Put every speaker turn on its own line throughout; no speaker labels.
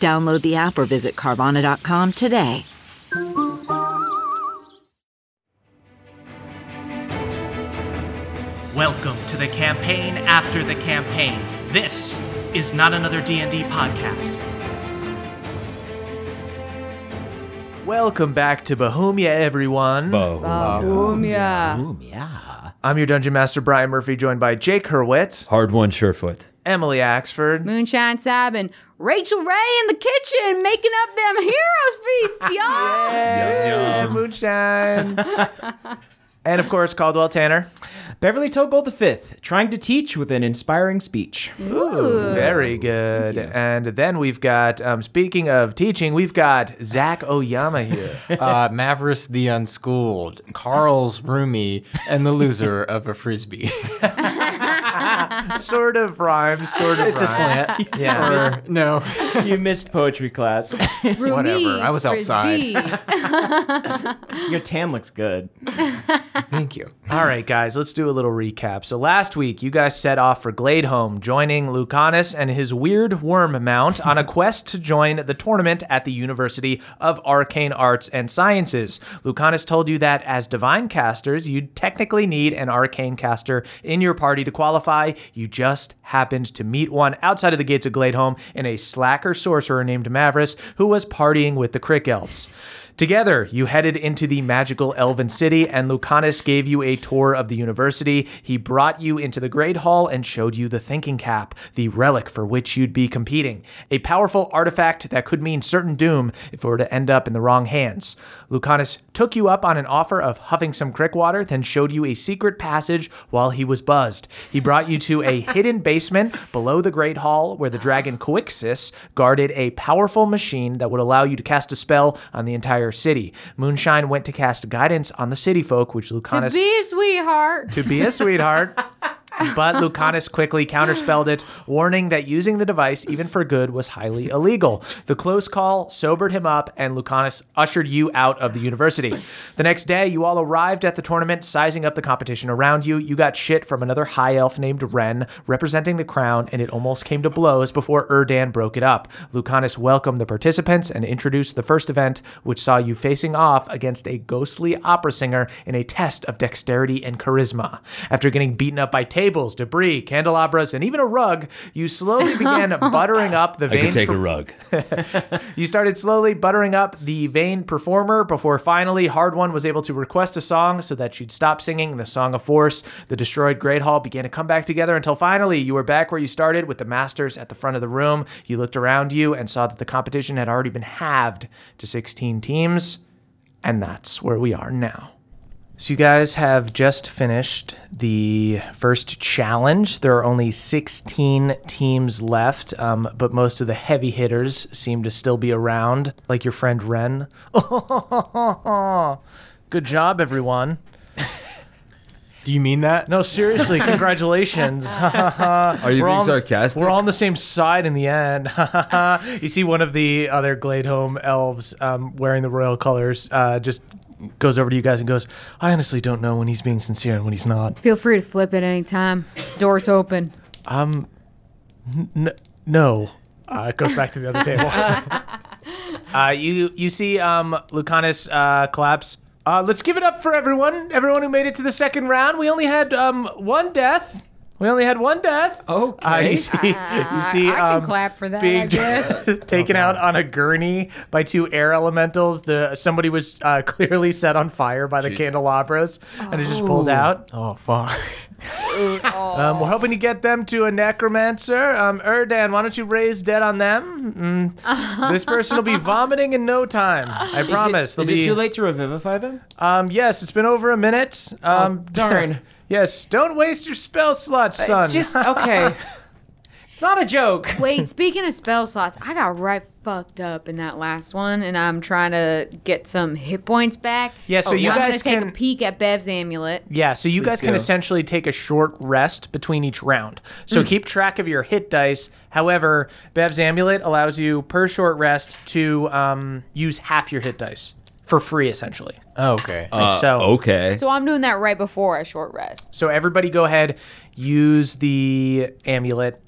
Download the app or visit Carvana.com today.
Welcome to the campaign after the campaign. This is not another D&D podcast.
Welcome back to Bohemia, everyone.
Bahumia.
Boom, yeah.
I'm your Dungeon Master, Brian Murphy, joined by Jake Hurwitz,
Hard one, Surefoot.
Emily Axford,
Moonshine Sabin. Rachel Ray in the kitchen making up them heroes feasts, y'all.
Hey, Moonshine, and of course, Caldwell Tanner.
Beverly Togold the fifth, trying to teach with an inspiring speech.
Very good. And then we've got, um, speaking of teaching, we've got Zach Oyama here.
uh, Mavericks the Unschooled, Carl's roomie, and the loser of a frisbee.
sort of rhymes, sort of
it's a
rhymes.
slant.
Yeah.
Or, no.
you missed poetry class.
Rumi,
Whatever, I was
Frisbee.
Your tan looks good.
Thank you.
All right, guys, let's do a little recap. So last week, you guys set off for Glade Home, joining Lucanus and his weird worm mount on a quest to join the tournament at the University of Arcane Arts and Sciences. Lucanus told you that as divine casters, you technically need an arcane caster in your party to qualify. You just happened to meet one outside of the gates of Glade Home in a slacker sorcerer named Mavris who was partying with the Crick Elves. Together, you headed into the magical elven city, and Lucanus gave you a tour of the university. He brought you into the Great Hall and showed you the Thinking Cap, the relic for which you'd be competing. A powerful artifact that could mean certain doom if it were to end up in the wrong hands. Lucanus took you up on an offer of huffing some crick water, then showed you a secret passage while he was buzzed. He brought you to a hidden basement below the Great Hall where the dragon Quixis guarded a powerful machine that would allow you to cast a spell on the entire city. Moonshine went to cast guidance on the city folk, which
To
Lucanus
be a sweetheart.
to be a sweetheart. But Lucanus quickly counterspelled it, warning that using the device, even for good, was highly illegal. The close call sobered him up, and Lucanus ushered you out of the university. The next day, you all arrived at the tournament, sizing up the competition around you. You got shit from another high elf named Ren, representing the crown, and it almost came to blows before Erdan broke it up. Lucanus welcomed the participants and introduced the first event, which saw you facing off against a ghostly opera singer in a test of dexterity and charisma. After getting beaten up by tables, debris, candelabras, and even a rug, you slowly began buttering up the
I
vein.
could take
per-
a rug.
you started slowly buttering up the vain performer before finally Hard One was able to request a song so that she'd stop singing the Song of Force. The destroyed Great Hall began to come back together until finally you were back where you started with the Masters at the front of the room. You looked around you and saw that the competition had already been halved to 16 teams, and that's where we are now. So, you guys have just finished the first challenge. There are only 16 teams left, um, but most of the heavy hitters seem to still be around, like your friend Ren. Good job, everyone.
Do you mean that?
No, seriously, congratulations.
Are you
We're
being
on-
sarcastic?
We're on the same side in the end. you see one of the other Gladeholm elves um, wearing the royal colors uh, just goes over to you guys and goes, I honestly don't know when he's being sincere and when he's not.
Feel free to flip at any time. Doors open.
No. Uh, it goes back to the other table. uh, you you see um, Lucanus uh, collapse. Uh, let's give it up for everyone. Everyone who made it to the second round. We only had um, one death. We only had one death.
Okay.
Uh, you see, you see
I can
um,
clap for that, I
being
guess.
taken out on a gurney by two air elementals. The somebody was uh, clearly set on fire by the candelabras and is just pulled out.
Oh, fuck.
Um, we're hoping to get them to a necromancer. Um, Erdan, why don't you raise dead on them? Mm. this person will be vomiting in no time. I promise.
Is
They'll
it
be-
too late to revivify them?
Um, yes, it's been over a minute. Um,
Oh, darn.
yes, don't waste your spell slots, son.
It's just okay. it's
not a joke.
Wait, speaking of spell slots, I got right fucked up in that last one, and I'm trying to get some hit points back.
Yeah, so
Oh,
you
I'm
guys
gonna
can-
take a peek at Bev's amulet.
Yeah, so you guys can
do.
essentially take a short rest between each round. So
Mm.
keep track of your hit dice. However, Bev's amulet allows you per short rest to um, use half your hit dice for free, essentially.
Oh, okay.
Uh,
So-
okay.
So I'm doing that right before a short rest.
So everybody, go ahead, use the amulet.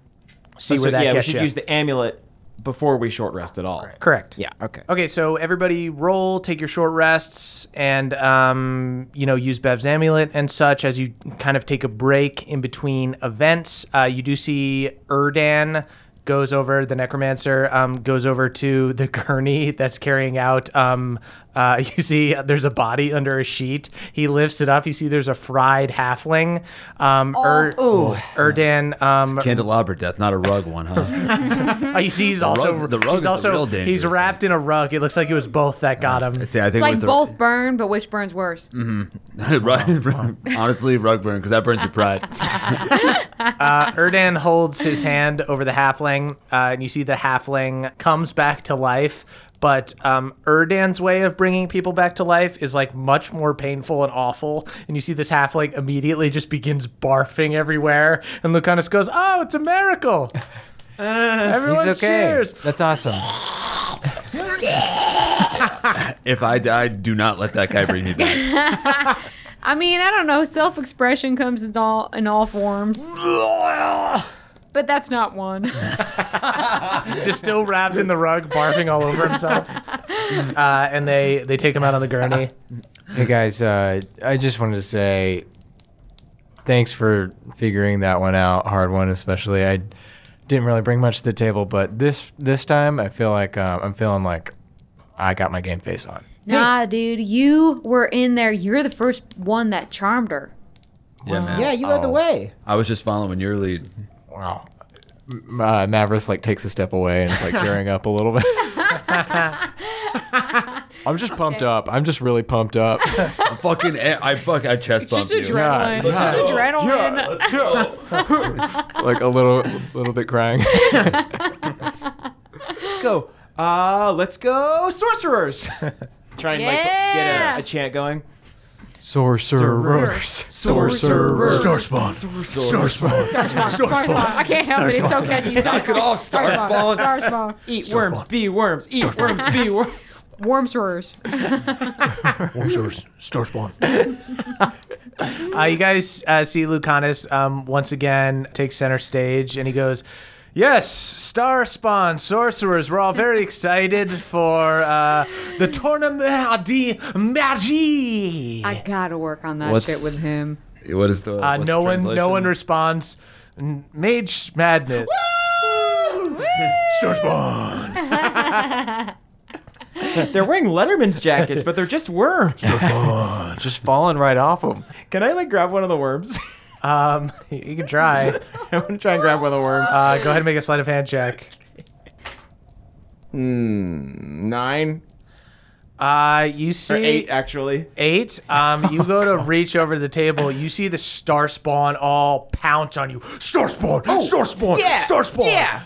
See
So,
where that
yeah, we
gets
should
you.
use the amulet before we short rest at all.
Correct.
Yeah, okay.
Okay, so everybody roll, take your short rests, and um, you know use Bev's amulet and such as you kind of take a break in between events. Uh, you do see Erdan goes over the necromancer um, goes over to the gurney that's carrying out. Um, uh, you see there's a body under a sheet. He lifts it up. You see there's a fried halfling. Um, Er- Erdan um,
Candelabra death, not a rug one, huh?
Oh, you see, he's also
rug- the rug is
he's
the
also
real dangerous
he's wrapped in a rug. It looks like it was both that got him.
See, I think
It's
it
like
was the,
both burn, but which burns worse?
Right, right. honestly, rug burn because that burns your pride.
Uh, Erdan holds his hand over the halfling, uh, and you see the halfling comes back to life. But um, Erdan's way of bringing people back to life is like much more painful and awful. And you see this halfling immediately just begins barfing everywhere. And Lucanus goes, "Oh, it's a miracle!" Everyone cheers.
That's awesome.
If I die, do not let that guy bring me back.
I mean, I don't know. Self-expression comes in all in all forms, but that's not one.
just still wrapped in the rug, barfing all over himself. Uh, and they they take him out on the gurney.
Hey guys, uh, I just wanted to say thanks for figuring that one out, hard one especially. I didn't really bring much to the table, but this this time I feel like um, I'm feeling like I got my game face on.
nah, dude, you were in there. You're the first one that charmed her.
Yeah, man.
Yeah, you led
Oh.
the way.
I was just following your lead.
Wow. M- Uh, Mavericks like takes a step away and is like tearing up a little bit. I'm just pumped up. I'm just really pumped up.
I'm fucking, I fuck, I chest bumped
Just
you.
adrenaline.
Yeah.
It's just
Yeah.
adrenaline.
Let's go.
like a little, little bit crying.
Let's go. Uh, let's go, sorcerers. Try and like get
Yeah.
a, a chant going.
Sorcerers.
Sorcerers.
Star spawn.
Sorry, Mom. I can't help it. It's so catchy. Knock it
off, Star Spawn.
Star Spawn.
Eat worms, be worms. Eat worms, be worms.
Wormsorers.
Uh, you guys uh, see Lucanus um, once again take center stage, and he goes, "Yes, Star Spawn sorcerers, we're all very excited for uh, the tournament de magie."
I gotta work on that
What's-
shit with him.
What is the?
Uh,
what's
no
the
one, no
translation?
one responds. N- Mage madness.
Star spawn.
They're wearing Letterman's jackets, but they're just worms.
Just falling right off them.
Can I like grab one of the worms?
Um, you can try.
I want to try and grab one of the worms.
Uh, go ahead and make a sleight of hand check.
Hmm, Nine
Uh, you see
or eight, actually.
eight. Um, you go to reach over the table. You see the star spawn all pounce on you. Star spawn, star spawn, star spawn. Oh, Yeah.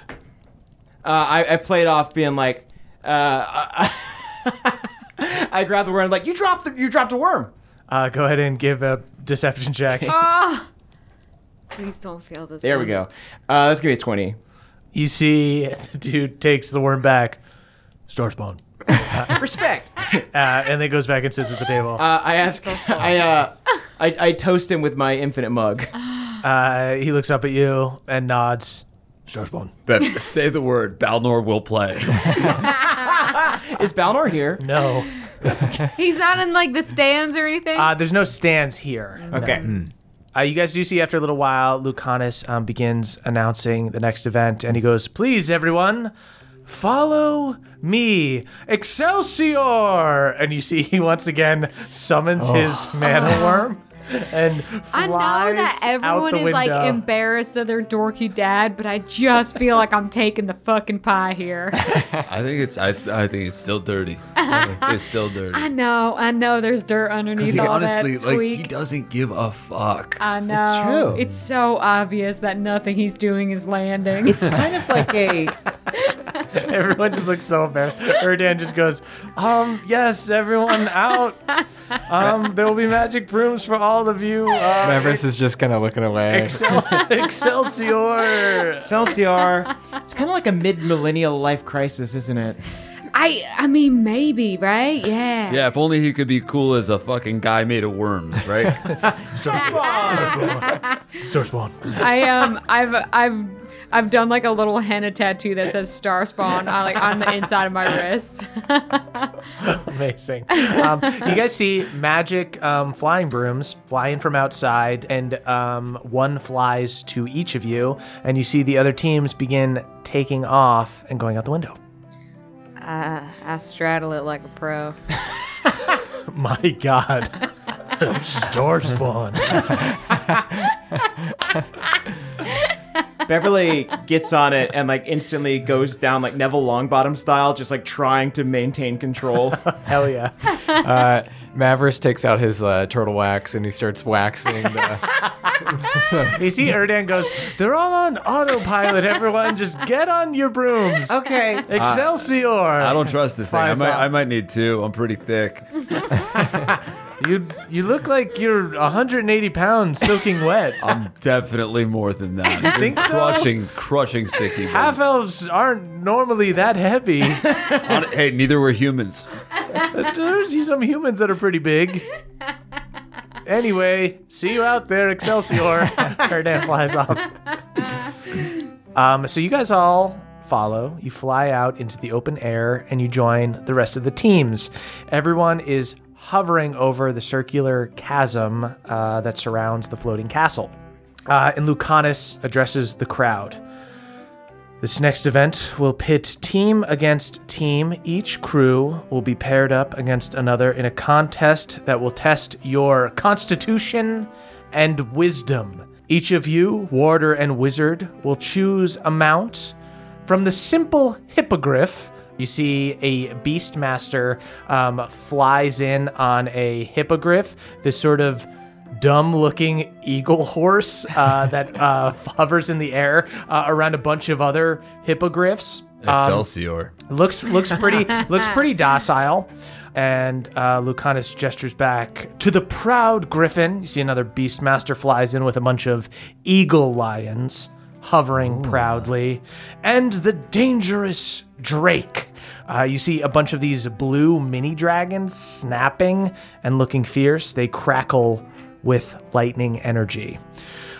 Uh, I, I played off being like, uh, I, I grabbed the worm. Like you dropped, the, you dropped a worm.
Uh, go ahead and give a deception check.
Ah. Please don't fail this.
There we
one.
go. Uh, that's gonna be a twenty.
You see the dude takes the worm back. Star spawn.
Respect.
Uh, and then goes back and sits at the table.
Uh, I ask. I, uh, I I toast him with my infinite mug.
Uh, he looks up at you and nods. Star spawn.
Bev, say the word. Balnor will play.
Is Balnor here?
No.
He's not in like the stands or anything.
Uh, there's no stands here.
Okay.
Uh, you guys do see after a little while, Lucanus um, begins announcing the next event, and he goes, Please, everyone, follow me,
Oh.
Excelsior! And you see he once again summons his mana worm. and
I
flies
know that
out
everyone
the
is
window.
like embarrassed of their dorky dad, but I just feel like I'm taking the fucking pie here.
I think it's I, I think it's still dirty. it's still dirty.
I know, I know there's dirt
Because
underneath
he
all
honestly,
that
like,
squeak.
he doesn't give a fuck.
I know.
true.
It's so obvious that nothing he's doing is landing.
It's kind of like a
Everyone just looks so embarrassed. Erdan just goes, um, yes, everyone out. Um, there will be magic brooms for all of you. Uh,
Mavericks is just kind of looking away.
Excel- Excelsior.
Celsior. it's kind of like a mid-millennial life crisis, isn't it?
I I mean maybe, right? Yeah.
yeah, if only he could be cool as a fucking guy made of worms, right?
I um I've I've I've done like a little henna tattoo that says star spawn on like on the inside of my wrist.
Amazing. Um, you guys see magic um, flying brooms flying from outside, and um, one flies to each of you, and you see the other teams begin taking off and going out the window.
uh, I straddle it like a pro.
My God. Star spawn.
Beverly gets on it and like instantly goes down like Neville Longbottom style, just like trying to maintain control.
Hell yeah.
Uh, Mavericks takes out his uh, turtle wax and he starts waxing. The,
You see, Erdan goes, they're all on autopilot, everyone. Just get on your brooms.
okay.
Excelsior.
I don't trust this thing. I
Fires
might,
up.
I might need two. I'm pretty thick.
You, you look like you're 180 pounds soaking wet.
I'm definitely more than that.
think so?
crushing, crushing sticky.
Half
buns.
elves aren't normally that heavy.
On- hey, neither were humans.
There's some humans that are pretty big. Anyway, see you out there, Excelsior. Erdan flies off. Um, so you guys all follow. You fly out into the open air and you join the rest of the teams. Everyone is hovering over the circular chasm uh, that surrounds the floating castle. Uh, and Lucanus addresses the crowd. This next event will pit team against team. Each crew will be paired up against another in a contest that will test your constitution and wisdom. Each of you, warder and wizard, will choose a mount from the simple hippogriff. You see a beastmaster um, flies in on a hippogriff, this sort of dumb looking eagle horse uh, that uh, hovers in the air uh, around a bunch of other hippogriffs. Um,
Excelsior.
looks looks pretty looks pretty docile. And uh, Lucanus gestures back to the proud griffin. You see another beastmaster flies in with a bunch of eagle lions hovering proudly, and the dangerous drake. Uh, you see a bunch of these blue mini dragons snapping and looking fierce. They crackle with lightning energy.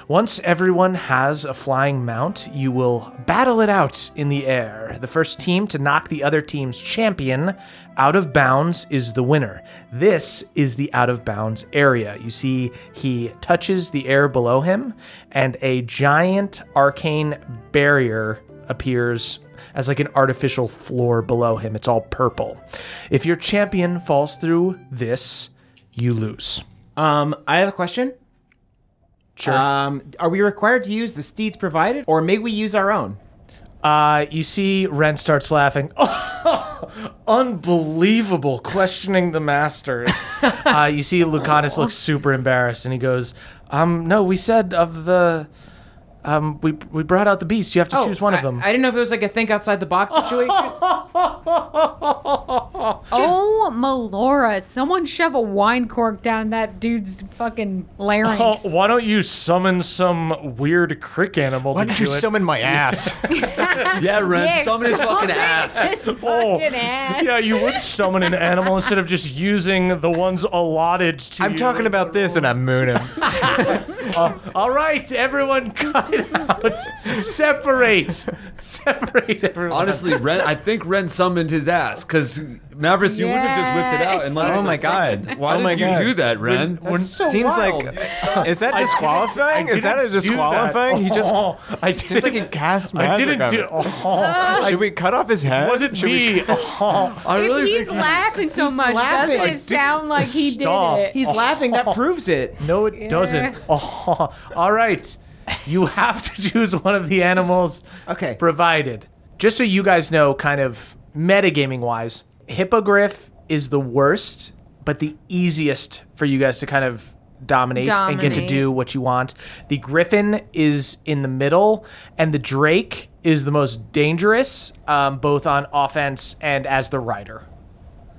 Once everyone has a flying mount, you will battle it out in the air. The first team to knock the other team's champion out of bounds is the winner. This is the out of bounds area. You see, he touches the air below him, and a giant arcane barrier appears as like an artificial floor below him. It's all purple. If your champion falls through this, you lose.
Um, I have a question.
Sure.
Um, are we required to use the steeds provided, or may we use our own?
Uh, you see, Ren starts laughing. unbelievable, questioning the masters. uh, you see, Lucanus looks super embarrassed, and he goes, "Um, no, we said of the, um, we we brought out the beast. You have to
Oh,
choose one of
I-
them."
I, didn't know if it was like a think outside the box situation.
oh Melora, someone shove a wine cork down that dude's fucking larynx.
why don't you summon some weird crick animal?
Why did you summon my ass?
Yeah, Ren,
Yes,
summon his fucking
summon
ass.
His fucking
Oh,
ass.
you would summon an animal instead of just using the ones allotted to
I'm talking about this and I moon him.
All right, everyone, cut it out. Separate. separate everyone.
Honestly, Ren, I think Ren summoned his ass because Mavericks, you would have just whipped it out. And let
Oh
it
my
just sink.
God.
Why
Oh
did
my
you
God.
do that, Ren?
so
Seems
wild.
like is that
I didn't-
disqualifying?
I
Is that a
didn't do
disqualifying?
that.
He just
Oh, I didn't,
seems like he cast
I
magic.
didn't
on
do.
it.
Oh,
Should we cut off his head?
was it
Should we-
me? Oh,
I
If
really
he's
think
laughing so much,
laughing.
doesn't
I
it sound like he did
Stop.
it?
He's laughing. That proves it.
no, it doesn't. Oh, all right, you have to choose one of the animals.
Okay.
provided. Just so you guys know, kind of metagaming wise, Hippogriff is the worst, but the easiest for you guys to kind of dominate, and get to
Dominate.
do what you want. The Griffin is in the middle, and the Drake is the most dangerous, um, both on offense and as the rider.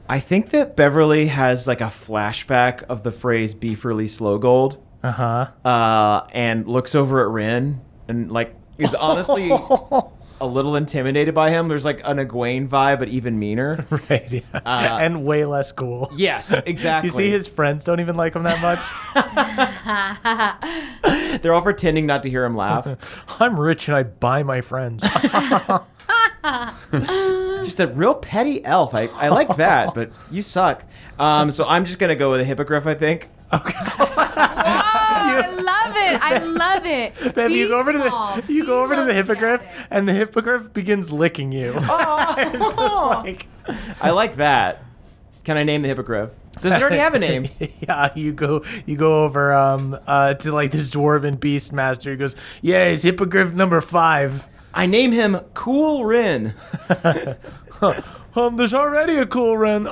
I think that Beverly has like a flashback of the phrase "beeferly slow gold,"
Uh huh.
uh, and looks over at Rin and like is honestly a little intimidated by him. There's like an Egwene vibe, but even meaner.
Right. Yeah. and way less cool.
yes, exactly.
You see, his friends don't even like him that much.
They're all pretending not to hear him laugh.
I'm rich and I buy my friends.
just a real petty elf. I, I like that, but you suck. Um, so I'm just gonna go with a hippogriff. I think.
Oh, I love it. I love it.
Babe, you
Be
go over
small.
to the you
Be
go over to the
low
hippogriff,
status.
and the hippogriff begins licking you.
Oh.
it's just like,
I like that. Can I name the hippogriff? Does it already have a name?
yeah, you go you go over um uh to like this dwarven beast master. He goes, yeah, it's hippogriff number five.
I name him Cool Rin.
Um, there's already a cool run.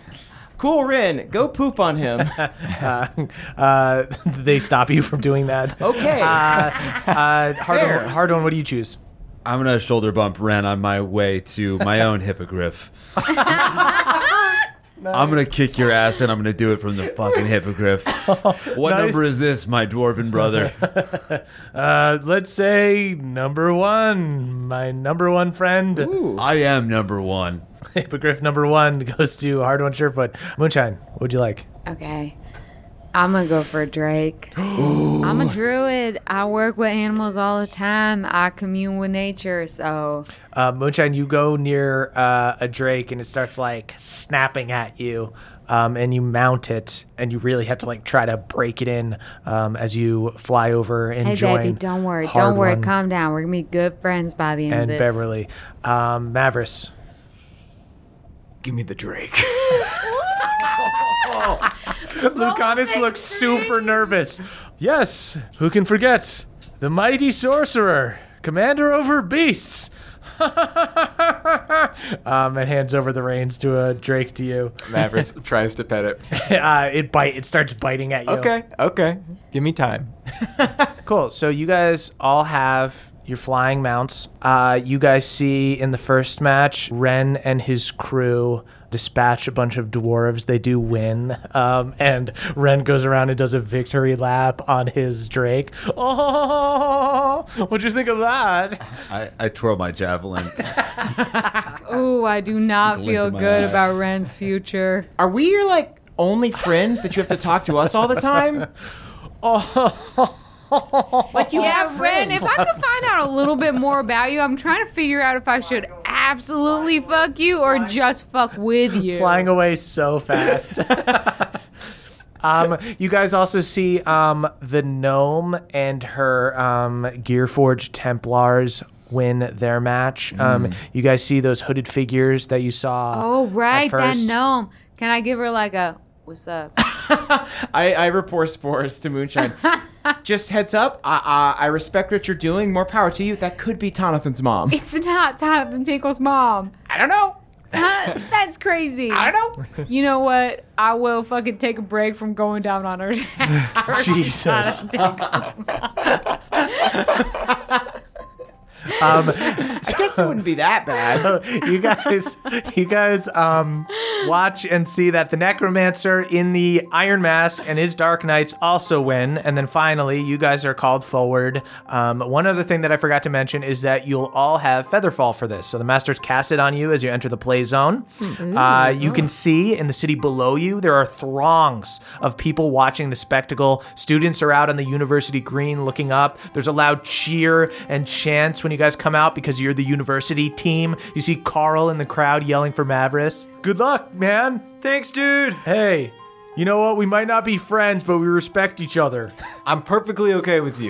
Oh.
Cool Rin, go poop on him.
uh, they stop you from doing that.
Okay.
Uh, hard
Fair.
one, hard one. What do you choose?
I'm gonna shoulder bump Ren on my way to my own hippogriff. I'm gonna kick your ass and I'm gonna do it from the fucking hippogriff. What
Nice.
number is this, my dwarven brother?
Uh, let's say number one, my number one friend.
I am number one.
Hippogriff number one goes to Hard One Surefoot. Moonshine, what'd you like?
Okay. I'm going to go for Drake. I'm a druid. I work with animals all the time. I commune with nature. So,
Uh, Moonshine, you go near uh, a drake and it starts like snapping at you, um, and you mount it, and you really have to like try to break it in um, as you fly over and
hey,
join.
baby, don't worry.
Hard
Don't worry.
One
Calm down. We're going to be good friends by the end of
and
this.
Beverly, um, Mavericks.
Give me the Drake.
Lucanus looks super nervous. Yes, who can forget the mighty sorcerer, commander over beasts. um, and hands over the reins to a drake to you.
Mavericks tries to pet it.
uh, it bite. It starts biting at you.
Okay, okay. Give me time.
Cool. So you guys all have your flying mounts. Uh, you guys see in the first match, Ren and his crew dispatch a bunch of dwarves. They do win. Um, and Ren goes around and does a victory lap on his Drake. Oh, what'd you think of that?
I, I twirl my javelin.
Oh, I do not
Glint
feel
in my
good
eye.
about Ren's future.
Are we your like only friends that you have to talk to us all the time? Like you
Yeah,
have
Ren,
friends.
if I could find out a little bit more about you, I'm trying to figure out if I should absolutely fuck you or just fuck with you.
Flying away so fast. Um, you guys also see um, the gnome and her um, Gearforge Templars win their match. Um, you guys see those hooded figures that you saw.
Oh, right, that
first.
gnome. Can I give her like a what's up?
I, I report spores to Moonshine. Just heads up, I, I, I respect what you're doing. More power to you. That could be Tonathan's mom.
it's not Donovan Pinkle's mom.
I don't know.
Huh? That's crazy.
I don't know.
You know what? I will fucking take a break from going down on her. Ask her if she's
Jesus.
not a dick.
Um,
I guess it wouldn't be that bad.
so you guys, you guys, um, watch and see that the necromancer in the Iron Mask and his Dark Knights also win. And then finally, you guys are called forward. Um, one other thing that I forgot to mention is that you'll all have Featherfall for this. So the masters cast it on you as you enter the play zone. Uh, you can see in the city below you there are throngs of people watching the spectacle. Students are out on the university green looking up. There's a loud cheer and chants when you guys guys come out because you're the university team. You see Carl in the crowd yelling for Mavris. Good luck, man.
Thanks, dude.
Hey, you know what? We might not be friends, but we respect each other.
I'm perfectly okay with you.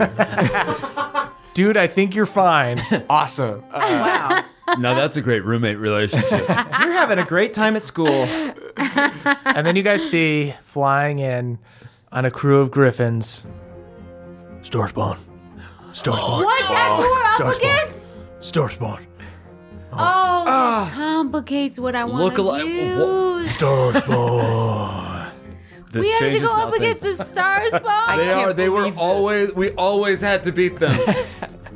Dude, I think you're fine.
awesome. Uh,
Now that's a great roommate relationship.
You're having a great time at school.
and then you guys see flying in on a crew of griffins. Starspawn. Starspawn.
What? That's who we're
Star Spawn.
up against?
Starspawn.
Oh, this complicates what I want
Look
to
alike- wha-
use.
Starspawn.
This
we had to
changes
go up
nothing.
against the Star Spawn.
They are. They were always. We always had to beat them. This-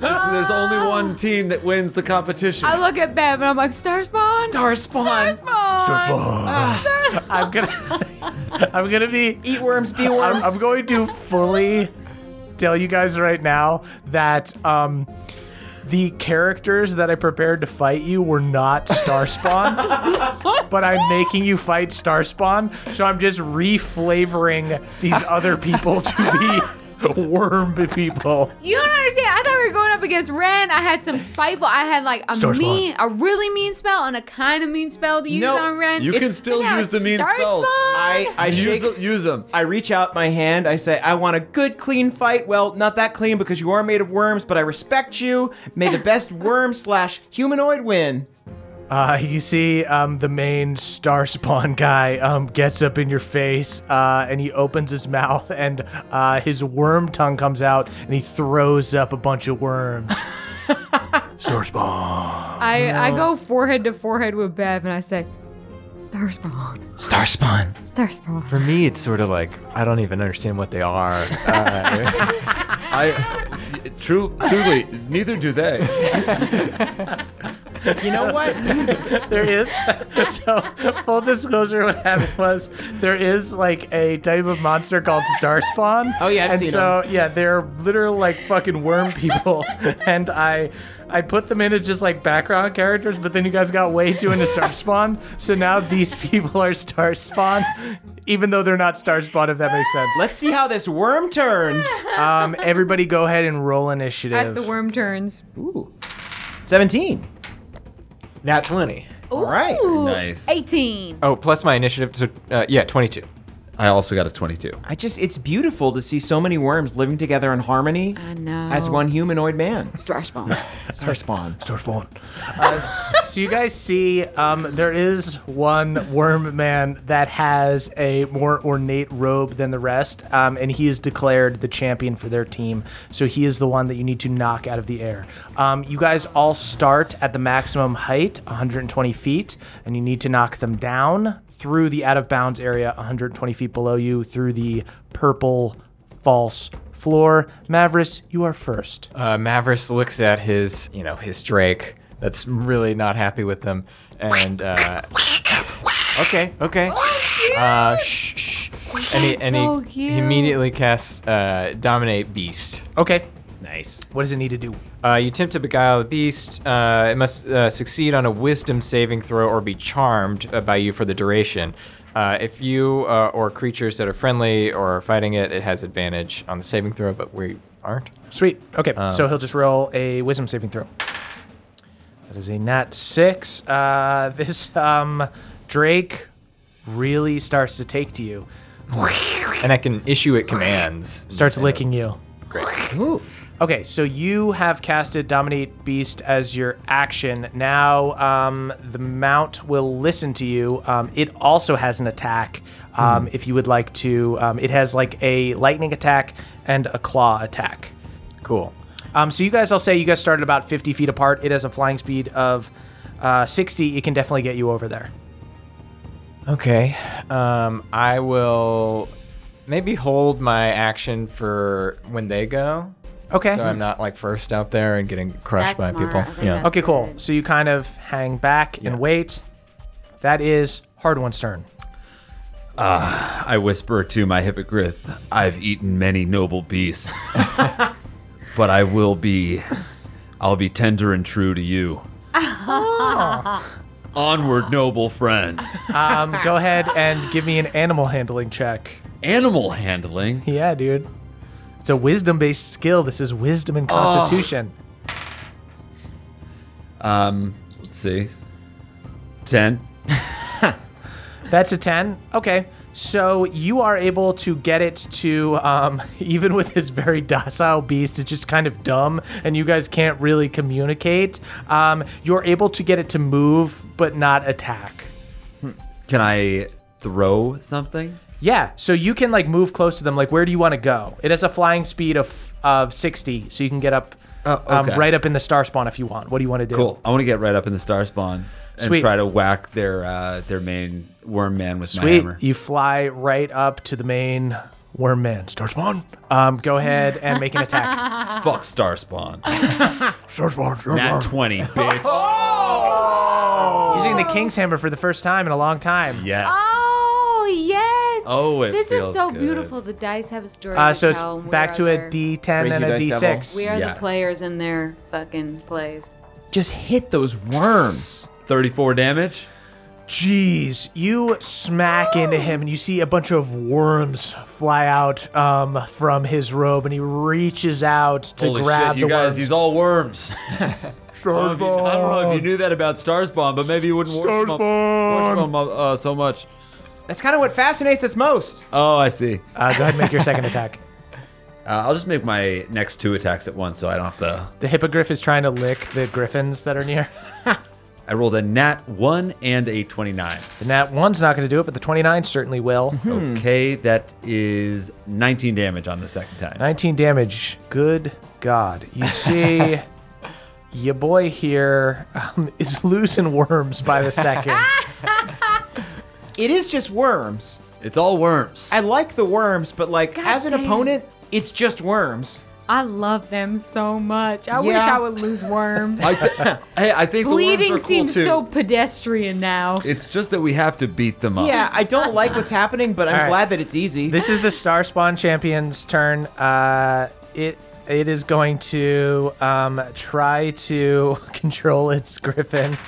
there's only one team that wins the competition.
I look at Bev and I'm like, Star Spawn?
Star Spawn.
Star Spawn! Star Spawn!
I'm gonna I'm gonna be
Eat worms, be
I'm,
worms.
I'm going to fully tell you guys right now that um the characters that I prepared to fight you were not Starspawn, but I'm making you fight Starspawn, so I'm just reflavoring these other people to be worm people.
You don't understand. I thought we were going up against Ren. I had some spiteful. I had like a
Star Spawn.
mean, a really mean spell and a kind of mean spell to use
No,
on Ren.
you can
It's-
still
now
use
it's
the mean
Star
spells.
Spawn.
I, I
use,
shake.
them, use them.
I reach out my hand. I say, I want a good, clean fight. Well, not that clean because you are made of worms, but I respect you. May the best worm slash humanoid win.
Uh, you see, um, the main star spawn guy um, gets up in your face uh, and he opens his mouth and uh, his worm tongue comes out and he throws up a bunch of worms. star spawn.
I, I go forehead to forehead with Bev and I say, Star Spawn.
Star Spawn.
Star Spawn.
For me, it's sort of like I don't even understand what they are. Uh,
I true, truly, neither do they.
You know what?
There is. So, full disclosure, what happened was there is like a type of monster called star spawn.
Oh, yeah, I've
and
seen
so yeah, they're literal like fucking worm people, and I. I put them in as just like background characters, but then you guys got way too into Star Spawn, so now these people are Star Spawn, even though they're not Star Spawn, if that makes sense.
Let's see how this worm turns.
Um, everybody, go ahead and roll initiative.
As the worm turns.
Ooh. 17.
Nat 20.
All right.
Ooh,
Nice.
18.
Oh, plus my initiative. So, uh, yeah, 22.
I also got a 22.
I just, it's beautiful to see so many worms living together in harmony
I know.
as one humanoid man.
Star Spawn.
Star Spawn.
Uh, So you guys see, um, there is one worm man that has a more ornate robe than the rest, um, and he is declared the champion for their team. So he is the one that you need to knock out of the air. Um, you guys all start at the maximum height, 120 feet, and you need to knock them down through the out of bounds area, 120 feet below you, through the purple false floor. Mavris, you are first.
Uh, Mavericks looks at his, you know, his Drake that's really not happy with them. And, uh, okay, okay. Uh, shh, shh. And he, and
so
he,
cute.
he immediately casts uh, Dominate Beast.
Okay.
Nice.
What does it need to do?
Uh, you attempt to beguile the beast. Uh, it must uh, succeed on a wisdom saving throw or be charmed uh, by you for the duration. Uh, if you uh, or creatures that are friendly or are fighting it, it has advantage on the saving throw, but we aren't.
Sweet. Okay, so he'll just roll a wisdom saving throw. That is a nat six. Uh, this um, Drake really starts to take to you.
And I can issue it commands.
Starts licking you.
Ooh.
Okay, so you have casted Dominate Beast as your action. Now um, the mount will listen to you. Um, it also has an attack. Um, If you would like to, um, it has like a lightning attack and a claw attack.
Cool.
Um, so you guys, I'll say you guys started about 50 feet apart. It has a flying speed of uh, 60. It can definitely get you over there.
Okay. Um, I will maybe hold my action for when they go.
Okay.
So I'm not like first out there and getting crushed
That's
by
smart. I
people.
think
Yeah.
that's-
okay, cool. So you kind of hang back and wait. That is hard one's turn.
I whisper to my hippogriff, I've eaten many noble beasts, but I will be, I'll be tender and true to you. Onward, noble friend.
Um, go ahead and give me an animal handling check.
Animal handling.
Yeah, dude. It's a wisdom based skill. This is wisdom and constitution.
Um, let's see. 10.
That's a 10. Okay. So you are able to get it to, um, even with this very docile beast, it's just kind of dumb and you guys can't really communicate. Um, you're able to get it to move, but not attack.
Can I throw something?
Yeah. So you can like move close to them. Like, where do you want to go? It has a flying speed of, of 60. So you can get up
Oh,
um,
okay.
right up in the star spawn if you want. What do you want to do?
Cool. I want to get right up in the star spawn and
Sweet.
try to whack their uh, their main worm man with my
Sweet.
hammer.
You fly right up to the main worm man. Star spawn. Um, go ahead and make an attack.
Fuck star spawn. Nat 20, bitch.
Using the king's hammer for the first time in a long time.
yes.
Oh yes.
Oh, it
This
feels
is so
good.
beautiful. The dice have a story.
Uh,
to
so
tell, and
it's
we
back
are
to a
there.
D10
Raise
and
you
a
dice devil.
D6.
We are
Yes.
the players in their fucking plays.
Just hit those worms.
34 damage.
Jeez, you smack into him and you see a bunch of worms fly out um, from his robe and he reaches out to
Holy
grab
shit, you
the
guys,
worms.
he's all worms. I don't know if you- I don't know if you knew that about Starspawn, but maybe you wouldn't watch them, watch them uh, so much.
That's kind of what fascinates us most.
Oh, I see. Uh,
uh, go ahead and make your second attack.
I'll just make my next two attacks at once so I don't have to.
The hippogriff is trying to lick the griffins that are near.
I rolled a nat 1 and a 29.
And that one's not going to do it, but the 29 certainly will.
Okay, that is 19 damage on the second time.
19 damage. Good God. You see, your boy here um, is losing worms by the second.
It is just worms.
It's all worms.
I like the worms, but like as an
damn.
opponent, it's just worms.
I love them so much. I wish
Yeah.
I would lose worms.
I th- hey, I think the
Bleeding
worms are cool
seems
too.
so pedestrian now.
It's just that we have to beat them up.
Yeah, I don't like what's happening, but I'm
All right.
glad that it's easy.
This is the Star Spawn Champion's turn. Uh, it it is going to um, try to control its griffin.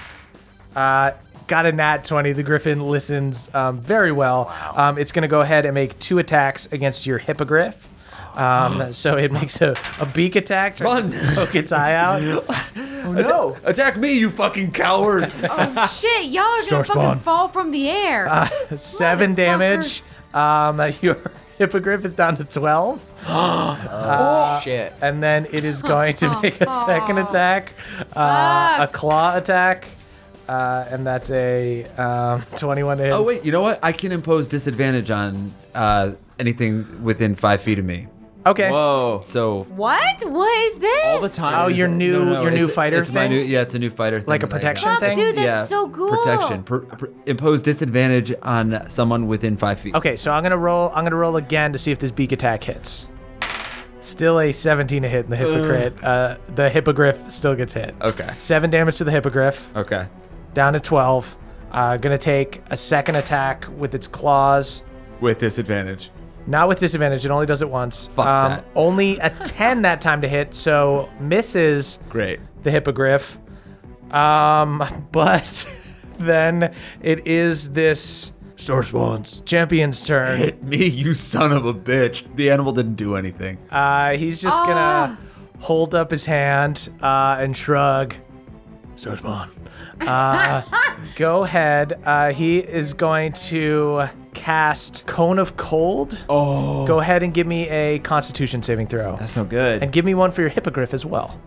Uh, got a nat twenty. The griffin listens um, very well. Um, it's going to go ahead and make two attacks against your hippogriff. Um, so it makes a, a beak attack. try to
Run.
Poke its eye out. oh no!
Attack me, you fucking coward!
oh shit, y'all are
Star
gonna
Spawn. Uh,
fucking fall from the air.
Seven
Motherfucker.
damage. Um, your hippogriff is down to twelve.
oh, shit.
and then it is going to make a second attack, uh, a claw attack, uh, and that's a um, 21 to hit.
oh wait, you know what? I can impose disadvantage on uh, anything within five feet of me.
okay.
Whoa.
So
what? What is this?
All the time.
Oh, your
No,
new
no,
your new
it's-
fighter
it's my
thing.
new- yeah, it's a new fighter thing.
Like a
that I got.
protection thing?
Dude, that's so cool.
Protection. Per, per- impose disadvantage on someone within five feet.
okay, so I'm gonna roll. I'm gonna roll again to see if this beak attack hits. Still a 17 to hit in the hippocrit. Uh, the hippogriff still gets hit.
Okay.
Seven damage to the hippogriff.
Okay.
Down to 12. Uh, gonna take a second attack with its claws.
With disadvantage.
Not with disadvantage. It only does it once. Um,
Fuck that.
Only a 10 that time to hit, so misses
Great.
the hippogriff. Um, but then it is this Star Spawns champion's turn.
Hit me, you son of a bitch. The animal didn't do anything.
Uh, he's just gonna hold up his hand uh, and shrug. Star Spawn. Uh, go ahead. Uh, he is going to cast Cone of Cold.
Oh.
Go ahead and give me a Constitution saving throw.
That's no good.
And give me one for your hippogriff as well.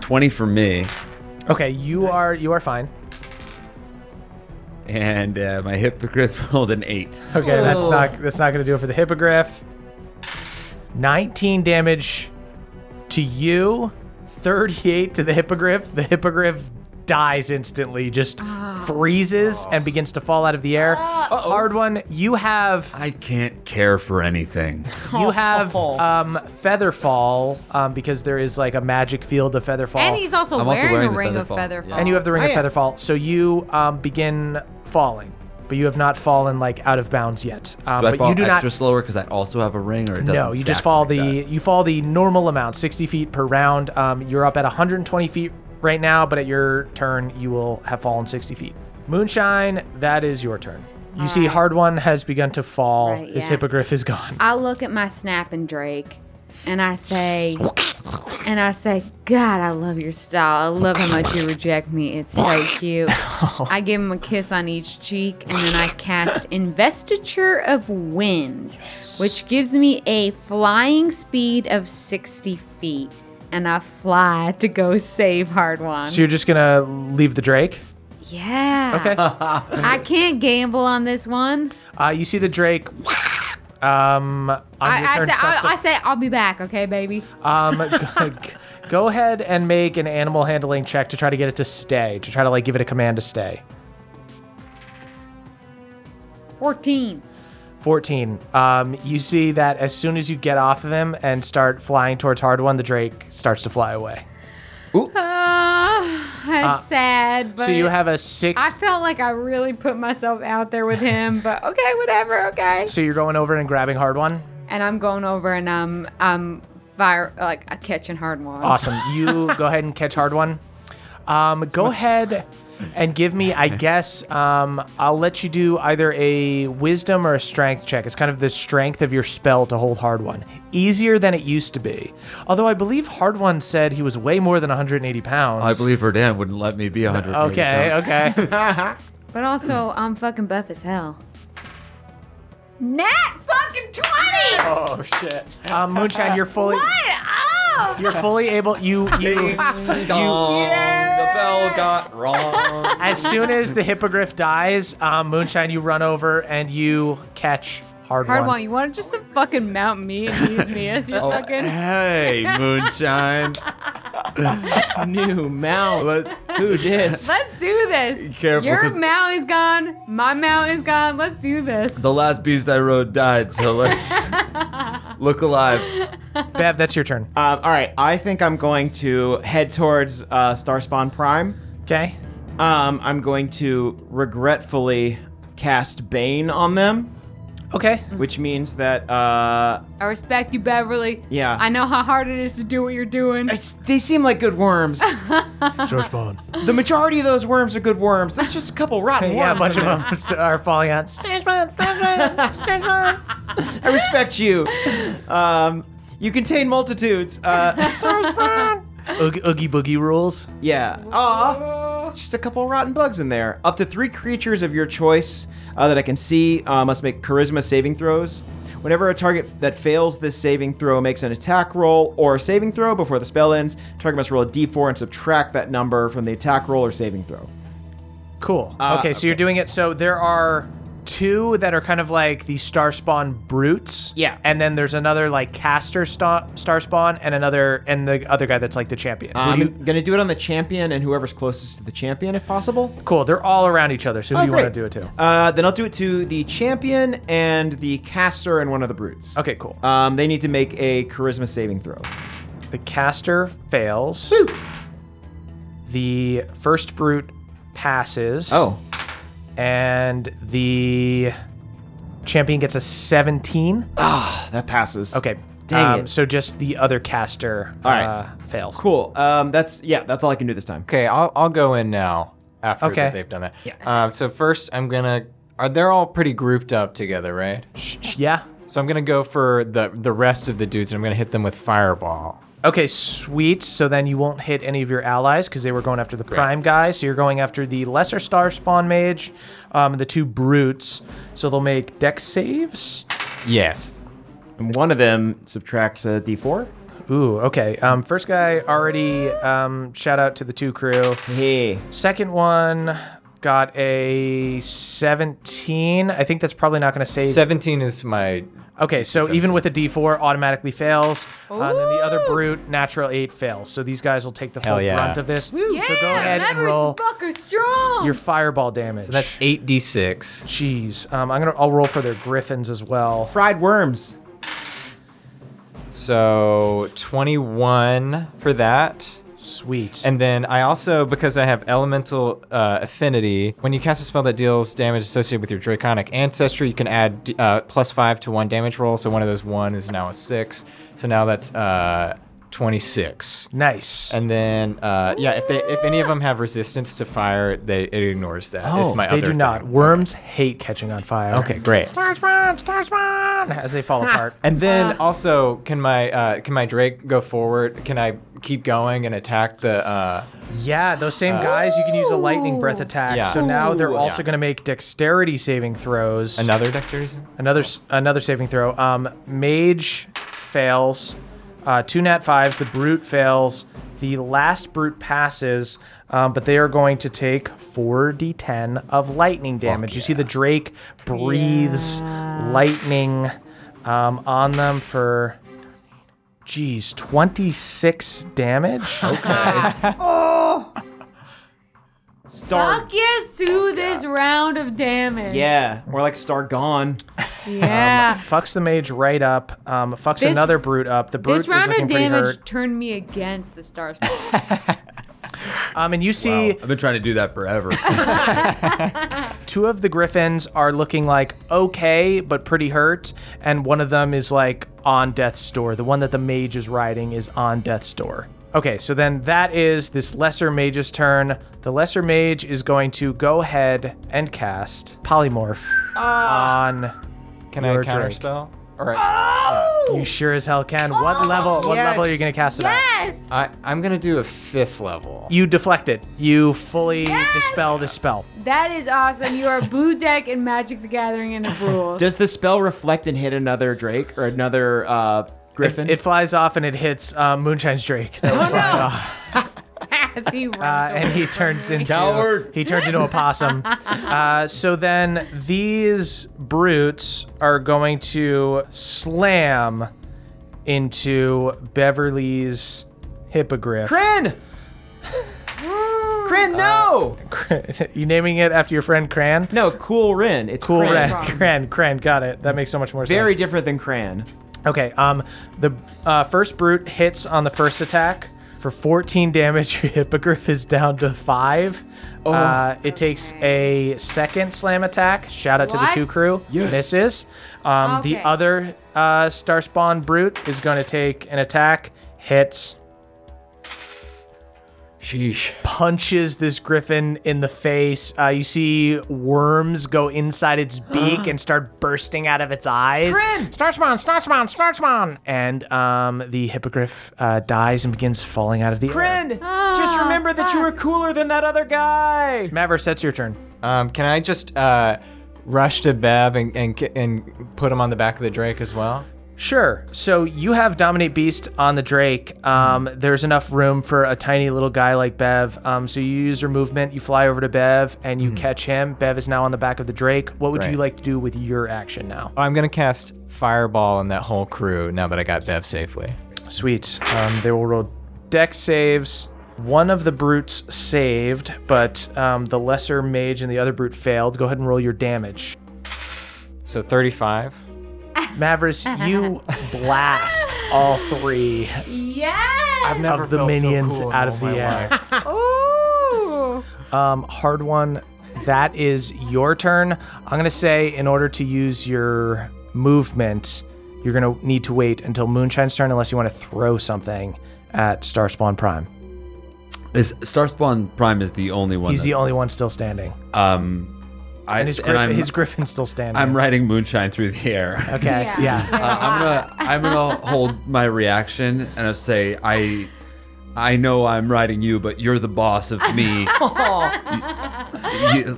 20 for me.
Okay, you are you are fine.
And uh, my hippogriff rolled an eight.
Okay, that's not that's not gonna do it for the hippogriff. 19 damage to you, 38 to the hippogriff. The hippogriff dies instantly, just freezes and begins to fall out of the air. Hard one. You have
I can't care for anything.
you have
Oh.
um, featherfall um, because there is like a magic field of featherfall.
And he's also,
I'm also
wearing,
wearing
a
the
ring of
feather fall.
feather fall.
Yeah.
and you have the ring
Oh,
of
yeah.
featherfall. So you um, begin falling, but you have not fallen like out of bounds yet. Um,
Do I
but
fall
you do
extra
not.
slower because I also have a ring, or it doesn't
No, you just
stack
fall
like
the
that?
you fall the normal amount, 60 feet per round. Um, you're up at 120 feet right now, but at your turn you will have fallen 60 feet. Moonshine, that is your turn. You see, Hard One has begun to fall.
Right,
His
yeah. Um.
hippogriff is gone.
I look at my snapping drake and I say, And I say, God, I love your style. I love how much you reject me. It's so cute. I give him a kiss on each cheek, and then I cast Investiture of Wind, which gives me a flying speed of 60 feet. And I fly to go save Hardwon.
So you're just gonna leave the Drake?
yeah.
Okay.
I can't gamble on this one.
Uh, you see the Drake. Um, on your
I, I,
turn
say,
starts
I, I say, I'll be back, okay, baby?
to- um, go, go ahead and make an animal handling check to try to get it to stay, to try to like give it a command to stay.
14.
14. Um, you see that as soon as you get off of him and start flying towards Hard One, the Drake starts to fly away.
Oh, that's sad. But
Uh, so you have a six.
I felt like I really put myself out there with him, but okay, whatever, okay.
so you're going over and grabbing Hard One?
And I'm going over and I'm I'm fire like uh, catching hard one.
Awesome. You go ahead and catch hard one. Um, go ahead and give me, I guess, um, I'll let you do either a wisdom or a strength check. It's kind of the strength of your spell to hold hard one. Easier than it used to be. Although I believe hard one said he was way more than 180 pounds.
I believe Verdan wouldn't let me be 100.
Okay, okay.
But also I'm fucking buff as hell. Nat fucking twenty.
oh shit. Um, Moonshine, you're fully
Oh,
you're fully able you you
The bell got wrong.
as soon as the hippogriff dies, um, Moonshine, you run over and you catch hard,
hard
one.
one. You want to just to fucking mount me and use me as
Oh.
your fucking.
hey, Moonshine.
New mount.
Let-
Who dis?
Let's do this.
Careful,
your
'cause-
mount is gone. My mount is gone. Let's do this.
the last beast I rode died, so let's look alive.
Bev, that's your turn.
Um, all right, I think I'm going to head towards uh, Starspawn Prime.
Okay.
Um, I'm going to regretfully cast Bane on them,
Okay.
which means that uh,
I respect you, Beverly.
Yeah.
I know how hard it is to do what you're doing.
it's, they seem like good worms. the majority of those worms are good worms. There's just a couple rotten
Yeah, a
worms.
bunch
in
of
there.
them st- are falling out.
I respect you. Um, you contain multitudes. Uh,
Oogie, oogie boogie rules.
yeah. Aw. Just a couple rotten bugs in there. Up to three creatures of your choice uh, that I can see uh, must make charisma saving throws. Whenever a target that fails this saving throw makes an attack roll or a saving throw before the spell ends, target must roll a d4 and subtract that number from the attack roll or saving throw.
Cool.
Uh,
okay, so you're doing it. So there are two that are kind of like the star spawn brutes.
Yeah.
And then there's another like caster sta- star spawn and another and the other guy that's like the champion. Who
Um,
I'm
do you-
gonna do it on the champion and whoever's closest to the champion, if possible.
cool. They're all around each other. So who
Oh,
do you want
great.
to do it to?
Uh, then I'll do it to the champion and the caster and one of the brutes.
Okay, cool.
Um, they need to make a charisma saving throw.
the caster fails. The first brute passes.
Oh,
And the champion gets a 17.
that passes.
Okay.
Ah,
um,
Dang it.
So just the other caster
All right.
uh, fails.
Cool. Um, that's yeah. That's all I can do this time.
Okay, I'll, I'll go in now after
Okay.
that they've done that. Yeah. Um, so first, I'm gonna. Are they're all pretty grouped up together, right?
Yeah.
So I'm gonna go for the the rest of the dudes, and I'm gonna hit them with fireball.
Okay, sweet. So then you won't hit any of your allies because they were going after the prime guy. So you're going after the lesser star spawn mage, um, the two brutes. So they'll make deck saves.
Yes.
And one of them subtracts a d4.
Ooh, okay. Um, first guy already um, shout out to the two crew.
Hey.
Second one got a 17. I think that's probably not going to save.
Seventeen is my.
Okay, so even with a D4, automatically fails. Uh, and then the other
Ooh.
brute, natural eight, fails. So these guys will take the
Hell
full
yeah.
brunt of this.
yeah,
so go ahead and
Beverly's
roll
fucking strong.
your fireball damage.
So that's eight d six.
Jeez, um, I'm gonna. I'll roll for their griffins as well.
Fried worms.
So twenty one for that.
Sweet.
And then I also, because I have elemental uh, affinity, when you cast a spell that deals damage associated with your draconic ancestry, you can add d- uh, plus five to one damage roll. So one of those one is now a six. So now that's uh,
26.
Nice.
And then, uh, yeah, if they if any of them have resistance to fire, they it ignores that. it's my
Oh, they
other
do not.
thing.
Worms hate catching on fire.
Okay, great.
Stars worm, stars worm, as they fall apart.
And then also, can my uh, can my Drake go forward? Can I keep going and attack the? Uh,
Yeah, those same guys, you can use a lightning breath attack.
Yeah.
So now they're
Ooh.
also
Yeah.
going to make dexterity saving throws.
another dexterity. save?
Another s- another saving throw. Um, mage fails. Uh, two nat fives. The brute fails. The last brute passes, um, but they are going to take four d10 of lightning damage. You see the drake breathes lightning um, on them for. Geez, 26 damage. Okay.
Fuck yes to this round of damage.
Yeah, or like Stargon.
Yeah.
fucks the mage right up. Um, fucks
This-
another brute up. The brute
this
is
round
looking
of
pretty
damage
hurt.
turned me against the stars.
Um, and you see
I've been trying to do that forever.
two of the griffins are looking like okay but pretty hurt and one of them is like on death's door the one that the mage is riding is on death's door okay so then that is this lesser mage's turn the lesser mage is going to go ahead and cast polymorph
Ah.
on
Can
Your
I counter
Drake.
spell? All right.
you sure as hell can what level what level are you going to cast it at
Oh, yes.
I I'm gonna do a fifth level.
you deflect it you fully dispel this spell
That is awesome. You are Blue Deck and Magic the Gathering and of rules.
Does the spell reflect and hit another Drake or another uh, Griffin?
it flies off and it hits uh, moonshine's drake That was flying off.
As he runs
uh,
away.
and he turns into
Coward.
he turns into a possum. Uh, so then these brutes are going to slam into Beverly's hippogriff.
Kryn! Kryn,
Uh,
no!
you naming it after your friend Cran?
no, Cool Rin. It's
Cool,
Kryn.
Ren. Cran, Cran, got it. That makes so much more
Very
sense.
different than Cran.
Okay. Um, the uh, first brute hits on the first attack for 14 damage. Your hippogriff is down to five. Uh, it takes a second slam attack. Shout out to the two
What?
crew. Misses. Um,
Okay.
The other uh, star spawn brute is going to take an attack. Hits.
Sheesh.
Punches this griffin in the face. Uh, you see worms go inside its beak and start bursting out of its eyes. Starspawn, Starspawn, Starspawn! And um, the hippogriff uh, dies and begins falling out of the air.
Kryn! just remember that you were cooler than that other guy!
Maverick, that's your turn.
Um, can I just uh, rush to Bev and, and ki- and put him on the back of the Drake as well?
Sure. So you have Dominate Beast on the Drake. Um, there's enough room for a tiny little guy like Bev. Um, so you use your movement, you fly over to Bev, and you catch him. Bev is now on the back of the Drake. What would you
Right.
like to do with your action now?
I'm gonna cast Fireball on that whole crew now that I got Bev safely.
Sweet. Um, they will roll dex saves. One of the brutes saved, but um, the lesser mage and the other brute failed. Go ahead and roll your damage.
So 35.
Mavericks, you blast all three
yes.
never
of the
felt so
minions
cool in
out
all
of the
my
air.
Ooh.
Um, hard one. That is your turn. I'm gonna say in order to use your movement, you're gonna need to wait until Moonshine's turn, unless you want to throw something at Starspawn Prime.
is Starspawn Prime is the only one.
He's the
that's-
only one still standing,
Um, I,
and his,
and
griff-
I'm,
his griffin's still standing.
I'm riding moonshine through the air.
Okay.
Yeah.
Yeah.
Uh, I'm gonna I'm gonna hold my reaction and I'll say I I know I'm riding you, but you're the boss of me. you, you,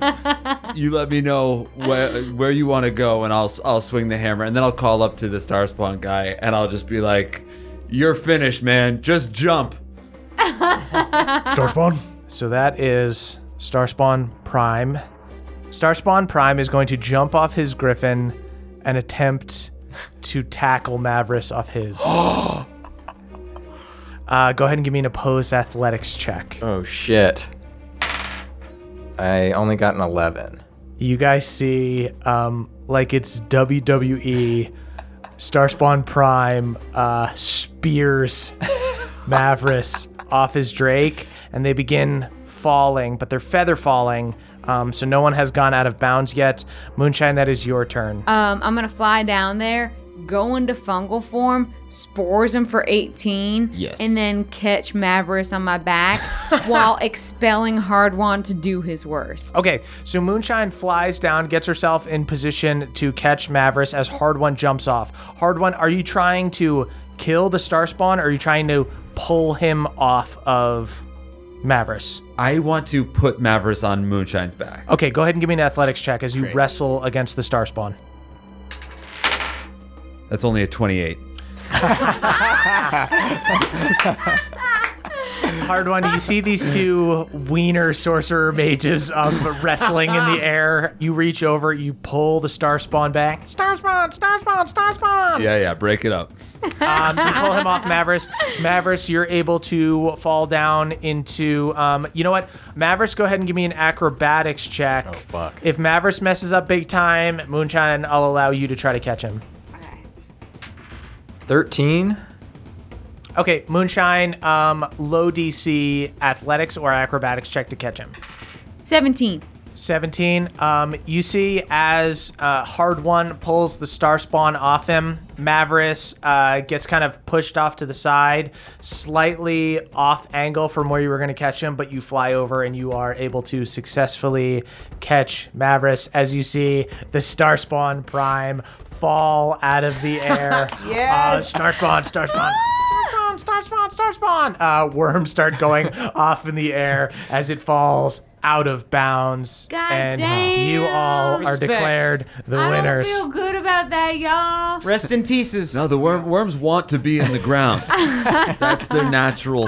you let me know where where you want to go, and I'll s- I'll swing the hammer, and then I'll call up to the star spawn guy, and I'll just be like, "You're finished, man. Just jump."
Starspawn. So that is Starspawn Prime. Starspawn Prime is going to jump off his griffin and attempt to tackle Mavris off his. uh, go ahead and give me an opposed athletics check.
Oh shit. I only got an 11.
You guys see, um, like it's WWE, Starspawn Prime uh, spears Mavris off his Drake, and they begin falling, but they're feather falling. Um, so no one has gone out of bounds yet. Moonshine, that is your turn.
Um, I'm gonna fly down there, go into fungal form, spores him for 18,
Yes.
and then catch Mavericks on my back while expelling Hardwan to do his worst.
Okay, so Moonshine flies down, gets herself in position to catch Mavericks as Hard One jumps off. Hard One, are you trying to kill the Star Spawn or are you trying to pull him off of Mavericks?
I want to put Mavericks on Moonshine's back.
Okay, go ahead and give me an athletics check as you wrestle against the Star Spawn.
That's only a 28.
Hard one. You see these two wiener sorcerer mages um, wrestling in the air. You reach over, you pull the star spawn back. Star spawn, star spawn, star spawn.
Yeah, yeah, break it up.
Um, you pull him off, Mavericks. Mavericks, you're able to fall down into. Um, you know what, Mavericks, go ahead and give me an acrobatics check. Oh
fuck.
If Mavericks messes up big time, Moonshine, I'll allow you to try to catch him.
13.
Okay, Moonshine, um, low DC athletics or acrobatics check to catch him.
17.
17. Um, you see as uh, Hard One pulls the Star Spawn off him, Mavericks uh, gets kind of pushed off to the side, slightly off angle from where you were going to catch him, but you fly over and you are able to successfully catch Mavericks as you see the Star Spawn Prime fall out of the air. yes! Uh, Star Spawn, Star Spawn. Star Spawn, Star Spawn, Star Spawn. Uh, worms start going off in the air as it falls out of bounds.
God
and
damn.
you all are
Respect.
declared the
I
winners.
don't feel good about that, y'all.
Rest in pieces.
No, the worm, worms want to be in the ground. That's their natural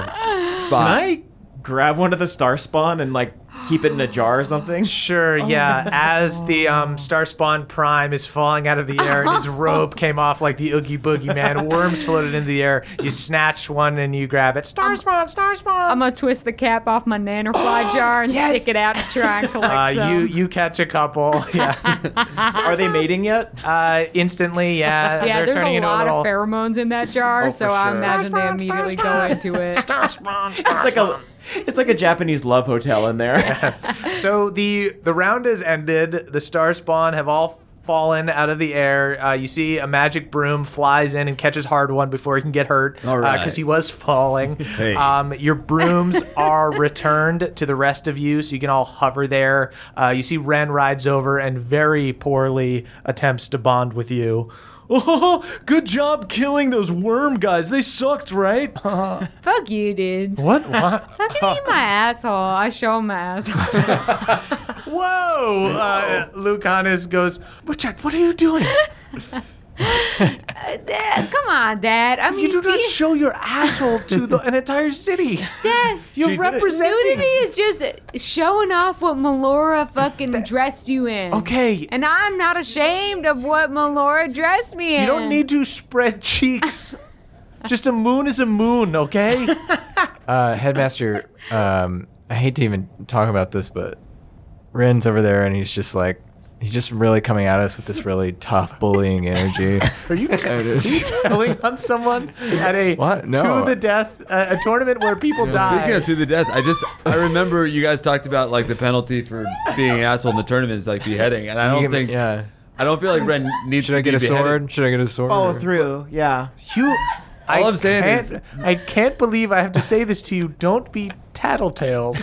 Can
spot.
I grab one of the star spawn and like keep it in a jar or something?
Sure, yeah. As the um, Star Spawn Prime is falling out of the air and his robe came off like the Oogie Boogie Man, worms floated into the air. You snatch one and you grab it. Star Spawn, Star Spawn.
I'm gonna twist the cap off my nanofly jar and stick it out to try and collect
Uh,
some.
you you catch a couple, yeah.
Are they mating yet?
Uh, instantly, yeah.
yeah,
they're
there's
turning
a
into
lot
little
of pheromones in that jar,
Oh, for
so I
sure.
imagine they immediately go into it.
Star Spawn.
It's like a it's like a Japanese love hotel in there.
So the the round is ended. The star spawn have all fallen out of the air. Uh, you see a magic broom flies in and catches hard one before he can get hurt.
All right.
because he was falling.
Hey.
Um, your brooms are returned to the rest of you, so you can all hover there. Uh, you see Ren rides over and very poorly attempts to bond with you. Oh, good job killing those worm guys. They sucked, right?
Fuck you, dude.
what? What?
How can you eat my asshole? I show him my asshole.
Whoa! Uh, Lucanus goes, Richard, what are you doing?
Dad, Eh, come on, Dad. I mean,
You do not
these-
show your asshole to the, an entire city.
Dad,
You're
nudity
representing.
is just showing off what Melora fucking dressed you in.
Okay,
And I'm not ashamed of what Melora dressed me in.
you don't need to spread cheeks. Just a moon is a moon, okay?
Uh, headmaster, um, I hate to even talk about this, but Ren's over there and he's just like, he's just really coming at us with this really tough bullying energy.
Are you, t- are you telling on someone at a
What? No.
to the death uh, a tournament where people
Speaking
die?
of to the death, I just I remember you guys talked about like the penalty for being an asshole in the tournament is like beheading, and I
You
don't
get me-
think
yeah.
I don't feel like Ren needs
Should
to
I get
be
a
beheaded.
sword? Should I get a sword?
Follow through. Yeah.
You, I
I'm saying
can't,
is-
I can't believe I have to say this to you. Don't be tattletales.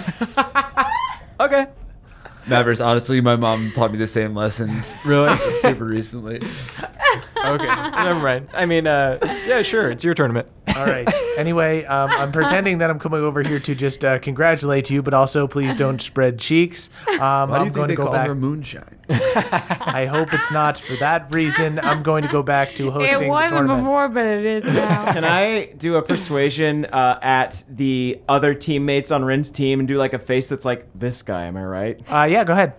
Okay.
Mavericks, honestly, my mom taught me the same lesson
Really?
super recently.
okay. Never mind. I mean, uh, yeah, sure. It's your tournament.
All right. Anyway, um, I'm pretending that I'm coming over here to just uh, congratulate you, but also please don't spread cheeks. Um,
Why do
I'm
you think
going
they
to go
call
back.
her Moonshine?
I hope it's not for that reason. I'm going to go back to hosting
It
the
wasn't
tournament.
before, but it is now.
Can I do a persuasion uh, at the other teammates on Rin's team and do like a face that's like this guy? Am I right?
Uh, yeah, go ahead.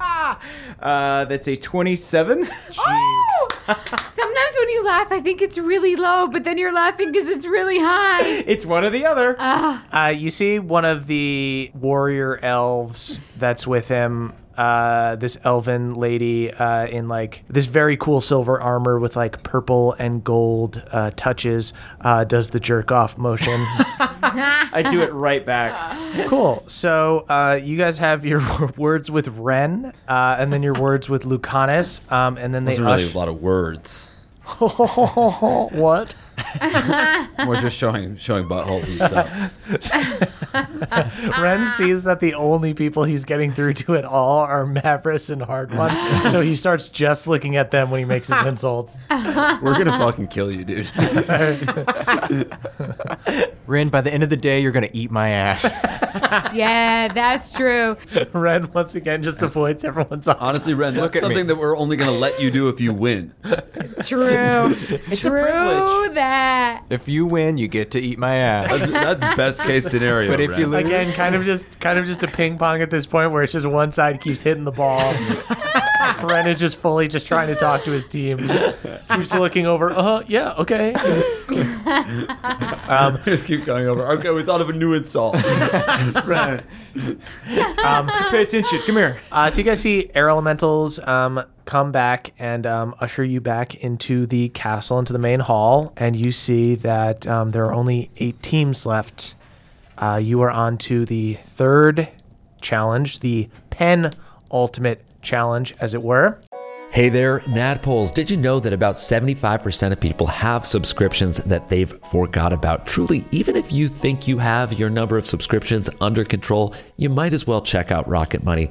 Uh, that's a twenty-seven.
Oh! Sometimes when you laugh, I think it's really low, but then you're laughing because it's really high.
it's one or the other.
Uh, you see one of the warrior elves that's with him. Uh, this elven lady uh, in like this very cool silver armor with like purple and gold uh, touches uh, does the jerk off motion.
I do it right back.
Cool. So uh, you guys have your words with Ren, uh, and then your words with Lucanus, um, and then they
Those are really
ush-
a lot of words.
what?
We're just showing showing buttholes and stuff.
Ren sees that the only people he's getting through to at all are Mavris and Hard One, so he starts just looking at them when he makes his insults.
We're gonna fucking kill you, dude.
Rin, by the end of the day, you're gonna eat my ass.
yeah, that's true.
Ren once again just avoids everyone's eye.
Honestly, Ren, look that's something that we're only gonna let you do if you win.
True. it's true
privilege.
that.
if you win, you get to eat my ass.
That's, that's best case scenario.
But if
Ren.
you lose,
Again, kind of just kind of just a ping pong at this point where it's just one side keeps hitting the ball. Ren is just fully just trying to talk to his team. Keeps looking over, uh yeah, okay.
just keep going over. Okay, we thought of a new insult. Ren,
Um,
Pay attention. Come here.
Uh, so you guys see air elementals um, come back and um, usher you back into the castle, into the main hall, and you see that um, there are only eight teams left. Uh, you are on to the third challenge, the pen ultimate challenge, as it were.
Hey there, Nadpoles. Did you know that about 75% of people have subscriptions that they've forgot about? Truly, even if you think you have your number of subscriptions under control, you might as well check out Rocket Money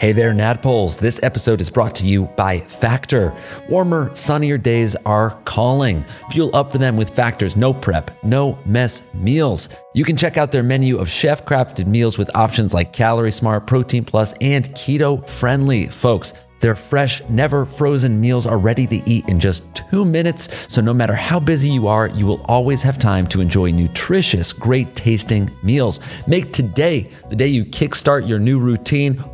Hey there, Nadpoles. This episode is brought to you by Factor. Warmer, sunnier days are calling. Fuel up for them with Factor's no prep, no mess meals. You can check out their menu of chef crafted meals with options like Calorie Smart, Protein Plus, and Keto Friendly, folks. Their fresh, never frozen meals are ready to eat in just two minutes. So, no matter how busy you are, you will always have time to enjoy nutritious, great tasting meals. Make today the day you kickstart your new routine.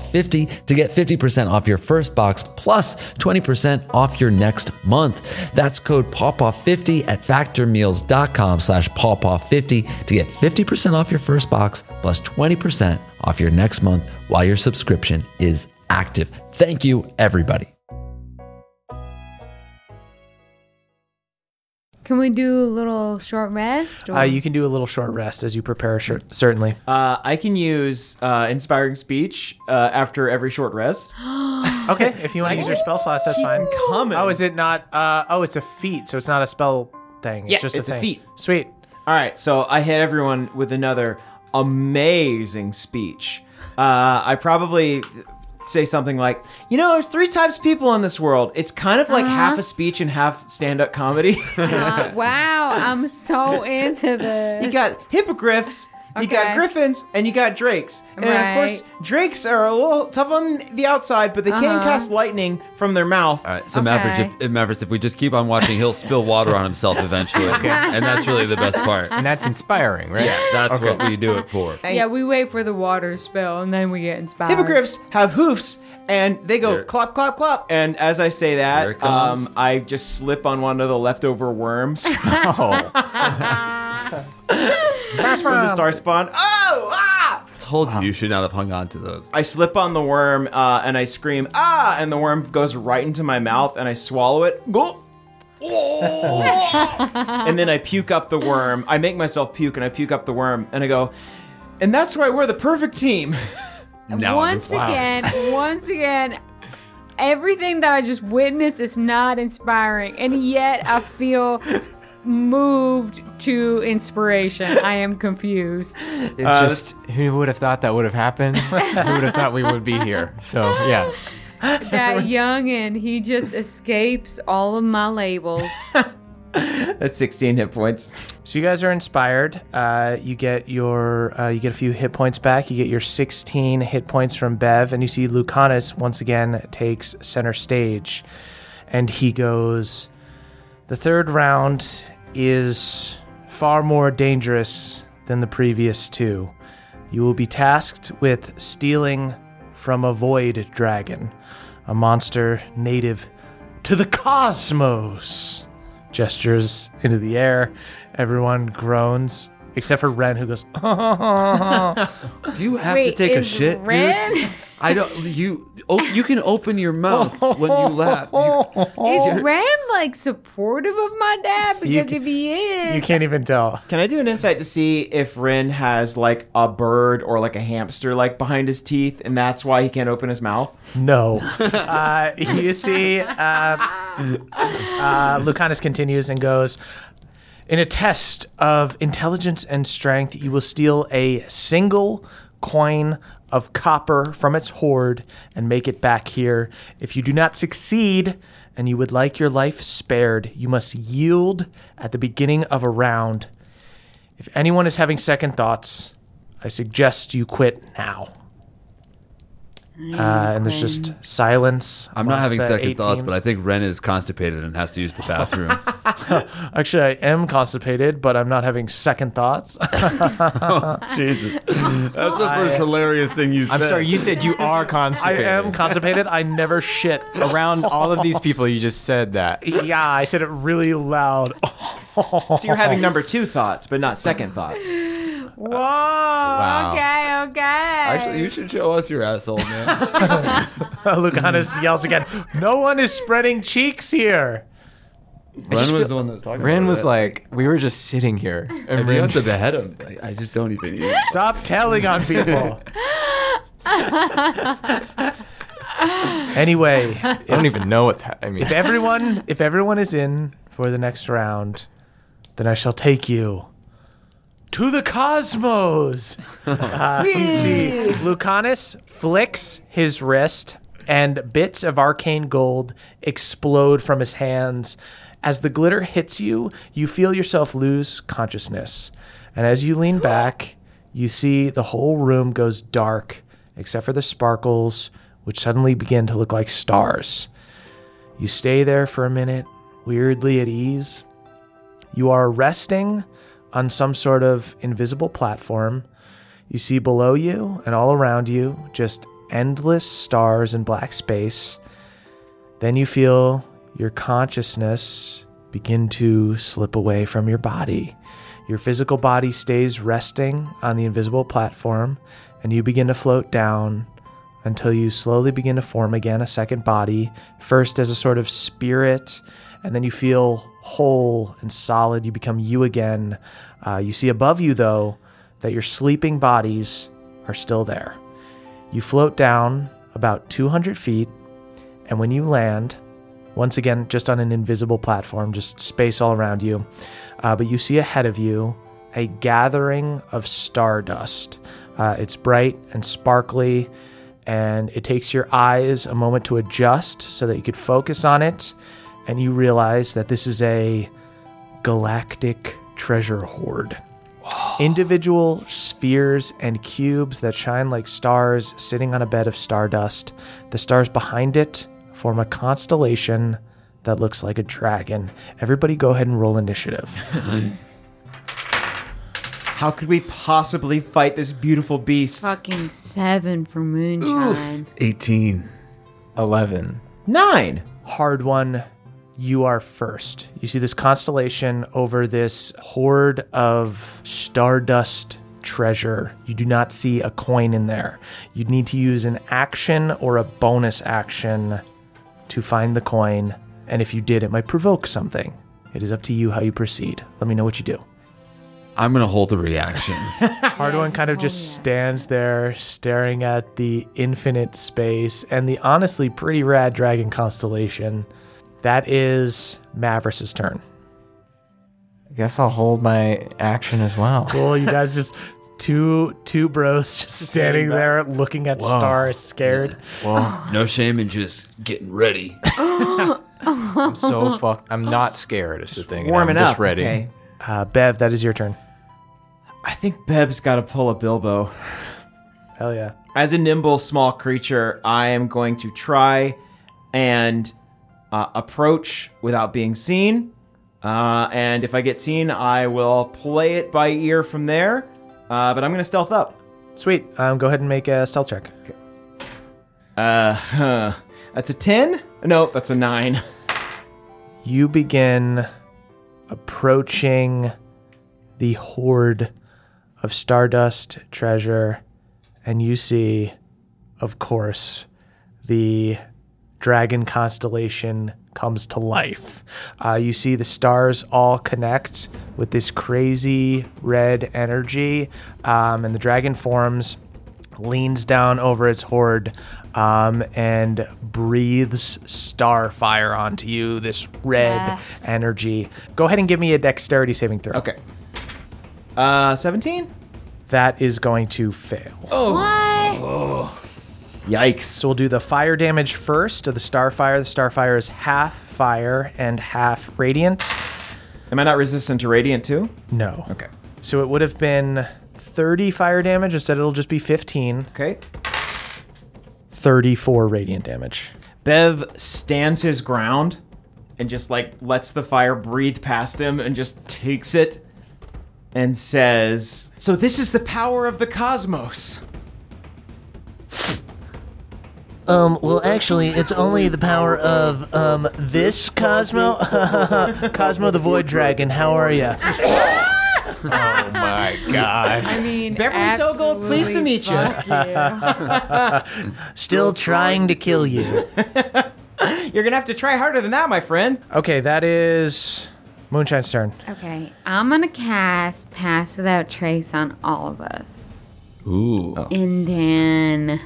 to get 50% off your first box plus 20% off your next month. That's code pawpaw50 at factormeals.com slash pawpaw50 to get 50% off your first box plus 20% off your next month while your subscription is active. Thank you, everybody.
Can we do a little short rest? Or?
Uh, you can do a little short rest as you prepare, sure, certainly.
Uh, I can use uh, inspiring speech uh, after every short rest.
Okay, if you want to use your spell slots, that's fine.
coming.
Oh, is it not? Uh, oh, it's a feat, so it's not a spell thing. It's
Yeah,
just
it's
a
a
thing.
feat.
Sweet.
All right, so I hit everyone with another amazing speech. Uh, I probably say something like, "You know, there's three types of people in this world. It's kind of like half a speech and half stand-up comedy.
Uh, wow, I'm so into this.
you got hippogriffs, You got
Okay.
griffins and you got drakes. And of course, drakes are a little tough on the outside, but they can cast lightning from their mouth.
All right, so Mavericks, if, Mavericks, if we just keep on watching, he'll spill water on himself eventually, and that's really the best part.
And that's inspiring, right?
Yeah, that's what we do it for.
Yeah, we wait for the water spill and then we get inspired.
Hippogriffs have hoofs and they go
There-
clop, clop, clop. And as I say
There
that,
it comes.
um, I just slip on one of the leftover worms from
Oh.
Oh.
the star spawn. Oh, ah!
Told you you should not have hung on to those.
I slip on the worm uh, and I scream, ah! And the worm goes right into my mouth and I swallow it. Gulp. and then I puke up the worm. I make myself puke and I puke up the worm and I go, and that's why we're the perfect team.
Now
once
I'm- wow.
again, once again, everything that I just witnessed is not inspiring, and yet I feel moved to inspiration. I am confused.
It's
Uh,
just who would have thought that would have happened? who would have thought we would be here? So yeah,
That youngin', he just escapes all of my labels.
That's 16 hit points.
So you guys are inspired. Uh, you get your uh, you get a few hit points back. You get your 16 hit points from Bev, and you see Lucanus once again takes center stage, and he goes. The third round is far more dangerous than the previous two. You will be tasked with stealing from a void dragon, a monster native to the cosmos gestures into the air. Everyone groans, except for Ren, who goes, "Oh,
Do you have
Wait,
to take a
is
shit,
Ren?
dude? I don't. You. Oh, you can open your mouth when you laugh. You-
Is Ren like supportive of my dad? Because
ca-
if he is,
You can't even tell.
Can I do an insight to see if Rin has like a bird or like a hamster like behind his teeth and that's why he can't open his mouth?
No. uh, you see, uh, uh, Lucanus continues and goes, In a test of intelligence and strength, you will steal a single coin of copper from its hoard and make it back here. If you do not succeed and you would like your life spared, you must yield at the beginning of a round. If anyone is having second thoughts, I suggest you quit now. Uh, and there's just silence.
I'm not having second thoughts, but I
I
think Ren is constipated and has to use the bathroom.
actually I am constipated, but I'm not having second thoughts.
Jesus, that's the first hilarious thing you said.
I'm sorry. You said you are
I
constipated.
am constipated. I never shit.
around all of these people. You just said that.
Yeah, I said it really loud.
So you're having number two thoughts, but not second thoughts.
whoa,
Wow.
okay, okay.
Actually, you should show us your asshole, man.
Lucanus
Mm-hmm.
yells again. No one is spreading cheeks here.
Ren was the one that was talking.
Ren
about
was
that.
like, we were just sitting here, and
"You
Ren
have to
just-
behead him." Like, I just don't even. Eat.
Stop telling on people. anyway,
I don't even know what's happening. I
if
mean,
everyone if everyone is in for the next round, then I shall take you to the cosmos. Uh, you see, Lucanus flicks his wrist, and bits of arcane gold explode from his hands. As the glitter hits you, you feel yourself lose consciousness, and as you lean back, you see the whole room goes dark, except for the sparkles, which suddenly begin to look like stars. You stay there for a minute, weirdly at ease. You are resting on some sort of invisible platform. You see below you and all around you just endless stars and black space. Then you feel your consciousness begin to slip away from your body. Your physical body stays resting on the invisible platform, and you begin to float down until you slowly begin to form again a second body, first as a sort of spirit, and then you feel whole and solid. You become you again. Uh, you see above you, though, that your sleeping bodies are still there. You float down about 200 feet, and when you land, once again, just on an invisible platform, just space all around you, uh, but you see ahead of you a gathering of stardust. Uh, it's bright and sparkly, and it takes your eyes a moment to adjust so that you could focus on it, and you realize that this is a galactic treasure hoard. individual spheres and cubes that shine like stars sitting on a bed of stardust. The stars behind it form a constellation that looks like a dragon. Everybody go ahead and roll initiative.
How could we possibly fight this beautiful beast?
Fucking seven for moonshine.
18.
11.
Nine.
hard one. You are first. You see this constellation over this hoard of stardust treasure. You do not see a coin in there. You'd need to use an action or a bonus action to find the coin. And if you did, it might provoke something. It is up to you how you proceed. Let me know what you do.
I'm going to hold the reaction.
Hard one kind of just stands there staring at the infinite space and the honestly pretty rad dragon constellation. That is Mavericks' turn.
I guess I'll hold my action as well.
Cool, you guys just two two bros just standing there looking at stars scared.
no shame in just getting ready.
I'm so fuck. I'm not scared. Is the thing. and
Warming
I'm just
up.
Ready.
Okay.
Uh, Bev, that is your turn.
I think Beb's got to pull a Bilbo.
Hell yeah.
As a nimble small creature, I am going to try and uh, approach without being seen. Uh, and if I get seen, I will play it by ear from there. Uh, but I'm going to stealth up.
Sweet. Um, go ahead and make a stealth check.
Uh, huh. That's a 10? No, that's a 9.
You begin approaching the hoard of stardust treasure, and you see, of course, the dragon constellation comes to life. Uh, you see the stars all connect with this crazy red energy, um, and the dragon forms leans down over its hoard um, and breathes star fire onto you, this red
Yeah.
energy. Go ahead and give me a dexterity saving throw.
Okay. Uh, 17?
That is going to fail.
What?
Yikes.
So we'll do the fire damage first to the starfire. The starfire is half fire and half radiant.
Am I not resistant to radiant too?
No.
Okay.
So it would have been 30 fire damage. Instead, it'll just be 15.
Okay.
34 radiant damage.
Bev stands his ground and just like lets the fire breathe past him and just takes it and says, So this is the power of the cosmos.
Um, well, actually, it's only the power of, um, this Cosmo. Cosmo the Void Dragon, how are you?
Oh my god.
I mean,
Beverly Togold, pleased to
absolutely
meet you.
fuck you.
Still trying to kill you.
You're gonna have to try harder than that, my friend.
Okay, that is Moonshine's turn.
okay, I'm gonna cast Pass Without Trace on all of us,
Ooh.
and then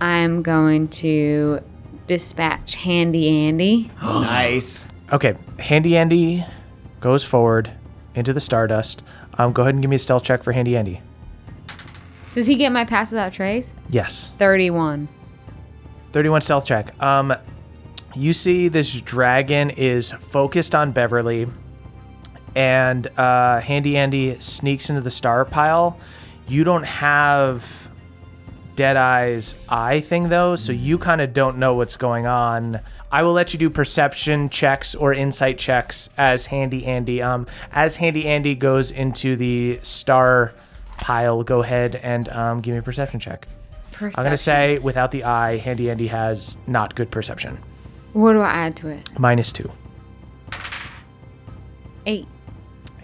I'm going to dispatch Handy Andy.
nice.
Okay, Handy Andy goes forward into the Stardust. Um, go ahead and give me a stealth check for Handy Andy.
Does he get my Pass Without Trace?
Yes.
Thirty-one.
31 stealth check. Um, you see this dragon is focused on Beverly, and uh, Handy Andy sneaks into the star pile. You don't have Deadeye's eye thing though, so you kind of don't know what's going on. I will let you do perception checks or insight checks as Handy Andy. Um, as Handy Andy goes into the star pile, go ahead and um, give me a perception check. I'm gonna say without the eye, Handy Andy has not good perception.
What do I add to it?
Minus two.
Eight.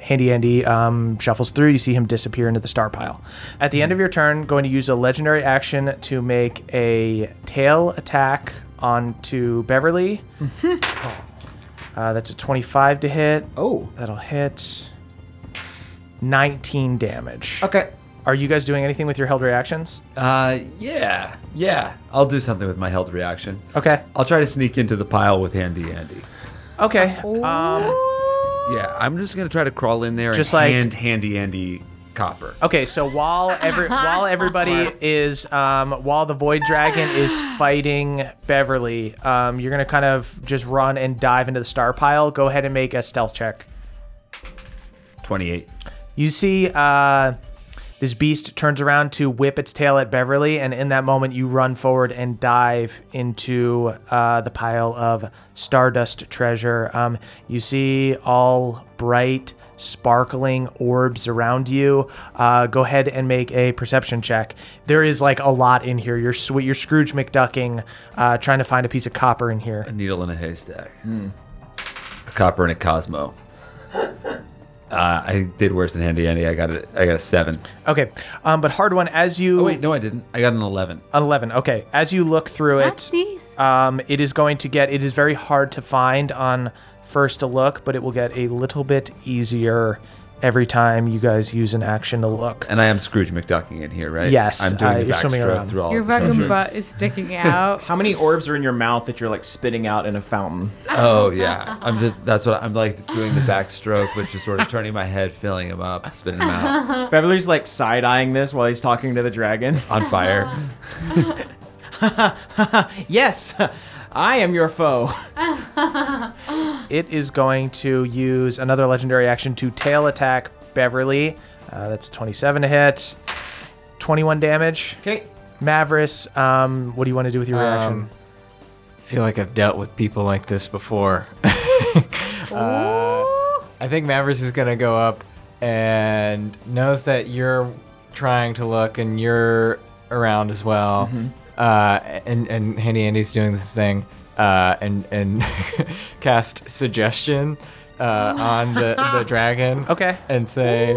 Handy Andy um, shuffles through. You see him disappear into the star pile. At the end of your turn, going to use a legendary action to make a tail attack onto Beverly. uh, that's a 25 to hit.
Oh.
That'll hit 19 damage.
Okay.
Are you guys doing anything with your held reactions?
Uh, yeah. Yeah. I'll do something with my held reaction.
Okay.
I'll try to sneak into the pile with Handy Andy.
Okay. Um,
Yeah, I'm just gonna try to crawl in there
Just
just
like-
like, hand Handy Andy copper.
Okay, so while every while everybody is um, while the void dragon is fighting Beverly, um, you're gonna kind of just run and dive into the star pile. Go ahead and make a stealth check.
28.
You see, uh, this beast turns around to whip its tail at Beverly, and in that moment, you run forward and dive into uh, the pile of stardust treasure. Um, you see all bright, sparkling orbs around you. Uh, go ahead and make a perception check. There is like a lot in here. You're sweet. You're Scrooge McDucking, uh, trying to find a piece of copper in here.
A needle in a haystack. A copper and a Cosmo. Uh, I did worse than Handy Andy. I got it. I got a seven.
Okay, um, but hard one. As you
Oh wait, no, I didn't. I got an eleven.
An 11. Okay. As you look through
That's
it,
nice.
um, it is going to get, it is very hard to find on first look, but it will get a little bit easier every time you guys use an action to look.
And I am Scrooge McDucking in here, right?
Yes,
I'm doing
uh,
the
you're swimming
backstroke
around.
through all
Your
of the
fucking
treasure.
butt is sticking out.
How many orbs are in your mouth that you're like spitting out in a fountain?
Oh yeah, I'm just. That's what I'm like doing the backstroke, which is sort of turning my head, filling him up, spinning him out
Beverly's like side eyeing this while he's talking to the dragon.
on fire.
yes, I am your foe.
It is going to use another legendary action to tail attack Beverly. Uh, that's 27 to hit, 21 damage.
Okay.
Mavris, um, what do you want to do with your reaction?
Um, I feel like I've dealt with people like this before. Uh, I think Mavericks is gonna go up and knows that you're trying to look and you're around as well. Uh, and and Handy Andy's doing this thing uh, and and cast suggestion uh, on the, the dragon.
Okay.
And say,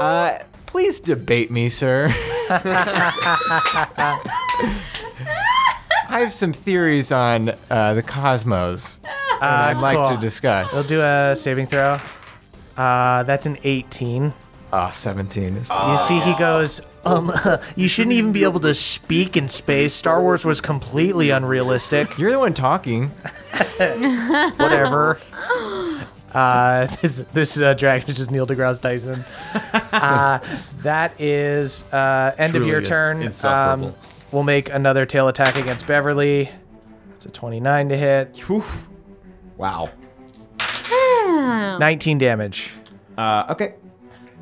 uh, please debate me, sir. I have some theories on uh, the cosmos that I'd like
Ah, cool.
to discuss.
We'll do a saving throw. Uh, that's an 18.
Ah, 17 is
You see, he goes, um, you shouldn't even be able to speak in space. Star Wars was completely unrealistic.
You're the one talking.
Whatever. Uh, this this uh, dragon is just Neil deGrasse Tyson. Uh, that is uh, end of
Truly
your
in-
turn.
insufferable.
we'll make another tail attack against Beverly. It's a 29 to hit,
Oof. Wow.
Wow.
19 damage.
Uh, okay.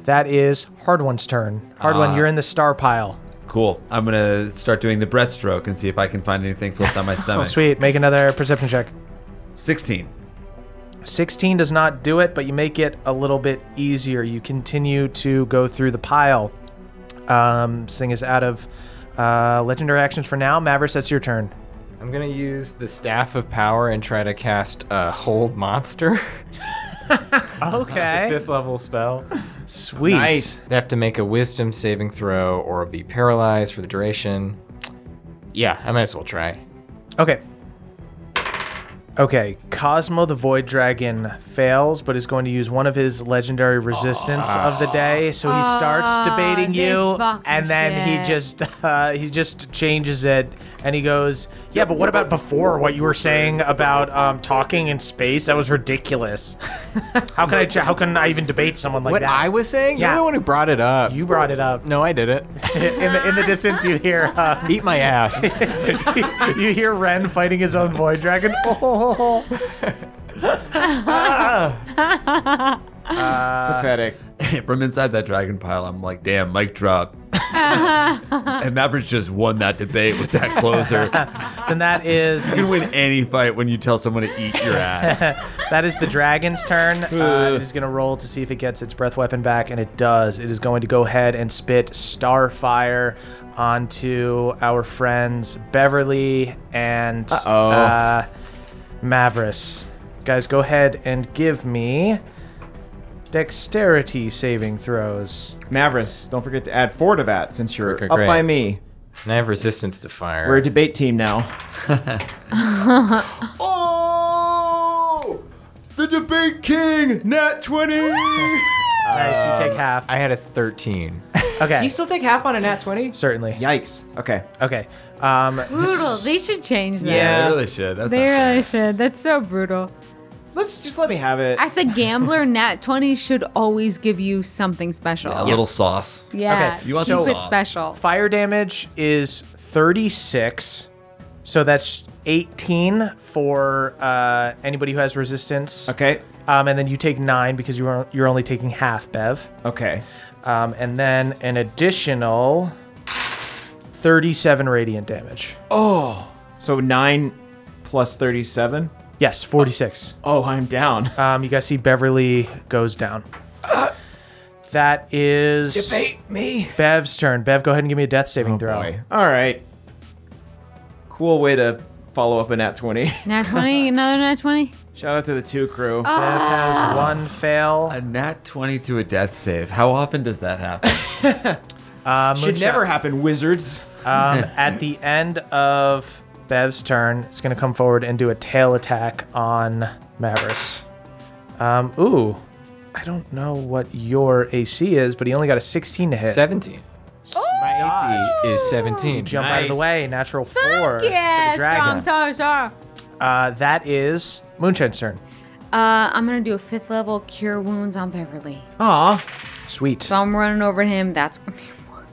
That is Hard One's turn. Hard
Ah.
One, you're in the star pile.
Cool. I'm gonna start doing the breaststroke and see if I can find anything flipped on my stomach.
Oh,
Sweet, make another perception check.
Sixteen.
16 does not do it, but you make it a little bit easier. You continue to go through the pile. Um, this thing is out of uh, legendary actions for now. Mavericks, that's your turn.
I'm going to use the Staff of Power and try to cast a uh, Hold Monster.
Okay.
Fifth level spell.
Sweet.
Nice.
They have to make a Wisdom saving throw or be paralyzed for the duration. Yeah, I might as well try.
Okay. Okay, Cosmo the Void Dragon fails, but is going to use one of his legendary resistance of the day. So he starts
Ah,
debating
this
you,
fucking
and then he
shit.
just uh, he just changes it, and he goes, "Yeah, but what about before? What you were saying about um, talking in space? That was ridiculous. how can I ch- how can I even debate someone like
What
that?
I was saying?
Yeah.
You're the one who brought it up.
you brought it up
no, I didn't.
in the in the distance. You hear uh,
Eat my ass.
you hear Ren fighting his own Void Dragon. Oh.
Pathetic.
From inside that dragon pile, I'm like, damn, mic drop. and Mavericks just won that debate with that closer.
Then that is
You can win any fight when you tell someone to eat your ass.
that is the dragon's turn. Uh, it is going to roll to see if it gets its breath weapon back, and it does. It is going to go ahead and spit starfire onto our friends Beverly and
Uh-oh.
uh, Mavris. Guys, go ahead and give me dexterity saving throws.
Mavericks, don't forget to add four to that since you're
Okay,
up
great.
by me.
And I have resistance to fire.
We're a debate team now. oh! The debate king, Nat 20!
nice, you take half.
I had a 13.
Okay,
you Uh, still take half on a Nat 20?
certainly.
Yikes. Okay.
Okay. Um,
Brutal. They should change that.
yeah,
Yeah.
they really should. That's
They
not fair.
really should. That's so brutal.
Let's just let me have it.
As a gambler, Nat 20 should always give you something special.
a little sauce.
Yeah.
Okay,
you want
keep
some
it
sauce.
special.
Fire damage is 36. So that's 18 for uh, anybody who has resistance.
okay.
Um, and then you take nine because you're you're only taking half, Bev.
Okay.
Um, and then an additional 37 radiant damage.
So nine plus thirty-seven.
Yes, 46.
Oh, I'm down.
Um, you guys see Beverly goes down. That is
me.
Bev's turn. Bev, go ahead and give me a death saving throw.
All right. Cool way to follow up a nat twenty.
Nat 20, another nat 20.
Shout out to the two crew.
Bev has one fail.
A nat 20 to a death save. How often does that happen?
Uh,
Should
Moonshot,
never happen, wizards.
um, at the end of Bev's turn, it's going to come forward and do a tail attack on Mavericks. Um, ooh, I don't know what your AC is, but he only got a 16 to hit.
Seventeen.
My
Is seventeen.
Jump out of the
Nice.
way. Natural four. for
Fuck
the
yeah, strong,
dragon.
strong, strong.
Uh, that is Moonshine's turn.
Uh, I'm gonna do a fifth level cure wounds on Beverly.
Aw.
Sweet.
So I'm running over to him. That's gonna be one.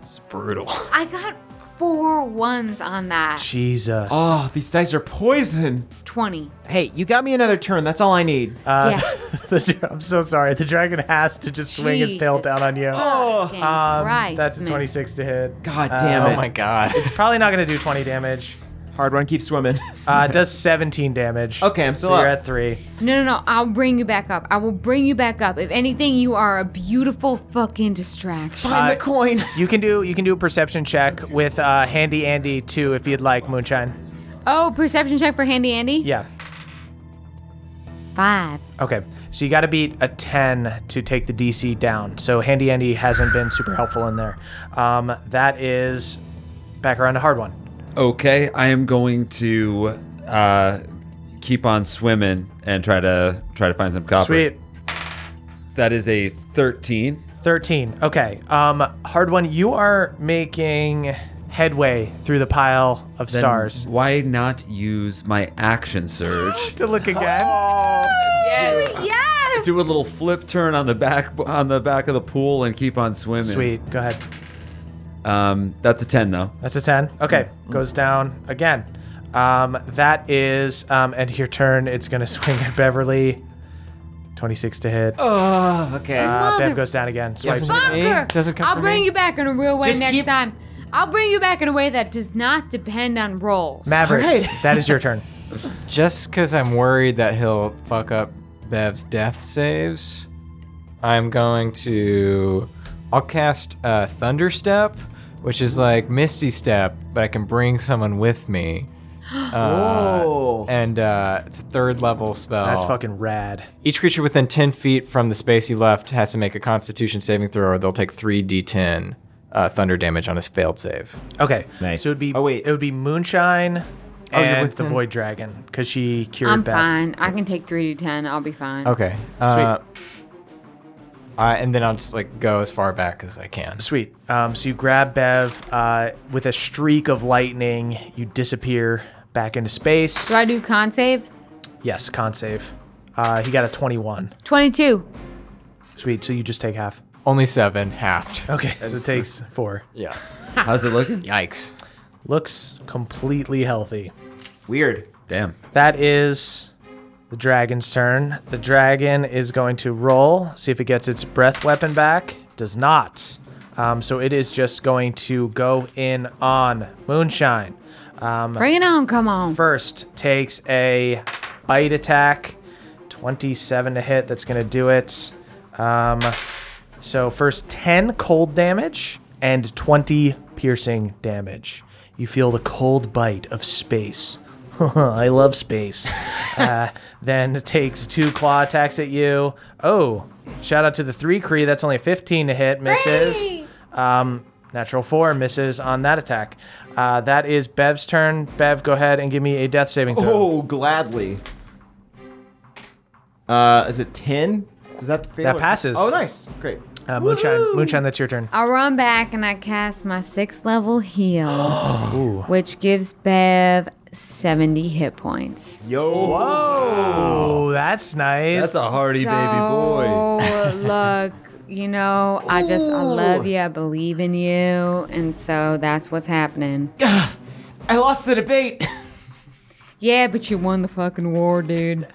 it's brutal.
I got four ones on that.
Jesus.
Oh, these dice are poison.
20.
Hey, you got me another turn. That's all I need.
Uh,
yeah.
the dra- I'm so sorry. The dragon has to just swing his tail
Jesus.
down on you.
Oh,
Um,
Christ,
that's a
man.
26 to hit.
God damn it.
Oh my god.
It's probably not going to do 20 damage.
Hard one, keep swimming.
Uh, it does 17 damage.
Okay, I'm still
so you're
up.
at three.
No, no, no. I'll bring you back up. I will bring you back up. If anything, you are a beautiful fucking distraction.
Find the coin.
You can do you can do a perception check with uh, Handy Andy too if you'd like Moonshine.
Oh, perception check for Handy Andy?
Yeah.
Five.
Okay. So you got to beat a 10 to take the DC down. So Handy Andy hasn't been super helpful in there. Um, that is back around to hard one.
Okay, I am going to uh, keep on swimming and try to try to find some copper.
Sweet.
That is a 13.
13. Okay. Um, hard one, you are making headway through the pile of
Then
stars.
Why not use my action surge?
To look again.
Yes!
Do a little flip turn on the back on the back of the pool and keep on swimming.
Sweet. Go ahead.
Um, that's a 10 though.
That's a 10. Okay.
Mm-hmm.
Goes down again. Um, that is, um, end of your turn. It's going to swing at Beverly. 26 to hit.
Oh, okay.
Uh, Bev
mother-
goes down again. Swipes.
Doesn't it me?
Fucker!
Doesn't come
I'll
from
bring
me.
you back in a real way
Just
next
keep-
time. I'll bring you back in a way that does not depend on rolls.
Mavericks, that is your turn.
Just because I'm worried that he'll fuck up Bev's death saves, I'm going to. I'll cast uh, Thunder Step, which is like Misty Step, but I can bring someone with me. Uh,
Whoa.
And uh, it's a third level spell.
That's
Oh.
fucking rad.
Each creature within 10 feet from the space you left has to make a Constitution saving throw, or they'll take 3d10 uh, thunder damage on his failed save.
Okay.
Nice.
So it would be
Oh, wait.
it would be Moonshine
you're
and
with
the
him?
Void Dragon cuz she cured
I'm
Beth.
fine. I can take 3d10. I'll be fine.
Okay. Uh, I, and then I'll just like go as far back as I can.
Sweet. Um, so you grab Bev uh, with a streak of lightning, you disappear back into space.
Do I do con save?
Yes, con save. Uh, he got a 21.
22.
Sweet. So you just take half.
Only seven, halved.
Okay. So it takes 4.
Yeah.
How's it looking?
Yikes.
Looks completely healthy.
Weird.
Damn.
That is the dragon's turn. The dragon is going to roll, see if it gets its breath weapon back. Does not. Um, so it is just going to go in on Moonshine. Um,
Bring it on. Come on.
first takes a bite attack, 27 to hit. That's going to do it. Um, so first 10 cold damage and 20 piercing damage. You feel the cold bite of space. I love space. uh, then takes two claw attacks at you. Oh, shout out to the three Cree. That's only a 15 to hit, misses. Um, natural four misses on that attack. Uh, that is Bev's turn. Bev, go ahead and give me a death saving throw.
Oh, gladly. Uh, is it ten? Does that fail?
That
or-
passes.
Oh, nice. Great.
Uh, Moonshine, Moonshine, that's your turn.
I'll run back and I cast my sixth level heal, which gives Bev 70 hit points.
Yo.
Oh, that's nice.
That's a hardy baby boy.
So, look, you know, I just, I love you. I believe in you. And so that's what's happening.
I lost the debate.
Yeah, but you won the fucking war, dude.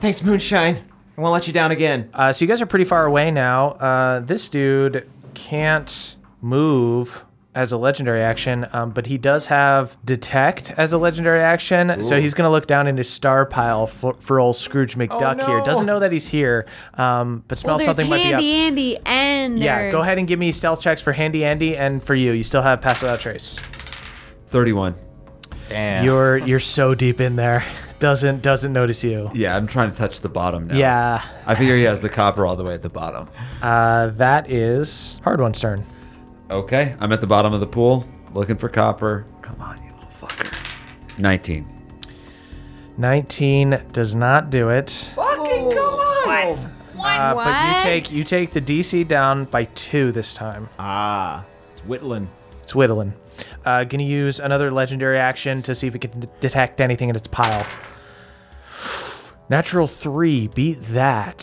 Thanks, Moonshine. I won't let you down again.
Uh, so you guys are pretty far away now. Uh, this dude can't move as a legendary action, um, but he does have detect as a legendary action. So he's going to look down into star pile for, for old Scrooge McDuck here.
no.
Doesn't know that he's here, um, but
Oh, Well,
smells
there's
something might
Handy
be up.
Andy and
Yeah,
there's-
go ahead and give me stealth checks for Handy Andy and for you. You still have pass without trace.
31.
Damn.
You're you're so deep in there. Doesn't doesn't notice you.
Yeah, I'm trying to touch the bottom now.
Yeah.
I figure he has the copper all the way at the bottom.
Uh, that is hard one's turn.
Okay, I'm at the bottom of the pool looking for copper. Come on, you little fucker. 19.
19 does not do it.
What?
uh, But you take you take the DC down by two this time.
Ah, it's Whitlin.
It's whittling. Uh, gonna use another legendary action to see if it can d- detect anything in its pile. Natural three, beat that.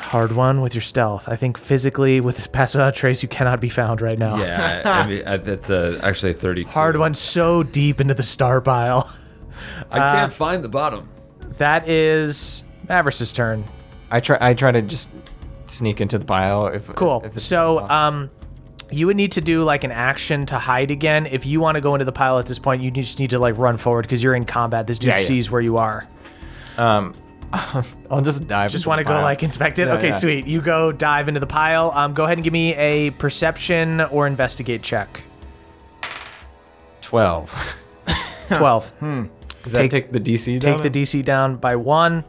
Hard one with your stealth. I think physically with this pass without trace, you cannot be found right now.
Yeah, I, I mean, I, that's uh, actually 32.
Hard one so deep into the star pile.
I can't find the bottom.
That is Mavericks' turn.
I try. I try to just sneak into the pile. If
Cool.
If it's
So,
possible.
um, you would need to do like an action to hide again. If you want to go into the pile at this point, you just need to like run forward because you're in combat. This dude
Yeah, yeah.
sees where you are.
um, I'll just dive.
Just
into
want to
the
go
pile.
like inspect it.
Yeah,
okay,
yeah.
sweet. You go dive into the pile. Um, go ahead and give me a perception or investigate check.
twelve.
Twelve.
Hmm. Does
Take-
that take the DC?
Take the
down?
DC down by one.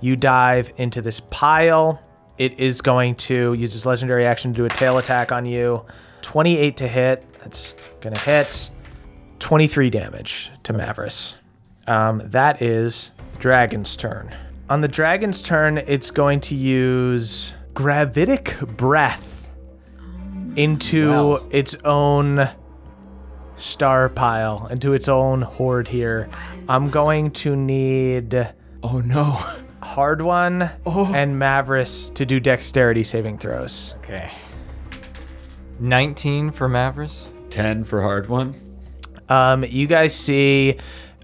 You dive into this pile. It is going to use its legendary action to do a tail attack on you. 28 to hit. That's going to hit. 23 damage to Mavericks. Um, that is Dragon's turn. On the Dragon's turn, it's going to use Gravitic Breath into its own star pile, into its own horde here. I'm going to need
Oh no. Oh.
Hard One and Mavericks to do dexterity saving throws.
Okay. Nineteen for Mavericks.
10 for hard one.
Um, you guys see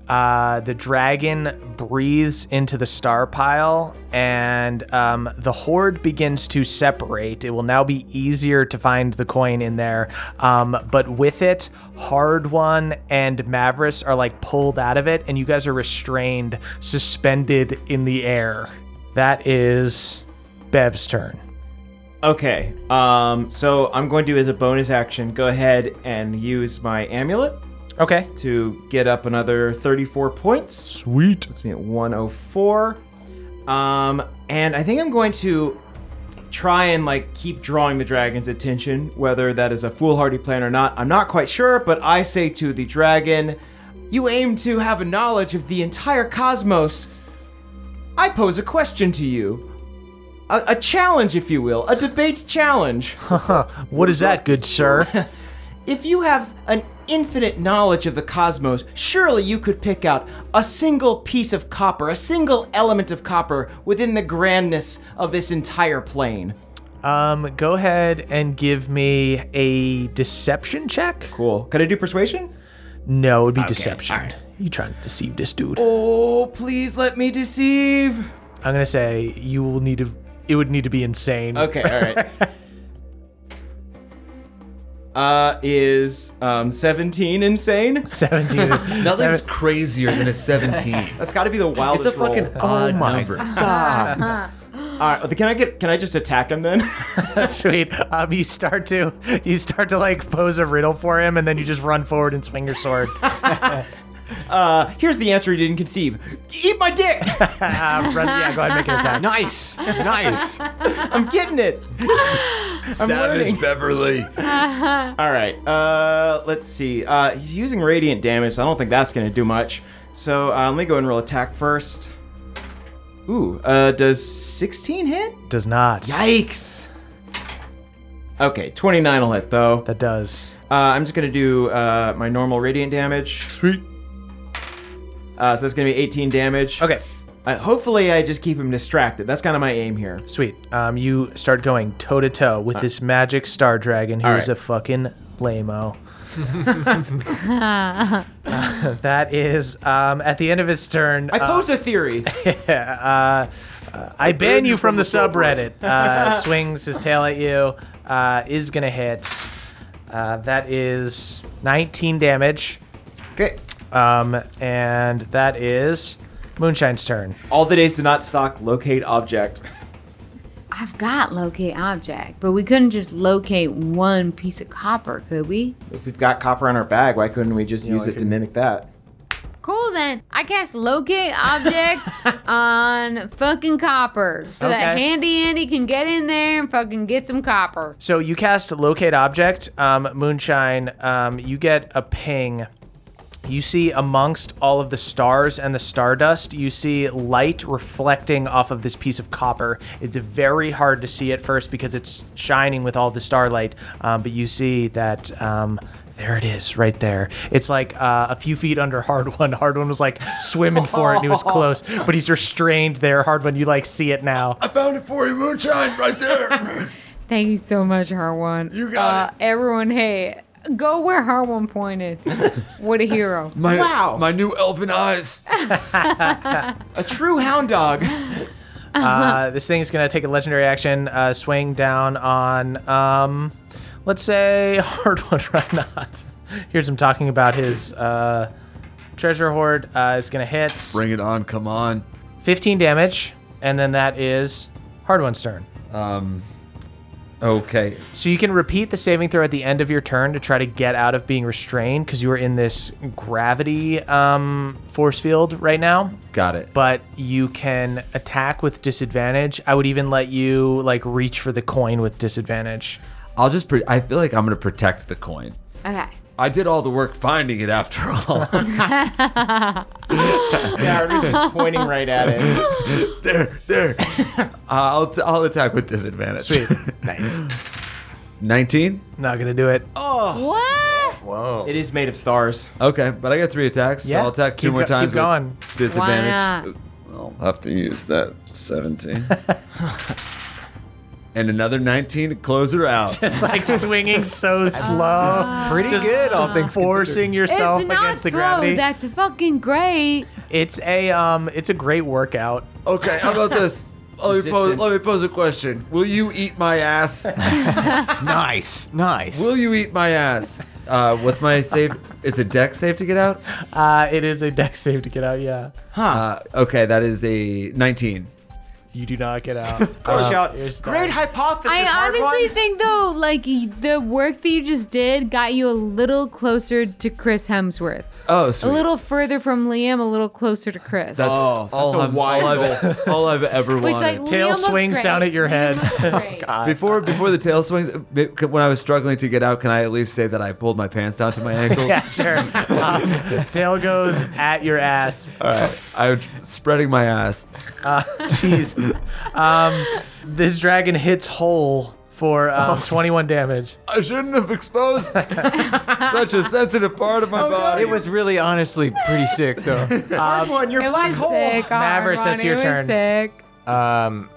uh, the dragon breathes into the star pile, and um, the horde begins to separate. It will now be easier to find the coin in there, um, but with it, Hard One and Mavericks are like pulled out of it, and you guys are restrained, suspended in the air. That is Bev's turn.
Okay. Um. So I'm going to, as a bonus action, go ahead and use my amulet
Okay.
to get up another 34 points.
Sweet.
Puts me at 104. Um, and I think I'm going to try and like keep drawing the dragon's attention, whether that is a foolhardy plan or not. I'm not quite sure, but I say to the dragon, "You aim to have a knowledge of the entire cosmos. I pose a question to you." A, a challenge, if you will, a debate challenge.
What is that, good sir?
If you have an infinite knowledge of the cosmos, surely you could pick out a single piece of copper, a single element of copper within the grandness of this entire plane.
Um, go ahead and give me a deception check.
Cool. Could I do persuasion?
No, it'd be deception. You trying to deceive this dude?
Oh, please let me deceive.
I'm gonna say you will need to. It would need to be insane.
Okay, all right. uh, is um 17 insane?
Seventeen. Is,
Nothing's
seven-
crazier than a 17.
That's got to be the
it's
wildest
a fucking
roll.
odd number.
All right, can I get? Can I just attack him then?
sweet. Um, you start to you start to like pose a riddle for him, and then you just run forward and swing your sword.
uh, here's the answer he didn't conceive. Eat my dick.
Uh, run, yeah, go ahead, make an attack.
Nice. Nice.
I'm getting it.
Savage
learning.
Beverly.
All right. Uh, let's see. Uh, he's using radiant damage. So I don't think that's gonna do much. So uh, let me go and roll attack first. Ooh. Uh, does 16 hit?
Does not.
Yikes. Okay, 29 will hit though. Uh,
That does.
I'm just gonna do uh, my normal radiant damage. Sweet. Uh, so that's gonna be 18 damage.
Okay.
Uh, hopefully, I just keep him distracted. That's kind of my aim here.
Sweet. Um, you start going toe to toe with this magic star dragon who is
all right.
a fucking lameo. That is um, at the end of his turn.
I
uh,
pose a theory.
uh, uh, I ban you from the subreddit. Uh, swings his tail at you. Uh, is gonna hit. Uh, that is 19 damage.
okay.
Um, and that is Moonshine's turn.
All the days to not stock locate object.
I've got locate object, but we couldn't just locate one piece of copper, could we?
If we've got copper in our bag, why couldn't we just use
I
it to
can-
mimic that?
Cool then. I cast locate object on fucking copper so that
Okay.
Handy Andy can get in there and fucking get some copper.
So you cast locate object, um, moonshine. Um, you get a ping. You see amongst all of the stars and the stardust, you see light reflecting off of this piece of copper. It's very hard to see at first because it's shining with all the starlight, um, but you see that. Um, there it is, right there. It's like uh, a few feet under Hard One. Hard One was like swimming for it, and he was close, but he's restrained there. Hard One, you like see it now.
I found it for you, moonshine, right there.
Thank you so much, Harwan. You
got
it. Everyone, hey, go where Harwan pointed. what a hero.
my,
Wow.
my new elfin eyes.
A true hound dog.
Uh, this thing's gonna take a legendary action, uh, swing down on, um, let's say hard one Reinhardt. Here's him talking about his uh, treasure hoard. Uh, it's gonna hit
Bring it on, come on.
15 damage, and then that is hard one's turn.
Um, okay.
So you can repeat the saving throw at the end of your turn to try to get out of being restrained because you are in this gravity um, force field right now.
Got it.
but you can attack with disadvantage. I would even let you like reach for the coin with disadvantage.
I'll just. Pre- I feel like I'm gonna protect the coin.
Okay.
I did all the work finding it after all.
yeah, we're just pointing right at it.
there, there. Uh, I'll, t- I'll attack with disadvantage.
Sweet. nice.
19?
Not gonna do it.
What?
Whoa.
It is made of stars.
Okay, but I got three attacks,
Yeah,
so I'll attack two
keep
more
go-
times.
keep going.
With
Why
disadvantage. I'll have to use that 17. and another 19 to close her out.
like swinging so slow,
Pretty good, all things
forcing yourself
Ah. it's not
against
slow.
the gravity.
That's fucking great.
it's a um, it's a great workout.
Okay, how about this? Let me, pose,
Resistance.
let me pose a question. Will you eat my ass?
Nice, nice.
Will you eat my ass? Uh, what's my save? It's a deck save to get out?
Uh, it is a deck save to get out. Yeah,
Uh, okay, that is a 19.
you do not get out.
Uh,
Close
Um,
out.
here's-
Great hypothesis,
I
hard
honestly
one.
think though, like y- the work that you just did got you a little closer to Chris Hemsworth,
Oh, sweet.
a little further from Liam, a little closer to Chris.
That's
Oh,
all,
that's a
I'm,
wise
all, I've, all I've ever
Which
wanted.
like
Tail
Liam looks
swings
great.
down at your
Liam
head. Oh,
looks great.
before before the tail swings, uh, b- c- when I was struggling to get out, can I at least say that I pulled my pants down to my ankles?
yeah, sure. Um, tail goes at your ass.
All right, I'm tr- spreading my ass.
Uh, Jeez. um, this dragon hits hole for um, 21 damage.
I shouldn't have exposed such a sensitive part of my body.
It was really, honestly, pretty sick though.
Hard one, your
It was sick. Oh,
Maverick,
Ronnie,
it's your
it was
turn.
Sick.
Um,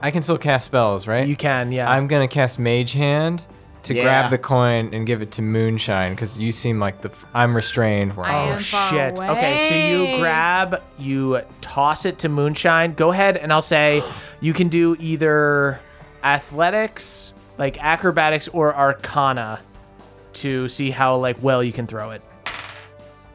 I can still cast spells, right?
You can, yeah.
I'm gonna cast Mage Hand to
Yeah.
grab the coin and give it to Moonshine because you seem like the f- I'm restrained. Where
I
I'm-
am far
Oh, Shit. Okay, so
away.
you grab, you toss it to Moonshine. Go ahead, and I'll say you can do either athletics, like acrobatics, or arcana to see how like well you can throw it.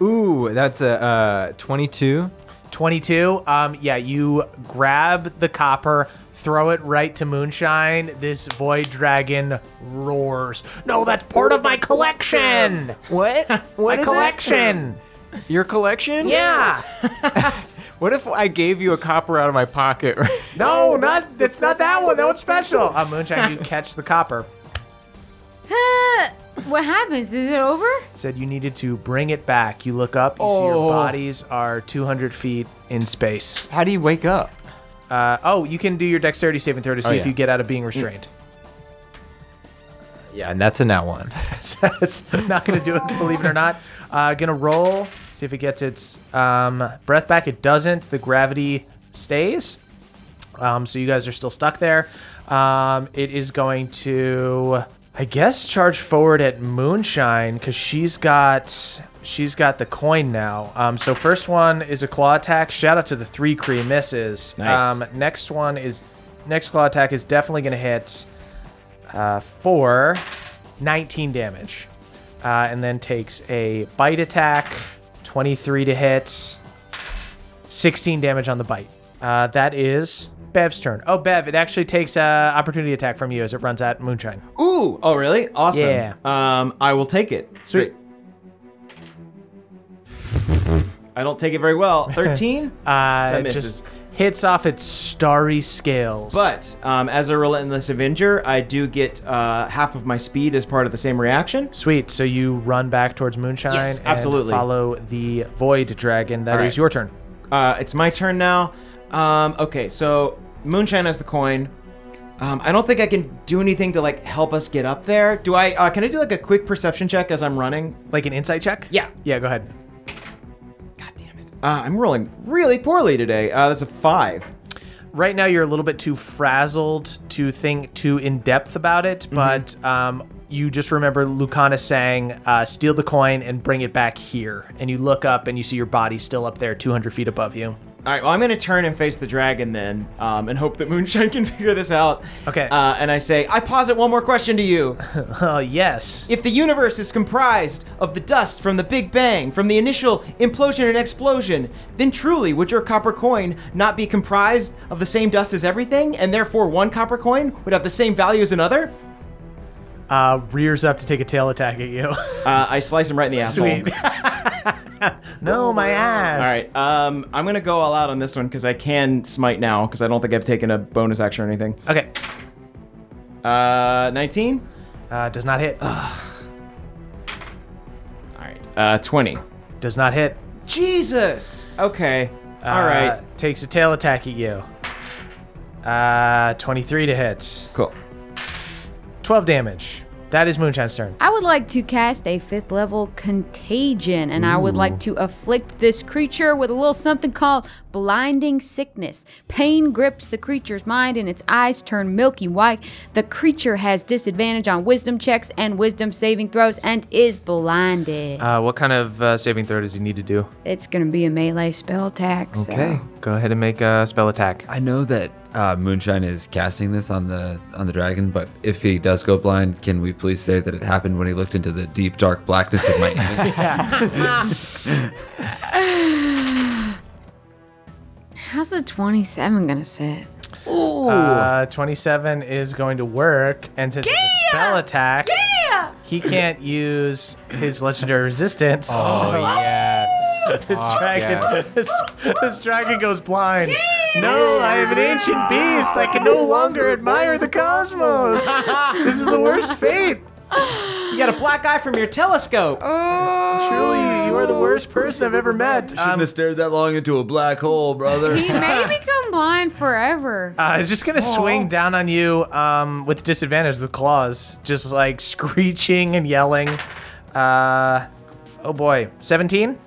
Ooh, that's a uh, 22.
22. Um, yeah, you grab the copper, throw it right to Moonshine. This void dragon roars. No, that's part of my collection.
What? What
my collection.
Your collection?
Yeah.
What if I gave you a copper out of my pocket?
No, not it's not that one. That one's special. Uh, Moonshine, you catch the copper.
Huh. what happens? Is it over?
Said you needed to bring it back. You look up. You see
Oh.
your bodies are 200 feet in space.
How do you wake up?
Uh, oh, you can do your dexterity saving throw to see
Oh,
if
yeah.
you get out of being restrained.
Yeah, and that's a nat one.
So it's not going to do it, believe it or not. Uh, going to roll, see if it gets its um, breath back. It doesn't. The gravity stays. Um, so you guys are still stuck there. Um, it is going to I guess charge forward at Moonshine because she's got she's got the coin now. Um, so first one is a claw attack. Shout out to the three Cree misses.
Nice.
Um, next one is next claw attack is definitely gonna hit uh, for 19 damage, uh, and then takes a bite attack, 23 to hit, 16 damage on the bite. Uh, that is. Bev's turn. Oh, Bev, it actually takes uh, opportunity attack from you as it runs at Moonshine.
Ooh! Oh, really? Awesome.
Yeah.
Um, I will take it.
Sweet.
I don't take it very well. 13?
Uh,
That
it
misses.
just hits off its starry scales.
but um, as a relentless Avenger, I do get uh, half of my speed as part of the same reaction.
sweet, so you run back towards Moonshine.
Yes,
and
absolutely.
Follow the Void Dragon. That is
All right.
your turn.
Uh, it's my turn now. Um, okay, so Moonshine has the coin. Um, I don't think I can do anything to like help us get up there. Do I? Uh, can I do like a quick perception check as I'm running?
Like an insight check.
Yeah.
Yeah. Go ahead.
God damn it! Uh, I'm rolling really poorly today. Uh, that's a five.
Right now, you're a little bit too frazzled to think too in depth about it,
Mm-hmm.
but um, you just remember Lucana saying, uh, "Steal the coin and bring it back here." And you look up and you see your body still up there, 200 feet above you.
All right. Well, I'm gonna turn and face the dragon then, um, and hope that Moonshine can figure this out.
Okay.
Uh, and I say, I posit one more question to you.
Oh yes.
If the universe is comprised of the dust from the Big Bang, from the initial implosion and explosion, then truly would your copper coin not be comprised of the same dust as everything, and therefore one copper coin would have the same value as another?
Uh, rears up to take a tail attack at you.
Uh, I slice him right in the asshole.
Sweet. no, my ass.
All right, um, I'm gonna go all out on this one because I can smite now because I don't think I've taken a bonus action or anything.
Okay.
Uh, 19.
Uh, does not hit.
All right. Uh, 20.
Does not hit.
Jesus. Okay. All
Uh,
right.
Takes a tail attack at you. Uh, 23 to hit.
Cool.
12 damage. That is Moonshine's turn.
I would like to cast a fifth level contagion, and I would like to afflict this creature with a little something called blinding sickness. Pain grips the creature's mind, and its eyes turn milky white. The creature has disadvantage on wisdom checks and wisdom saving throws and is blinded.
Uh, what kind of uh, saving throw does he need to do?
it's going to be a melee spell attack. So.
Go ahead and make a spell attack.
I know that uh, Moonshine is casting this on the on the dragon, but if he does go blind, can we please say that it happened when he looked into the deep dark blackness of my image?
How's a 27 going to sit?
Uh, 27 is going to work, and since it's a spell attack,
Yeah!
he can't use his legendary resistance. so
yes.
this dragon, this, this dragon goes blind. No, I am an ancient beast. I can no longer admire the cosmos. this is the worst fate.
You got a black eye from your telescope.
Truly, you are the worst person I've ever met.
Shouldn't
Um,
have stared that long into a black hole, brother.
He may become blind forever.
uh, it's just gonna swing down on you um, with disadvantage with claws, just like screeching and yelling. Uh, oh boy, seventeen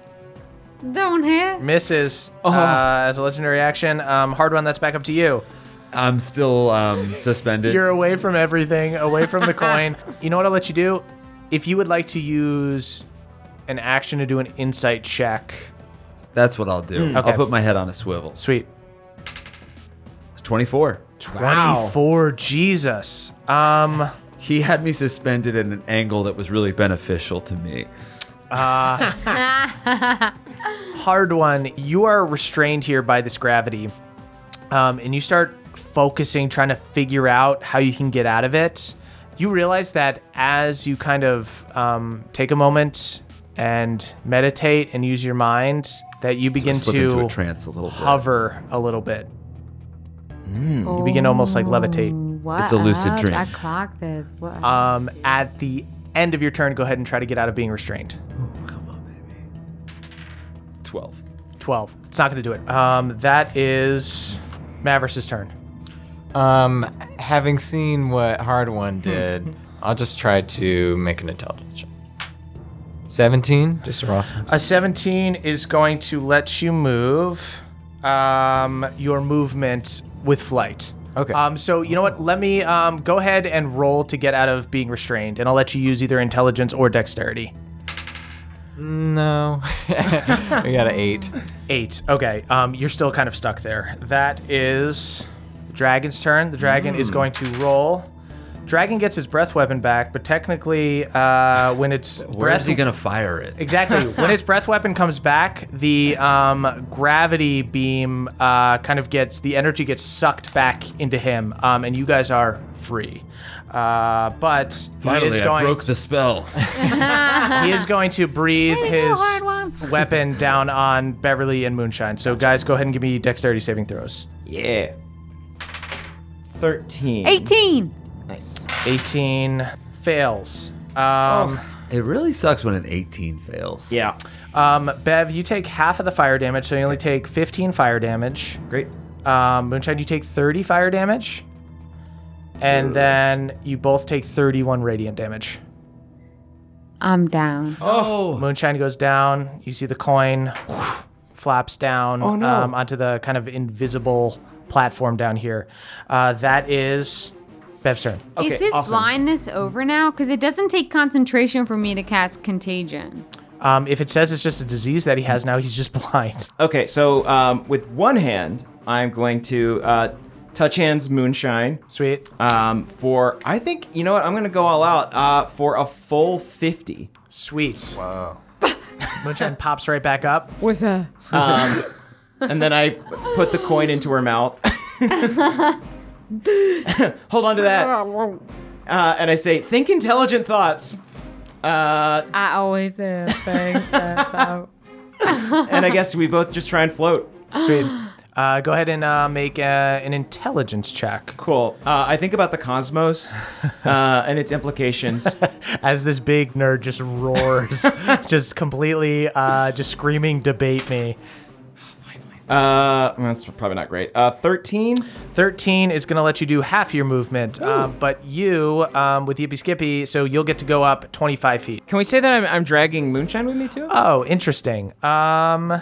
Don't hit.
misses uh, as a legendary action. Um, hard one. That's back up to you.
I'm still um, suspended.
You're away from everything, away from the coin. You know what I'll let you do? If you would like to use an action to do an insight check.
That's what I'll do.
Okay.
I'll put my head on a swivel.
Sweet.
It's 24.
24 Jesus. Um
He had me suspended at an angle that was really beneficial to me.
hard one. You are restrained here by this gravity. Um and you start focusing trying to figure out how you can get out of it. You realize that as you kind of um, take a moment and meditate and use your mind, that you begin
Slip
to
into a trance a little bit. Hmm.
hover a little bit. You begin to almost like levitate.
What
It's a lucid
up?
dream. Uh,
I clocked this. What?
Um, at the end of your turn, go ahead and try to get out of being restrained.
12.
12. It's not going to do it. Um, that is Mavericks' turn.
Um, having seen what Hard
Hmm.
One did, I'll just try to make an intelligence check. Seventeen, just a raw.
A 17 is going to let you move um, your movement with flight.
Okay.
Um, so you know what? Let me um, go ahead and roll to get out of being restrained, and I'll let you use either intelligence or dexterity.
No. we got an eight.
Eight. Okay. Um, you're still kind of stuck there. That is the dragon's turn. The dragon
Hmm.
is going to roll. Dragon gets his breath weapon back, but technically, uh, when it's
Where
breath
is he gonna fire it?
Exactly. when his breath weapon comes back, the um, gravity beam uh, kind of gets the energy gets sucked back into him, um, and you guys are free. Uh, but he
Finally,
is
I
going.
broke the spell.
he is going to breathe
to go,
his
hard one.
weapon down on Beverly and Moonshine. So guys, go ahead and give me dexterity saving throws.
Yeah. 13.
18.
Nice.
18 fails.
Oh,
Um,
it really sucks when an 18 fails.
Yeah.
um, Bev, you take half of the fire damage, so you only take 15 fire damage.
Great.
Um, Moonshine, you take 30 fire damage. And then you both take 31 radiant damage.
I'm down.
Oh,
Moonshine goes down. You see the coin flaps down um, onto the kind of invisible platform down here. Uh, that is Bev's turn.
is his blindness over now? Because it doesn't take concentration for me to cast contagion.
Um, if it says it's just a disease that he has now, he's just blind.
Okay, so um, with one hand, I'm going to uh, touch hands moonshine
Sweet.
um, for, I think, you know what? I'm going to go all out uh, for a full 50.
Sweet. Wow. Moonshine pops right back up.
What's that?
Um, and then I put the coin into her mouth. Hold on to that. Uh, and I say, think intelligent thoughts. Uh,
I always have things that out.
and I guess we both just try and float.
Sweet. Uh, go ahead and uh, make uh, an intelligence check.
Cool. Uh, I think about the cosmos uh, and its implications.
as this big nerd just roars, just completely, uh, just screaming, debate me.
Uh, that's probably not great. Uh, 13.
13 is going to let you do half your movement, um, but you, um, with Yippee Skippy, so you'll get to go up 25 feet.
Can we say that I'm, I'm dragging Moonshine with me too?
Oh, interesting. Um,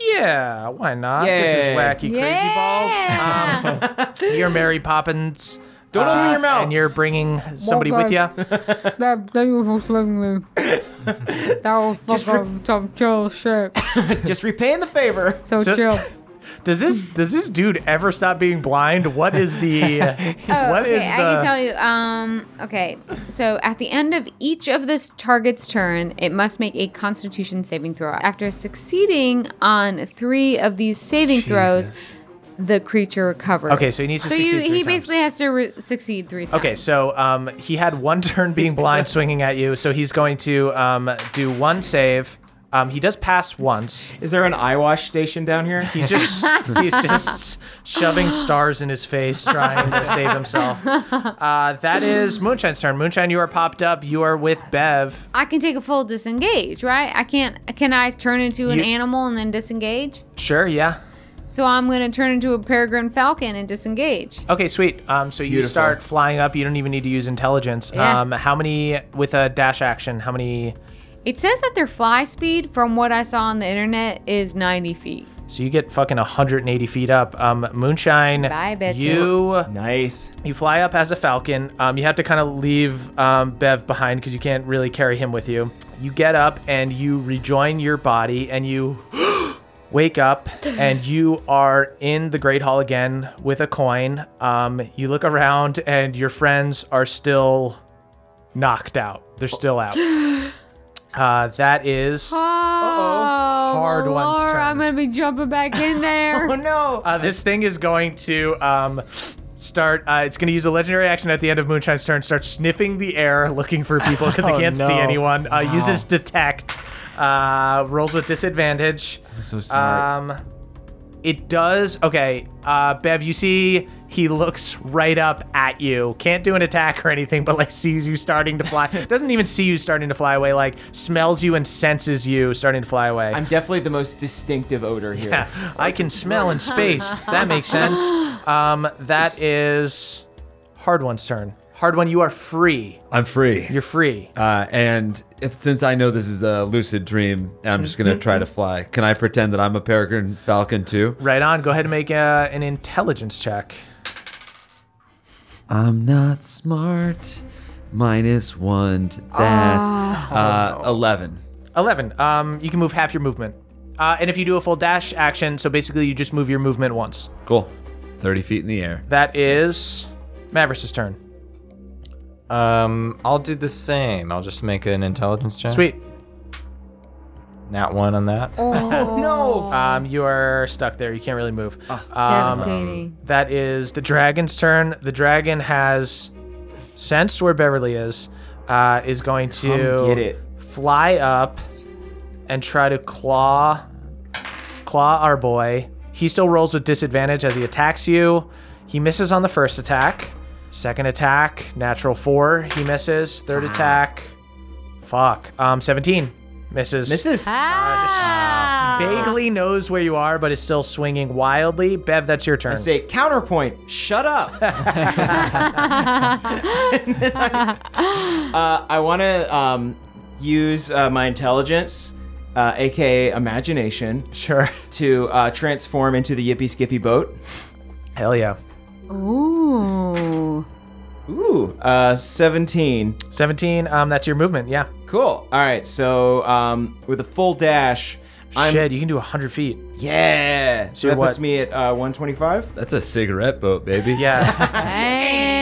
yeah, why not? This is
Yay.
wacky
Yeah.
crazy balls. Um, you're Mary Poppins. uh,
Don't open your mouth.
And you're bringing somebody with you.
That that was swing me. That was
Just re-
fucking some chill shit.
just repaying the favor.
So,
So-
chill.
Does this does this dude ever stop being blind? What is the
Oh,
what
okay,
is
I
the
can tell you. Um, okay, so at the end of each of this target's turn, it must make a Constitution saving throw. After succeeding on three of these saving throws, the creature recovers.
Okay, so he needs to succeed three
he
times.
basically has to re- succeed three times.
Okay, so um, he had one turn being blind, swinging at you. So he's going to um, do one save. Um, he does pass once.
Is there an eye wash station down here?
He's just he's just shoving stars in his face, trying to save himself. Uh, that is Moonshine's turn. Moonshine, you are popped up. You are with Bev.
I can take a full disengage, right? I can't. Can I turn into an
You-
animal and then disengage?
Sure, yeah.
So I'm going to turn into a peregrine falcon and disengage.
Okay, sweet. Um, so you
Beautiful.
start flying up. You don't even need to use intelligence.
Yeah.
Um, how many with a dash action? How many?
It says that their fly speed, from what I saw on the internet, is 90 feet.
So you get fucking 180 feet up. Um, Moonshine,
Bye, bitches.
you
Nice.
You fly up as a falcon. Um, you have to kind of leave um, Bev behind because you can't really carry him with you. You get up and you rejoin your body and you wake up and you are in the Great Hall again with a coin. Um, you look around and your friends are still knocked out. They're still out. Uh, that is.
Oh,
Hard one's
Lord,
turn.
I'm gonna be jumping back in there.
Oh, no.
Uh, this thing is going to um, start. Uh, it's going to use a legendary action at the end of Moonshine's turn. Start sniffing the air, looking for people because
Oh,
it can't
no.
see anyone. Uh, Uses detect. Uh, rolls with disadvantage.
So smart.
Um, it does. Okay, uh, Bev, you see he looks right up at you. Can't do an attack or anything, but like sees you starting to fly. Doesn't even see you starting to fly away. Like smells you and senses you starting to fly away.
I'm definitely the most distinctive odor here.
Yeah, I can smell in space. That makes sense. Um, that is hard one's turn. Hard one, you are free.
I'm free.
You're free.
Uh, and if since I know this is a lucid dream, and I'm just gonna try to fly. Can I pretend that I'm a peregrine falcon too?
Right on. Go ahead and make uh, an intelligence check.
I'm not smart. Minus one to that.
Ah. Oh,
Uh, 11.
11. Um, you can move half your movement. Uh, and if you do a full dash action, so basically you just move your movement once.
Cool. 30 feet in the air.
That is Mavericks' turn.
Um, I'll do the same. I'll just make an intelligence check.
Sweet.
Nat one on that.
no. Um, you are stuck there. You can't really move. Um,
Devastating.
That is the dragon's turn. The dragon has sensed where Beverly is. Uh, is going to
Come get it.
fly up and try to claw claw our boy. He still rolls with disadvantage as he attacks you. He misses on the first attack. Second attack, natural four. He misses. Third attack, fuck. Um, seventeen misses.
Misses.
Ah!
Vaguely knows where you are, but is still swinging wildly. Bev, that's your turn.
I say counterpoint. Shut up. And then I, uh, I want to um, use uh, my intelligence, uh, aka imagination,
Sure.
to uh, transform into the Yippy Skippy boat.
Hell yeah.
Ooh.
Ooh, uh, seventeen.
Seventeen. Um, that's your movement. Yeah.
Cool. All right. So um, with a full dash, I'm
Shit, you can do hundred feet.
yeah. So
you're
that puts
what?
me at uh, 125.
That's a cigarette boat, baby.
Yeah.
Damn.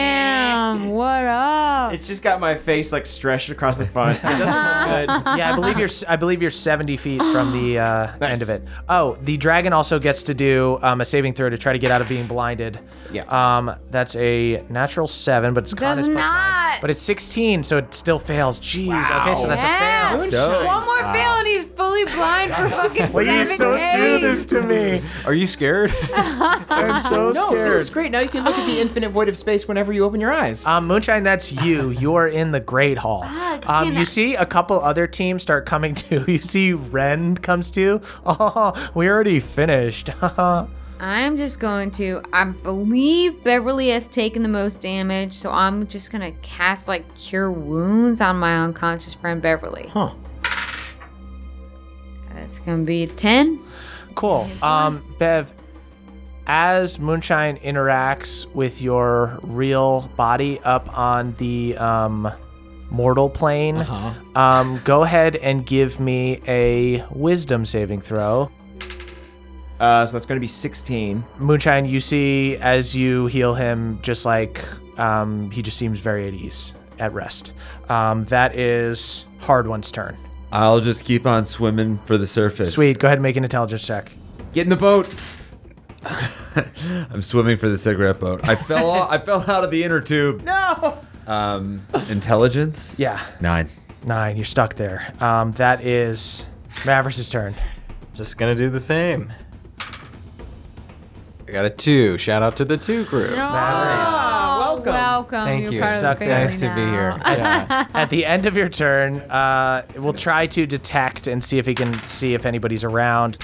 What up?
It's just got my face like stretched across the front. It doesn't look good.
yeah, I believe you're. I believe you're seventy feet from the uh,
Nice.
end of it. Oh, the dragon also gets to do um, a saving throw to try to get out of being blinded.
Yeah.
Um, that's a natural seven, but it's con
Does
is plus nine.
not.
But it's sixteen, so it still fails. Jeez. Okay, so that's a fail.
Dope.
One more fail and he's fully blind for fucking seven days.
to me.
Are you scared?
I'm so
No, this is great. Now you can look at the infinite void of space whenever you open your
Uh,
eyes.
Um, Moonshine, that's you. You're in the Great Hall. Um, you see a couple other teams start coming too. You see Ren comes too. Oh, we already finished.
I'm just going to. I believe Beverly has taken the most damage, so I'm just gonna cast like cure wounds on my unconscious friend Beverly.
Huh.
That's gonna be a ten.
cool. Um, Bev, as Moonshine interacts with your real body up on the um, mortal plane, um, go ahead and give me a wisdom saving throw.
Uh, so that's going to be 16.
Moonshine, you see as you heal him, just like um, he just seems very at ease, at rest. Um, that is Hard One's turn.
I'll just keep on swimming for the surface.
Sweet, go ahead and make an intelligence check.
Get in the boat.
I'm swimming for the cigarette boat. I fell. off, I fell out of the inner tube. No. Um, intelligence.
Yeah.
Nine.
Nine, you're stuck there. Um, that is Mavericks' turn.
just gonna do the same. I got a two. Shout out to the two crew.
welcome. Oh, Welcome.
Thank
You're
you.
part of the
Suck
family
Nice to be
now.
here.
At the end of your turn, uh, we'll try to detect and see if he can see if anybody's around.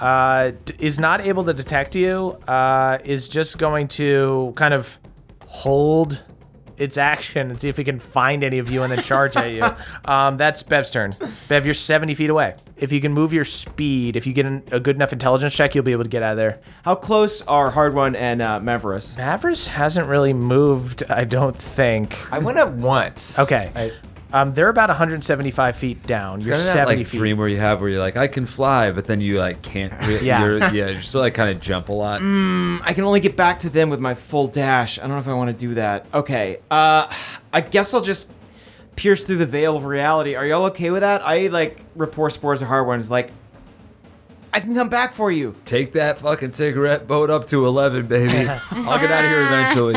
Uh, d- is not able to detect you. Uh, is just going to kind of hold its action and see if he can find any of you and then charge at you. Um, that's Bev's turn. Bev, you're 70 feet away. If you can move your speed, if you get an, a good enough intelligence check, you'll be able to get out of there.
How close are Hard One and uh, Mavericks?
Avarice hasn't really moved, I don't think.
I went up once.
Okay.
I-
um, they're about 175 feet down. You're
Kind of that,
70
like
feet.
dream where you have where you're like I can fly, but then you like can't. Re-
Yeah. Mm.
You're, yeah. You still like kind of jump a lot.
I can only get back to them with my full dash. I don't know if I want to do that. Okay. Uh, I guess I'll just pierce through the veil of reality. Are y'all okay with that? I like rapport spores are hard ones. Like, I can come back for you.
Take that fucking cigarette boat up to eleven, baby. I'll get out of here eventually.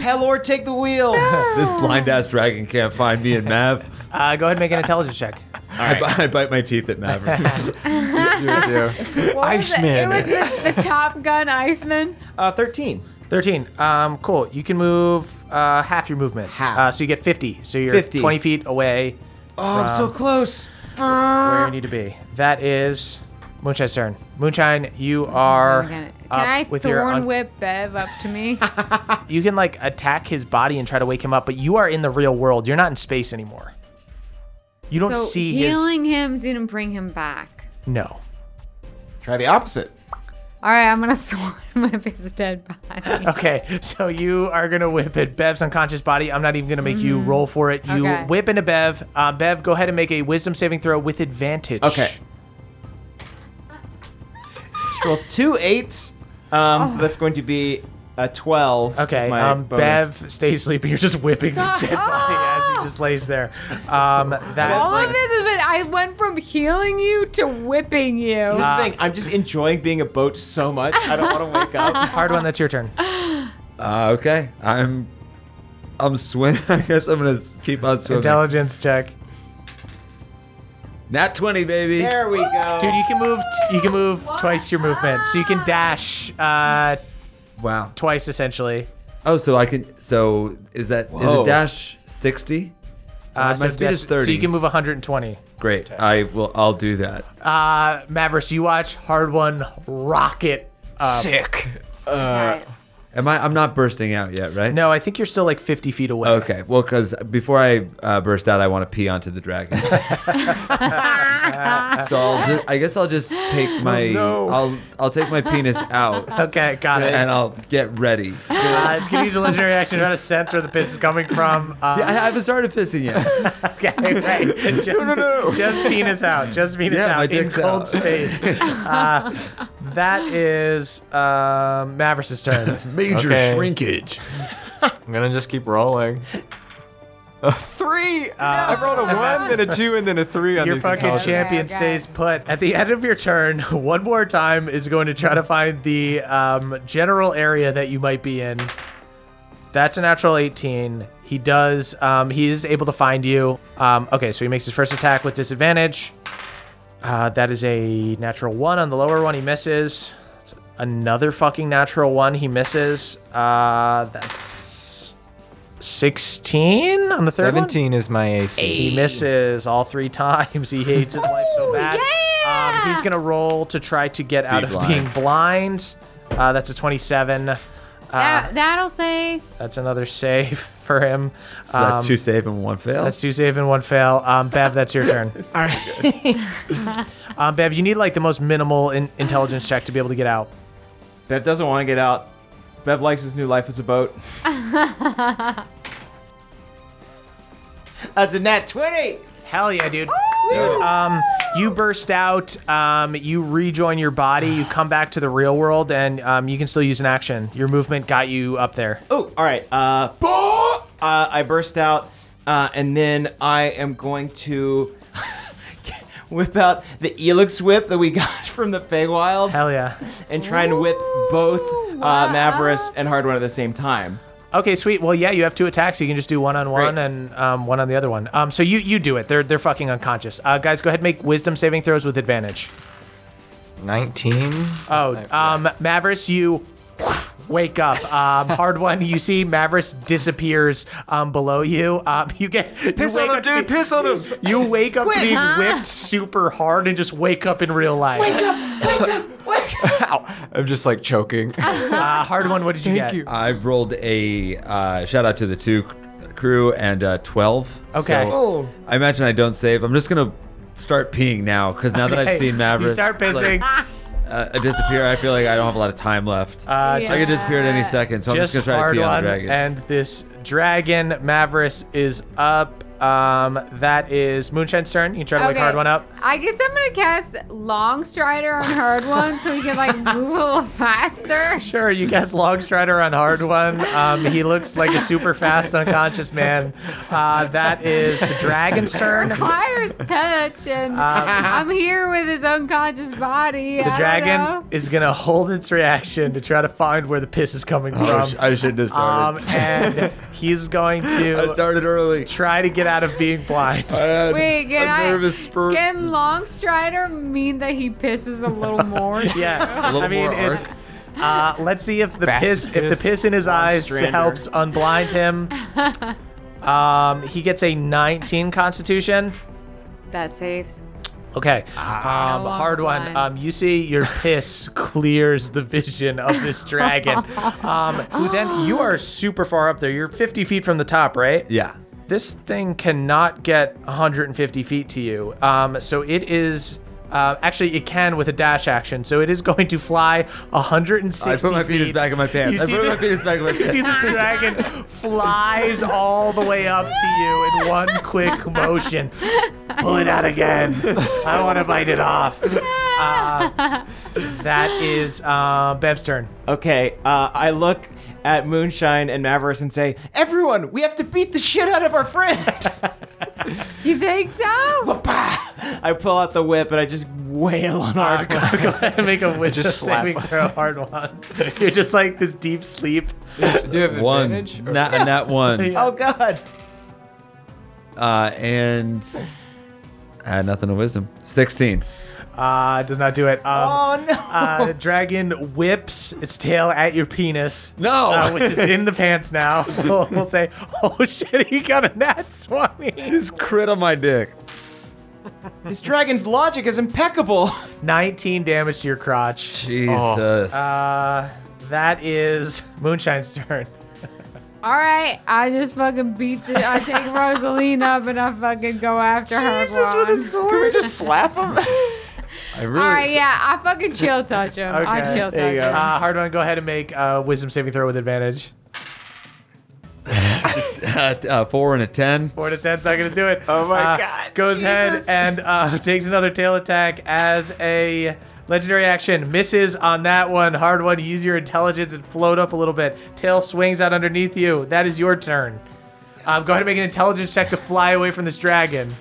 Pelor, take the wheel.
this blind ass dragon can't find me and Mav.
Uh, go ahead and make an intelligence check.
I, bi- I bite my teeth at Mavericks.
What was it?
Iceman.
It was the, the Top Gun Iceman.
Uh, 13.
13. Um, cool. You can move uh, half your movement.
Half.
Uh, so you get 50. So you're
50.
20 feet away
Oh, I'm so close.
where you need to be. That is Moonshine's turn. Moonshine, you are.
Can
up
Oh, I
with
thorn
your un-
whip Bev up to me?
You can like attack his body and try to wake him up, but you are in the real world. You're not in space anymore. You don't
so
see
healing him didn't bring him back.
his. No.
Try the opposite.
All right, I'm gonna thwart him with his dead body.
Okay, so you are gonna whip at Bev's unconscious body. I'm not even gonna make you roll for it. You
Okay.
whip into Bev. Uh, Bev, go ahead and make a wisdom saving throw with advantage.
Okay. Well, two eights. Um, So that's going to be a 12. with
Okay.
my
Um,
bonus.
Bev stays sleeping. You're just whipping his dead body as he just lays there. Um,
All
that's
of this has been. I went from healing you to whipping you.
uh,
Here's the thing I'm just enjoying being a boat so much. I don't want to wake up.
hard one. That's your turn.
Uh, okay, I'm. I'm swimming. I guess I'm gonna s- keep on swimming.
Intelligence check.
Nat twenty, baby.
There we go.
Dude, you can move. You can move twice your movement, so you can dash uh,
Wow.
twice essentially.
Oh, so I can. So is that is
Whoa.
it dash sixty?
Uh,
my speed
dash-
is thirty.
So you can move 120.
Great. I will. I'll do that.
Uh, Mavericks, you watch Hard One rocket. Up.
Sick.
Alright.
Uh, Am I? I'm not bursting out yet, right?
No, I think you're still like 50 feet away.
Okay. Well, because before I uh, burst out, I want to pee onto the dragon. so I'll ju- I guess I'll just take my. I'll I'll take my penis out
Okay, got it.
and I'll get ready. Yeah,
Uh, it's gonna use a legendary action to try to sense where the piss is coming from. Uh,
I haven't started pissing yet.
Okay, right. Just, just penis out. Just penis
Yeah, my
out in
dick's
cold
out.
space. Uh, that is uh, Mavericks' turn.
Major
Okay.
shrinkage.
I'm gonna just keep rolling. A three. I rolled a one, then a two, and then a three on
Your
these
fucking
intelligence.
champion
Okay, okay.
stays put. At the end of your turn, one more time is going to try to find the um, general area that you might be in. That's a natural 18. He does. Um, he is able to find you. Um, okay, so he makes his first attack with disadvantage. Uh, that is a natural one on the lower one. He misses. It's another fucking natural one. He misses. Uh, that's 16 on the third one.
Seventeen is my AC.
He misses all three times. He hates his life so bad.
yeah!
Um, he's gonna roll to try to get out of
blind.
being blind. Uh, that's a 27. Uh,
That, that'll save.
that's another save for him.
So that's
Um,
two save and one fail.
That's two save and one fail. Um, Bev, that's your turn. all right. um, Bev, you need like the most minimal in- intelligence check to be able to get out.
Bev doesn't want to get out. Bev likes his new life as a boat. That's a nat 20.
Hell yeah, dude. Dude, um, you burst out. Um, you rejoin your body. You come back to the real world, and um, you can still use an action. Your movement got you up there.
Oh, all right. Uh, uh, I burst out, uh, and then I am going to whip out the Elix whip that we got from the Feywild
Hell yeah.
and try and whip both uh, Mavericks and Hard One at the same time.
Okay, sweet. Well, yeah, you have two attacks. You can just do one on one
Great.
and um, one on the other one. Um, so you you do it. They're they're fucking unconscious. Uh, guys, go ahead and make wisdom saving throws with advantage.
Nineteen.
Oh, um, Mavericks, you wake up. Um, hard one. You see Mavericks disappears um, below you. Um, you get you wake up to be-
Piss on him.
You wake up to being whipped super hard and just wake up in real life.
I'm just like choking.
Uh, hard one. What did you
Thank
get?
you.
I rolled a uh, shout out to the two c- crew and uh, twelve.
Okay.
So I imagine I don't save. I'm just gonna start peeing now because now that I've
Hey,
seen Mavericks
You start pissing.
like, uh, uh, disappear, I feel like I don't have a lot of time left.
uh,
I
just-
could disappear at any second, so I'm just
just
gonna try to
hard
pee on
one,
the dragon.
and this dragon Mavericks is up. Um, that is Moonshine's turn. You can try to wake hard one up.
I guess I'm gonna cast Long Strider on hard one so he can like move a little faster.
Sure, you guess Logstrider on hard one. Um, he looks like a super fast unconscious man. Uh, that is the dragon's turn.
Requires touch, and I'm here with his unconscious body.
Ah. The dragon is gonna hold its reaction to try to find where the piss is coming
Oh,
from.
sh- I shouldn't have
Um,
started.
and he's going
I
to
started early.
try to get out of being blind.
I had
Wait, can
a
I-
nervous spurt.
Can Long Strider mean that he pisses a little more?
Yeah,
little
I mean,
more
it's. Uh, let's see if the
Fast
piss, if the
piss,
piss in his eyes
strander.
helps unblind him. Um, he gets a 19 Constitution.
That saves.
Okay, um,
No
hard one.
unblind.
Um, you see your piss clears the vision of this dragon. um, who then you are super far up there. You're 50 feet from the top, right?
yeah.
This thing cannot get 150 feet to you. Um, so it is Uh, actually, it can with a dash action, so it is going to fly 160
I put my penis
feet.
back in my pants.
You
I
see
put my
the-
penis back in my
You see this
pants.
dragon flies all the way up to you in one quick motion. Pull it out again. I want to bite it off. Uh, that is uh, Bev's turn.
Okay, uh, I look at Moonshine and Mavericks and say, Everyone, we have to beat the shit out of our friend!
You think so?
I pull out the whip and I just wail on our
Uh, Go ahead and make a wisdom
just slap.
saving throw, hard one. You're just like this deep sleep.
Do you have
One,
advantage? or-
not not one,
Oh, God.
uh, and add nothing to wisdom. Sixteen.
Uh, does not do it. Um,
Oh, no.
uh, the dragon whips its tail at your penis.
No.
Uh, which is in the pants now. We'll, we'll say, oh shit, he got a nat 20.
Just crit on my dick.
this dragon's logic is impeccable.
19 damage to your crotch.
Jesus.
Uh, that is Moonshine's turn.
All right, I just fucking beat the. I take Rosaline up and I fucking go after her. Ron.
Can we just slap him?
I really.
All right, yeah, I fucking chill touch him. I
Okay,
chill touch
there you
him.
go.
Uh, hard one, go ahead and make uh, wisdom saving throw with advantage.
Uh, t- uh, four and a ten.
Four to ten's not gonna do it.
Oh my
Uh,
God,
Goes ahead
Jesus.
and uh, takes another tail attack as a legendary action. Misses on that one. Hard one. Use your intelligence and float up a little bit. Tail swings out underneath you. That is your turn. Um, go ahead and make an intelligence check to fly away from this dragon.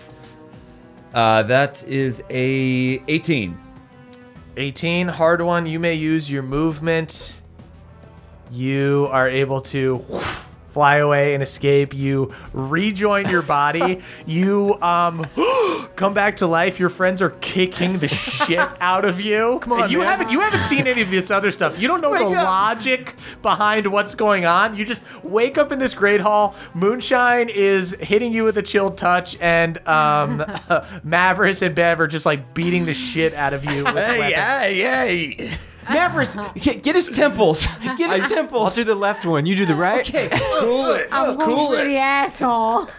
Uh, that is a eighteen.
18, hard one. You may use your movement. You are able to fly away and escape. You rejoin your body. you um, come back to life. Your friends are kicking the shit out of you. Come
on,
you
man. Oh
haven't you haven't seen any of this other stuff. You don't know the
Wake up.
logic behind what's going on. You just wake up in this great hall. Moonshine is hitting you with a chill touch, and um, Mavericks and Bev are just like beating the shit out of you. With weapons.
hey, hey!
Mavericks, get get his temples. Get his
I'll
temples.
do the left one. You do the right.
Okay.
Cool it.
I'm going
cool
for
it.
the asshole.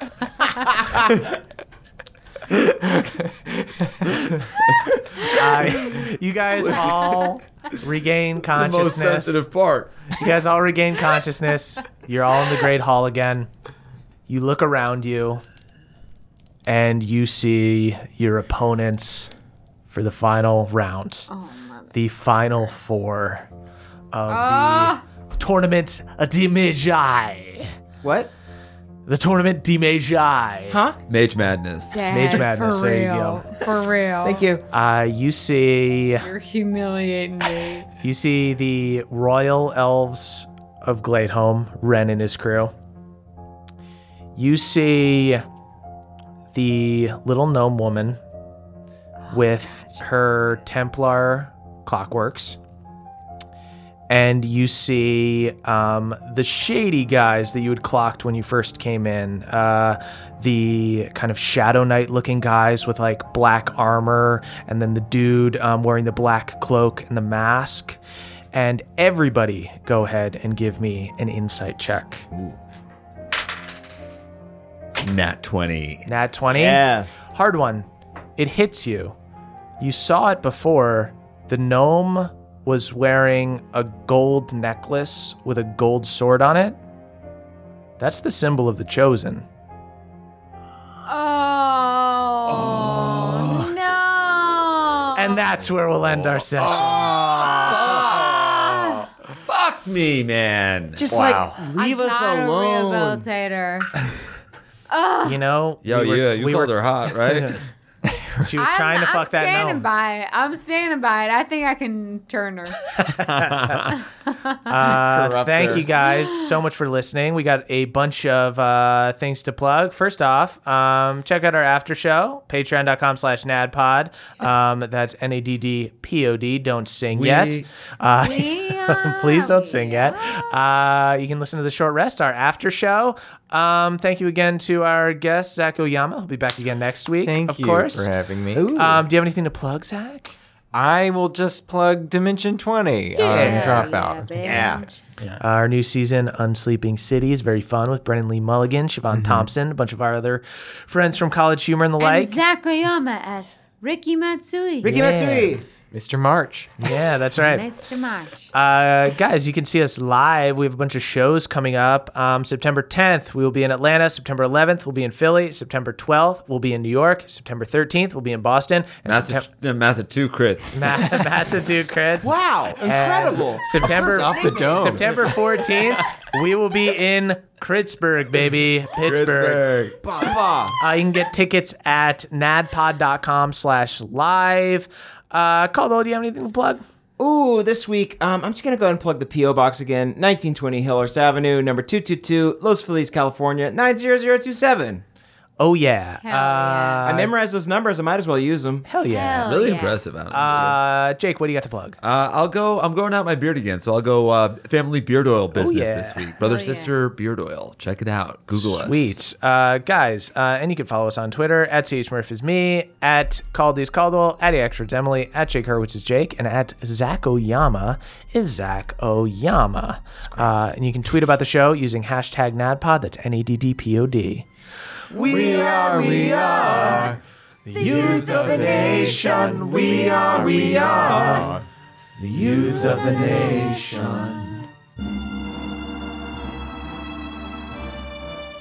Uh, you guys all regain
The most
consciousness.
sensitive part.
You guys all regain consciousness. You're all in the Great Hall again. You look around you and you see your opponents for the final round. the final four of the tournament de Magi.
What?
The tournament de Magi.
Huh?
Mage madness.
Dad,
Madness,
For
there you
real. For real.
Thank you.
Uh, you see
You're humiliating me.
You see the royal elves of Gladeholm, Ren and his crew. You see the little gnome woman with her Templar clockworks. And you see um, the shady guys that you had clocked when you first came in. Uh, the kind of Shadow Knight looking guys with like black armor, and then the dude um, wearing the black cloak and the mask. And everybody, go ahead and give me an insight check.
Nat twenty.
Nat 20.
Yeah.
Hard one. It hits you. You saw it before. The gnome was wearing a gold necklace with a gold sword on it. That's the symbol of the chosen.
Oh, no.
And that's where we'll end our session.
Fuck me, man.
Just like leave
I'm
us
not
alone.
A rehabilitator.
You know,
Yo,
we were-
yeah, you
we
called
were-
her hot, right?
She was
I'm,
trying to
I'm
fuck that
standing
gnome.
by it. I'm standing by it. I think I can turn her.
Uh,
Corrupt
thank
her.
you guys so much for listening. We got a bunch of uh, things to plug. First off, um, check out our after show, patreon.com slash nadpod. Um, that's N-A-D-D-P-O-D. Don't sing yet.
We-
Uh,
Yeah,
please don't
we
sing yet. Uh, you can listen to The Short Rest, our after show. Um, thank you again to our guest, Zach Oyama. He'll be back again next week,
Thank
of
you
course.
for having me.
Um, do you have anything to plug, Zach?
I will just plug Dimension 20
Yeah,
on
yeah,
Dropout.
bitch.
Our new season, Unsleeping City, is very fun with Brennan Lee Mulligan, Siobhan Thompson, a bunch of our other friends from College Humor and the
And
like.
Zach Oyama as Ricky Matsui.
Ricky
Yeah.
Matsui.
Mr. March.
Yeah, that's right.
Mr. March.
Uh, guys, you can see us live. We have a bunch of shows coming up. Um, September 10th, we will be in Atlanta. September 11th, we'll be in Philly. September 12th, we'll be in New York. September 13th, we'll be in Boston. And
Massa, the Massa two crits.
Septem- Massachusetts.
Wow, incredible.
September
off the dome.
September 14th, we will be in Pittsburgh, baby. Pittsburgh.
Bah, bah.
Uh, you can get tickets at nadpod.com slash live. Uh, Caldwell, do you have anything to plug?
Ooh, this week, um, I'm just going to go ahead and plug the P.O. Box again. 1920 Hillhurst Avenue, number 222, Los Feliz, California, 90027.
Oh, yeah.
Hell
uh,
I memorized those numbers. I might as well use them.
hell yeah.
Hell
Really
yeah.
impressive, honestly.
Uh, Jake, what do you got to plug?
Uh, I'll go. I'm growing out my beard again, so I'll go uh, family beard oil business
yeah.
this week. Brother
Oh, yeah.
sister beard oil. Check it out. Google us.
Sweet. Uh, guys, uh, and you can follow us on Twitter at chmurph is me, at Caldy's Caldwell, at Extra Emily, at Jake Hurwitz is Jake, and at Zach Oyama is Zach Oyama. Uh, and you can tweet about the show using hashtag NADPOD. That's N A D D P O D. We are, we are the youth of the nation. We are, we are the youth of the nation.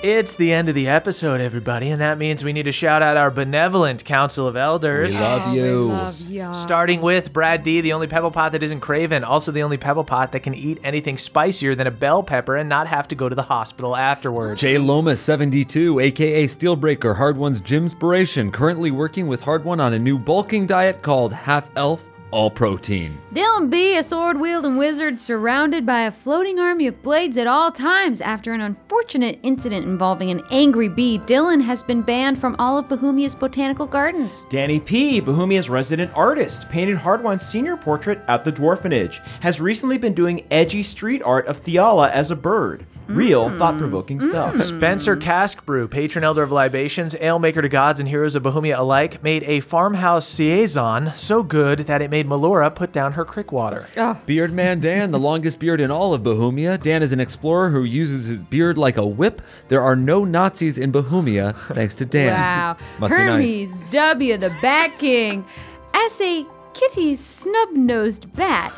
It's the end of the episode, everybody, and that means we need to shout out our benevolent Council of Elders.
Love you.
Love ya.
Starting with Brad D, the only pebble pot that isn't craven, also the only pebble pot that can eat anything spicier than a bell pepper and not have to go to the hospital afterwards.
Jay Loma, 72, aka Steelbreaker, Hard One's Gymspiration, currently working with Hard One on a new bulking diet called Half Elf All Protein.
Dylan B., a sword wielding wizard surrounded by a floating army of blades at all times. After an unfortunate incident involving an angry bee, Dylan has been banned from all of Bohemia's botanical gardens.
Danny P., Bohemia's resident artist, painted Hardwine's senior portrait at the Dwarfenage, has recently been doing edgy street art of Theala as a bird. Real thought provoking stuff.
Spencer Cask Brew, patron elder of libations, ale maker to gods and heroes of Bohemia alike, made a farmhouse saison so good that it made Melora put down her crick water.
Beard Man Dan, the longest beard in all of Bohemia. Dan is an explorer who uses his beard like a whip. There are no Nazis in Bohemia, thanks to Dan.
Wow.
Must be
Hermes
nice.
W, the Bat King. As a kitty's snub nosed bat,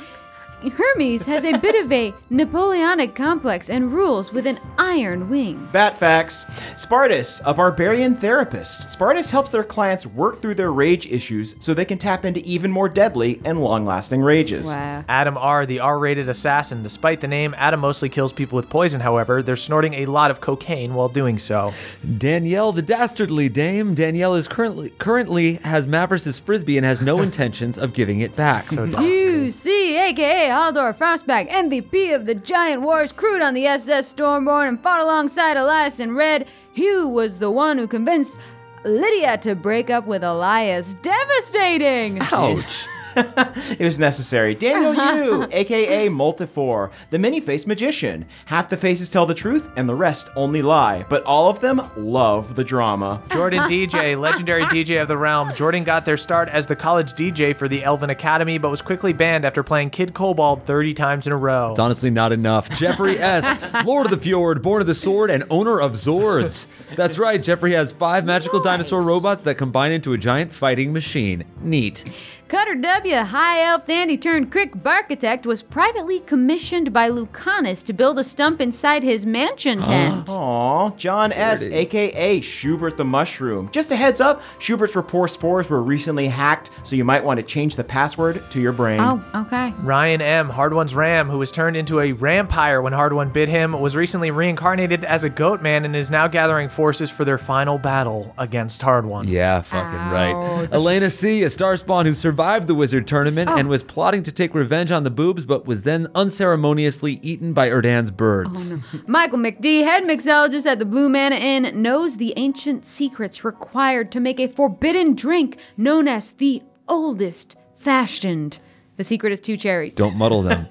Hermes has a bit of a Napoleonic complex and rules with an iron wing.
Bat facts. Spartus, a barbarian therapist. Spartus helps their clients work through their rage issues so they can tap into even more deadly and long lasting rages.
Wow.
Adam R., the R rated assassin. Despite the name, Adam mostly kills people with poison, however, they're snorting a lot of cocaine while doing so.
Danielle, the dastardly dame. Danielle is currently currently has Mavericks' frisbee and has no intentions of giving it back.
UC, aka Haldor Frostback, MVP of the Giant Wars, crewed on the SS Stormborn and fought alongside Elias in Red. Hugh was the one who convinced Lydia to break up with Elias. Devastating!
Ouch.
It was necessary. Daniel Yu, aka Multifor, the many faced magician. Half the faces tell the truth and the rest only lie, but all of them love the drama.
Jordan DJ, legendary DJ of the realm. Jordan got their start as the college DJ for the Elven Academy, but was quickly banned after playing Kid Kobold 30 times in a row.
It's honestly not enough. Jeffrey S., Lord of the Fjord, born of the sword, and owner of Zords. That's right, Jeffrey has five magical dinosaur robots that combine into a giant fighting machine. Neat.
Cutter W, high elf dandy turned crick architect, was privately commissioned by Lucanus to build a stump inside his mansion tent.
Aw, John S.,
Dirty.
aka Schubert the Mushroom. Just a heads up, Schubert's rapport spores were recently hacked, so you might want to change the password to your brain.
Oh, okay.
Ryan M., Hard One's Ram, who was turned into a vampire when Hard One bit him, was recently reincarnated as a goat man and is now gathering forces for their final battle against Hard One.
Yeah, fucking right. Elena C., a star spawn who survived the wizard tournament and was plotting to take revenge on the boobs, but was then unceremoniously eaten by Erdan's birds.
Michael McD, head mixologist at the Blue Manna Inn, knows the ancient secrets required to make a forbidden drink known as the oldest fashioned. The secret is two cherries.
Don't muddle them.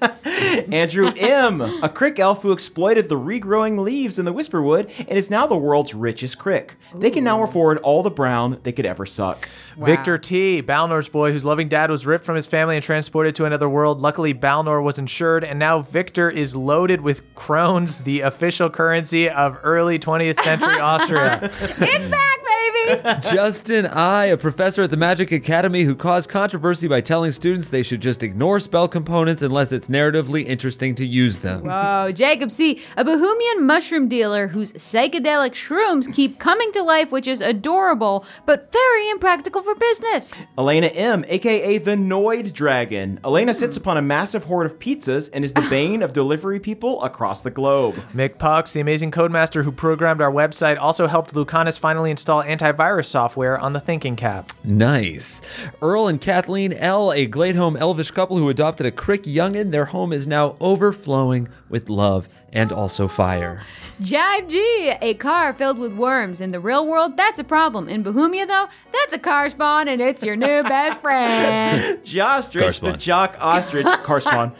Andrew M., a crick elf who exploited the regrowing leaves in the Whisperwood and is now the world's richest crick. They can now afford all the brown they could ever suck.
Victor T, Balnor's boy whose loving dad was ripped from his family and transported to another world. Luckily, Balnor was insured, and now Victor is loaded with crones, the official currency of early 20th century Austria.
It's back, baby!
Justin I, a professor at the Magic Academy who caused controversy by telling students they should just ignore spell components unless it's narratively interesting to use them.
Whoa, Oh, Jacob C., a Bohemian mushroom dealer whose psychedelic shrooms keep coming to life, which is adorable, but very impractical for business.
Elena M, aka the Noid Dragon. Elena sits upon a massive hoard of pizzas and is the bane of delivery people across the globe.
Mick Pucks, the amazing codemaster who programmed our website, also helped Lucanus finally install antivirus software on the thinking cap.
Nice. Earl and Kathleen L., a Gladeholm elvish couple who adopted a Crick youngin. Their home is now overflowing with love and also fire.
Jive G, a car filled with worms. In the real world, that's a problem. In Bohemia, though, that's a car spawn and it's your new best friend.
Jostrich, the
Correspond.
Jock Ostrich, Carspawn.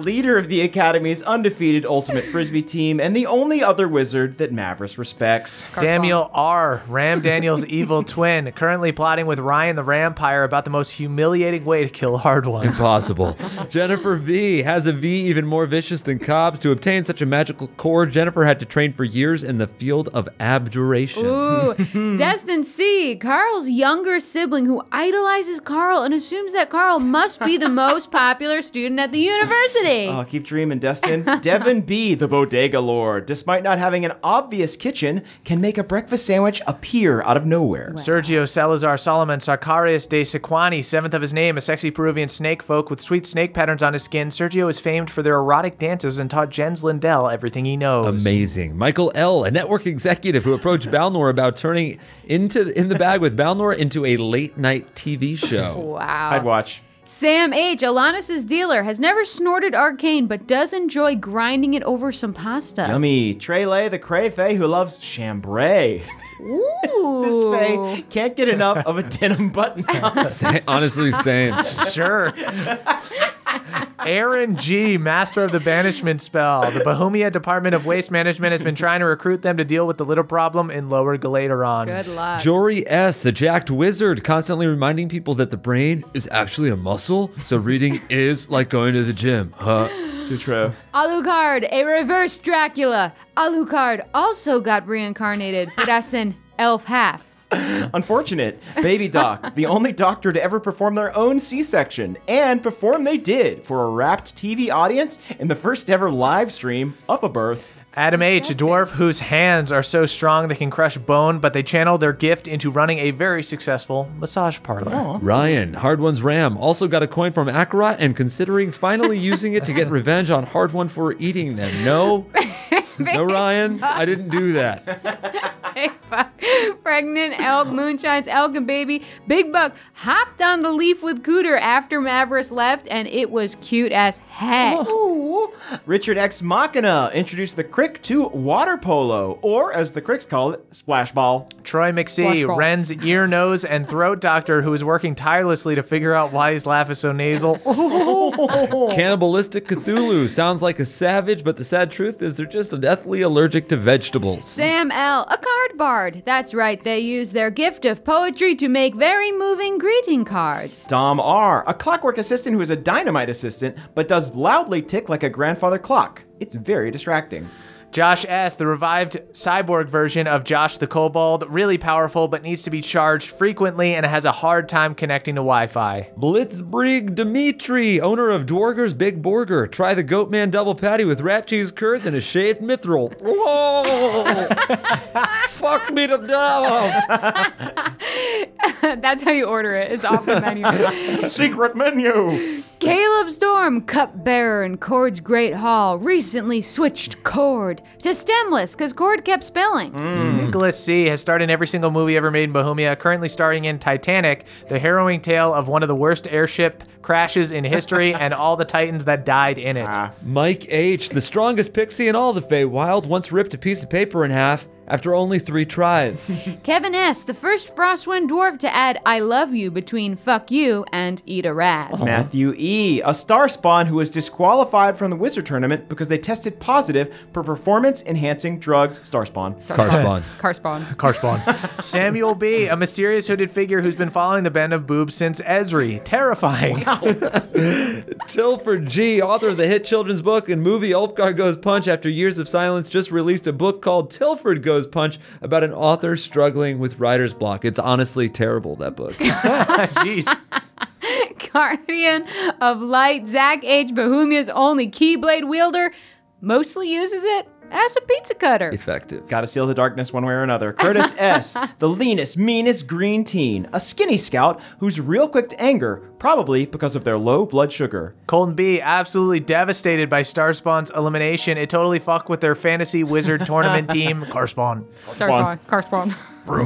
Leader of the Academy's undefeated Ultimate Frisbee team and the only other wizard that Mavris respects.
Daniel R., Ram Daniel's evil twin, currently plotting with Ryan the Rampire about the most humiliating way to kill Hard One.
Impossible. Jennifer V has a V even more vicious than Cobb's. To obtain such a magical core, Jennifer had to train for years in the field of abjuration.
Ooh, Destin C, Carl's younger sibling who idolizes Carl and assumes that Carl must be the most popular student at the university.
Oh, keep dreaming, Destin. Devin B., the bodega lord, despite not having an obvious kitchen, can make a breakfast sandwich appear out of nowhere.
Sergio Salazar Solomon Sarkarius de Sequani, seventh of his name, a sexy Peruvian snake folk with sweet snake patterns on his skin. Sergio is famed for their erotic dances and taught Jens Lindell everything he knows.
Amazing. Michael L., a network executive who approached Balnor about turning into in the bag with Balnor into a late night TV show.
Wow.
I'd watch.
Sam H, Alanis' dealer, has never snorted arcane but does enjoy grinding it over some pasta.
Yummy. Trele, the crayfay who loves chambray.
Ooh.
this fay can't get enough of a denim button.
Sa- honestly, same.
Sure. Aaron G, master of the banishment spell. The Bohemia Department of Waste Management has been trying to recruit them to deal with the little problem in Lower Galateron.
Good luck.
Jory S., a jacked wizard, constantly reminding people that the brain is actually a muscle, so reading is like going to the gym. Huh?
Too true.
Alucard, a reverse Dracula. Alucard also got reincarnated, but as an elf half.
Unfortunate. Baby Doc, the only doctor to ever perform their own C section, and perform they did for a wrapped TV audience in the first ever live stream of a birth.
Adam H, a dwarf whose hands are so strong they can crush bone, but they channel their gift into running a very successful massage parlor.
Ryan, Hard One's Ram, also got a coin from Akarat and considering finally using it to get revenge on Hard One for eating them. No, no, Ryan, I didn't do that.
Pregnant elk, moonshines, elk and baby. Big Buck hopped on the leaf with Cooter after Mavris left, and it was cute as heck.
Ooh. Richard X Machina introduced the crick to water polo, or as the cricks call it, splash ball.
Troy McSee, Ren's ear, nose, and throat doctor who is working tirelessly to figure out why his laugh is so nasal.
Cannibalistic Cthulhu sounds like a savage, but the sad truth is they're just deathly allergic to vegetables.
Sam L., a card bard. That's right, they use their gift of poetry to make very moving greeting cards.
Dom R, a clockwork assistant who is a dynamite assistant, but does loudly tick like a grandfather clock. It's very distracting.
Josh S, the revived cyborg version of Josh the Kobold, really powerful but needs to be charged frequently and has a hard time connecting to Wi-Fi.
Blitzbrig Dimitri, owner of Dwarger's Big Burger. Try the Goatman double patty with rat cheese curds and a shaved mithril. Whoa! Fuck me to death!
That's how you order it, it's off the menu.
Secret menu!
Caleb Storm, cupbearer in Cord's Great Hall, recently switched Cord to stemless because Cord kept spelling.
Nicholas C has starred in every single movie ever made in Bohemia, currently starring in Titanic, the harrowing tale of one of the worst airship crashes in history and all the titans that died in it.
Mike H., the strongest pixie in all the Feywild, once ripped a piece of paper in half after only three tries.
Kevin S., the first Frostwind dwarf to add I love you between fuck you and eat a rat.
Matthew E, a star spawn who was disqualified from the wizard tournament because they tested positive for performance enhancing drugs. Star spawn.
Carspawn.
Car spawn.
Samuel B, a mysterious hooded figure who's been following the band of boobs since Esri. Terrifying.
Tilford G., author of the hit children's book and movie Ulfgar Goes Punch, after years of silence, just released a book called Tilford Goes Joe's Punch about an author struggling with writer's block. It's honestly terrible, that book.
Jeez.
Guardian of Light, Zach H., Bohemia's only Keyblade wielder, mostly uses it as a pizza cutter.
Effective.
Gotta seal the darkness one way or another. Curtis S., the leanest, meanest green teen, a skinny scout who's real quick to anger, probably because of their low blood sugar.
Colton B, absolutely devastated by Starspawn's elimination. It totally fucked with their fantasy wizard tournament team, Carspawn.
Starspawn. Carspawn.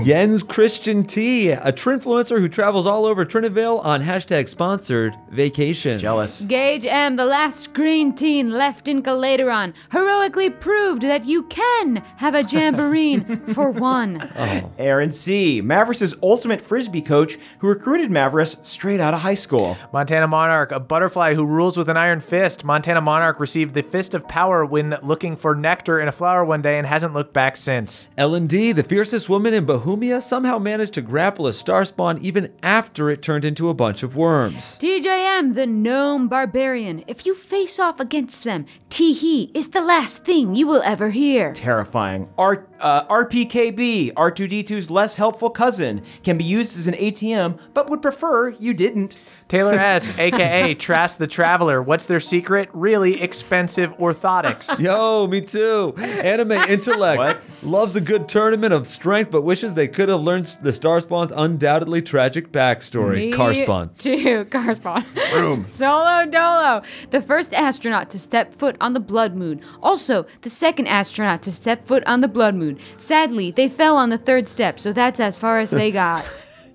Jens Christian T, a Trinfluencer who travels all over Trinivale on hashtag sponsored vacation.
Jealous.
Gage M., the last green teen left in Galateron, heroically proved that you can have a jamboreen for one.
Aaron C., Mavericks' ultimate frisbee coach who recruited Mavericks straight out of high school.
Montana Monarch, a butterfly who rules with an iron fist. Montana Monarch received the Fist of Power when looking for nectar in a flower one day and hasn't looked back since.
Ellen D, the fiercest woman in Bohemia, somehow managed to grapple a star spawn even after it turned into a bunch of worms.
DJM, the gnome barbarian. If you face off against them, tee hee is the last thing you will ever hear.
Terrifying. R- uh, RPKB, R2D2's less helpful cousin, can be used as an ATM, but would prefer you didn't.
Taylor S, aka Trask the Traveler. What's their secret? Really expensive orthotics.
Yo, me too. Anime intellect
What?
loves a good tournament of strength, but wishes they could have learned the Star Spawn's undoubtedly tragic backstory. Car Spawn.
Two. Car spawn. Solo Dolo. The first astronaut to step foot on the Blood Moon. Also, the second astronaut to step foot on the Blood Moon. Sadly, they fell on the third step, so that's as far as they got.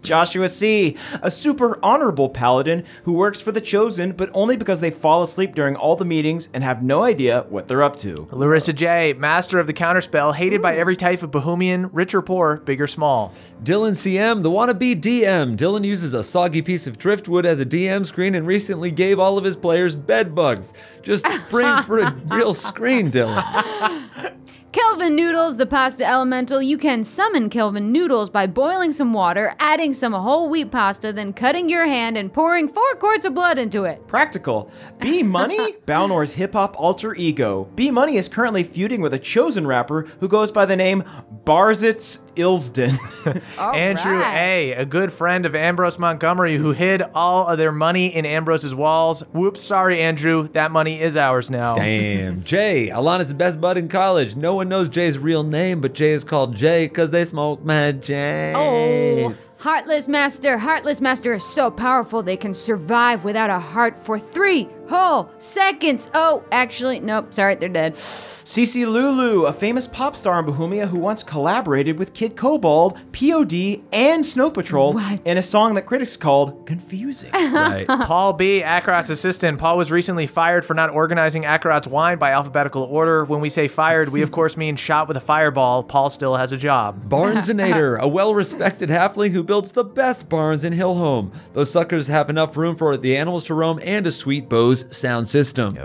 Joshua C., a super honorable paladin who works for the Chosen, but only because they fall asleep during all the meetings and have no idea what they're up to.
Larissa J, master of the counterspell, hated by every type of Bohemian, rich or poor, big or small.
Dylan CM, the wannabe DM. Dylan uses a soggy piece of driftwood as a DM screen and recently gave all of his players bed bugs. Just spring for a real screen, Dylan.
Kelvin Noodles, the pasta elemental. You can summon Kelvin Noodles by boiling some water, adding some whole wheat pasta, then cutting your hand and pouring four quarts of blood into it.
Practical. B Money? Balnor's hip hop alter ego. B Money is currently feuding with a chosen rapper who goes by the name Barzitz Ilsden.
Andrew A, a good friend of Ambrose Montgomery who hid all of their money in Ambrose's walls. Whoops, sorry, Andrew. That money is ours now.
Damn. Jay, Alana's best bud in college. No one knows Jay's real name, but Jay is called Jay because they smoke mad Jay.
Oh, Heartless Master. Heartless Master is so powerful they can survive without a heart for three whole seconds. Oh, actually, nope. Sorry, they're dead.
Cece Lulu, a famous pop star in Bohemia who once collaborated with Kid Kobold, POD, and Snow Patrol in a song that critics called confusing.
Right.
Paul B, Akarat's assistant. Paul was recently fired for not organizing Akarat's wine by alphabetical order. When we say fired, we of course mean shot with a fireball. Paul still has a job.
Barnesonator, a well-respected halfling who builds the best barns in Hillhome. Those suckers have enough room for the animals to roam and a sweet Bose sound system.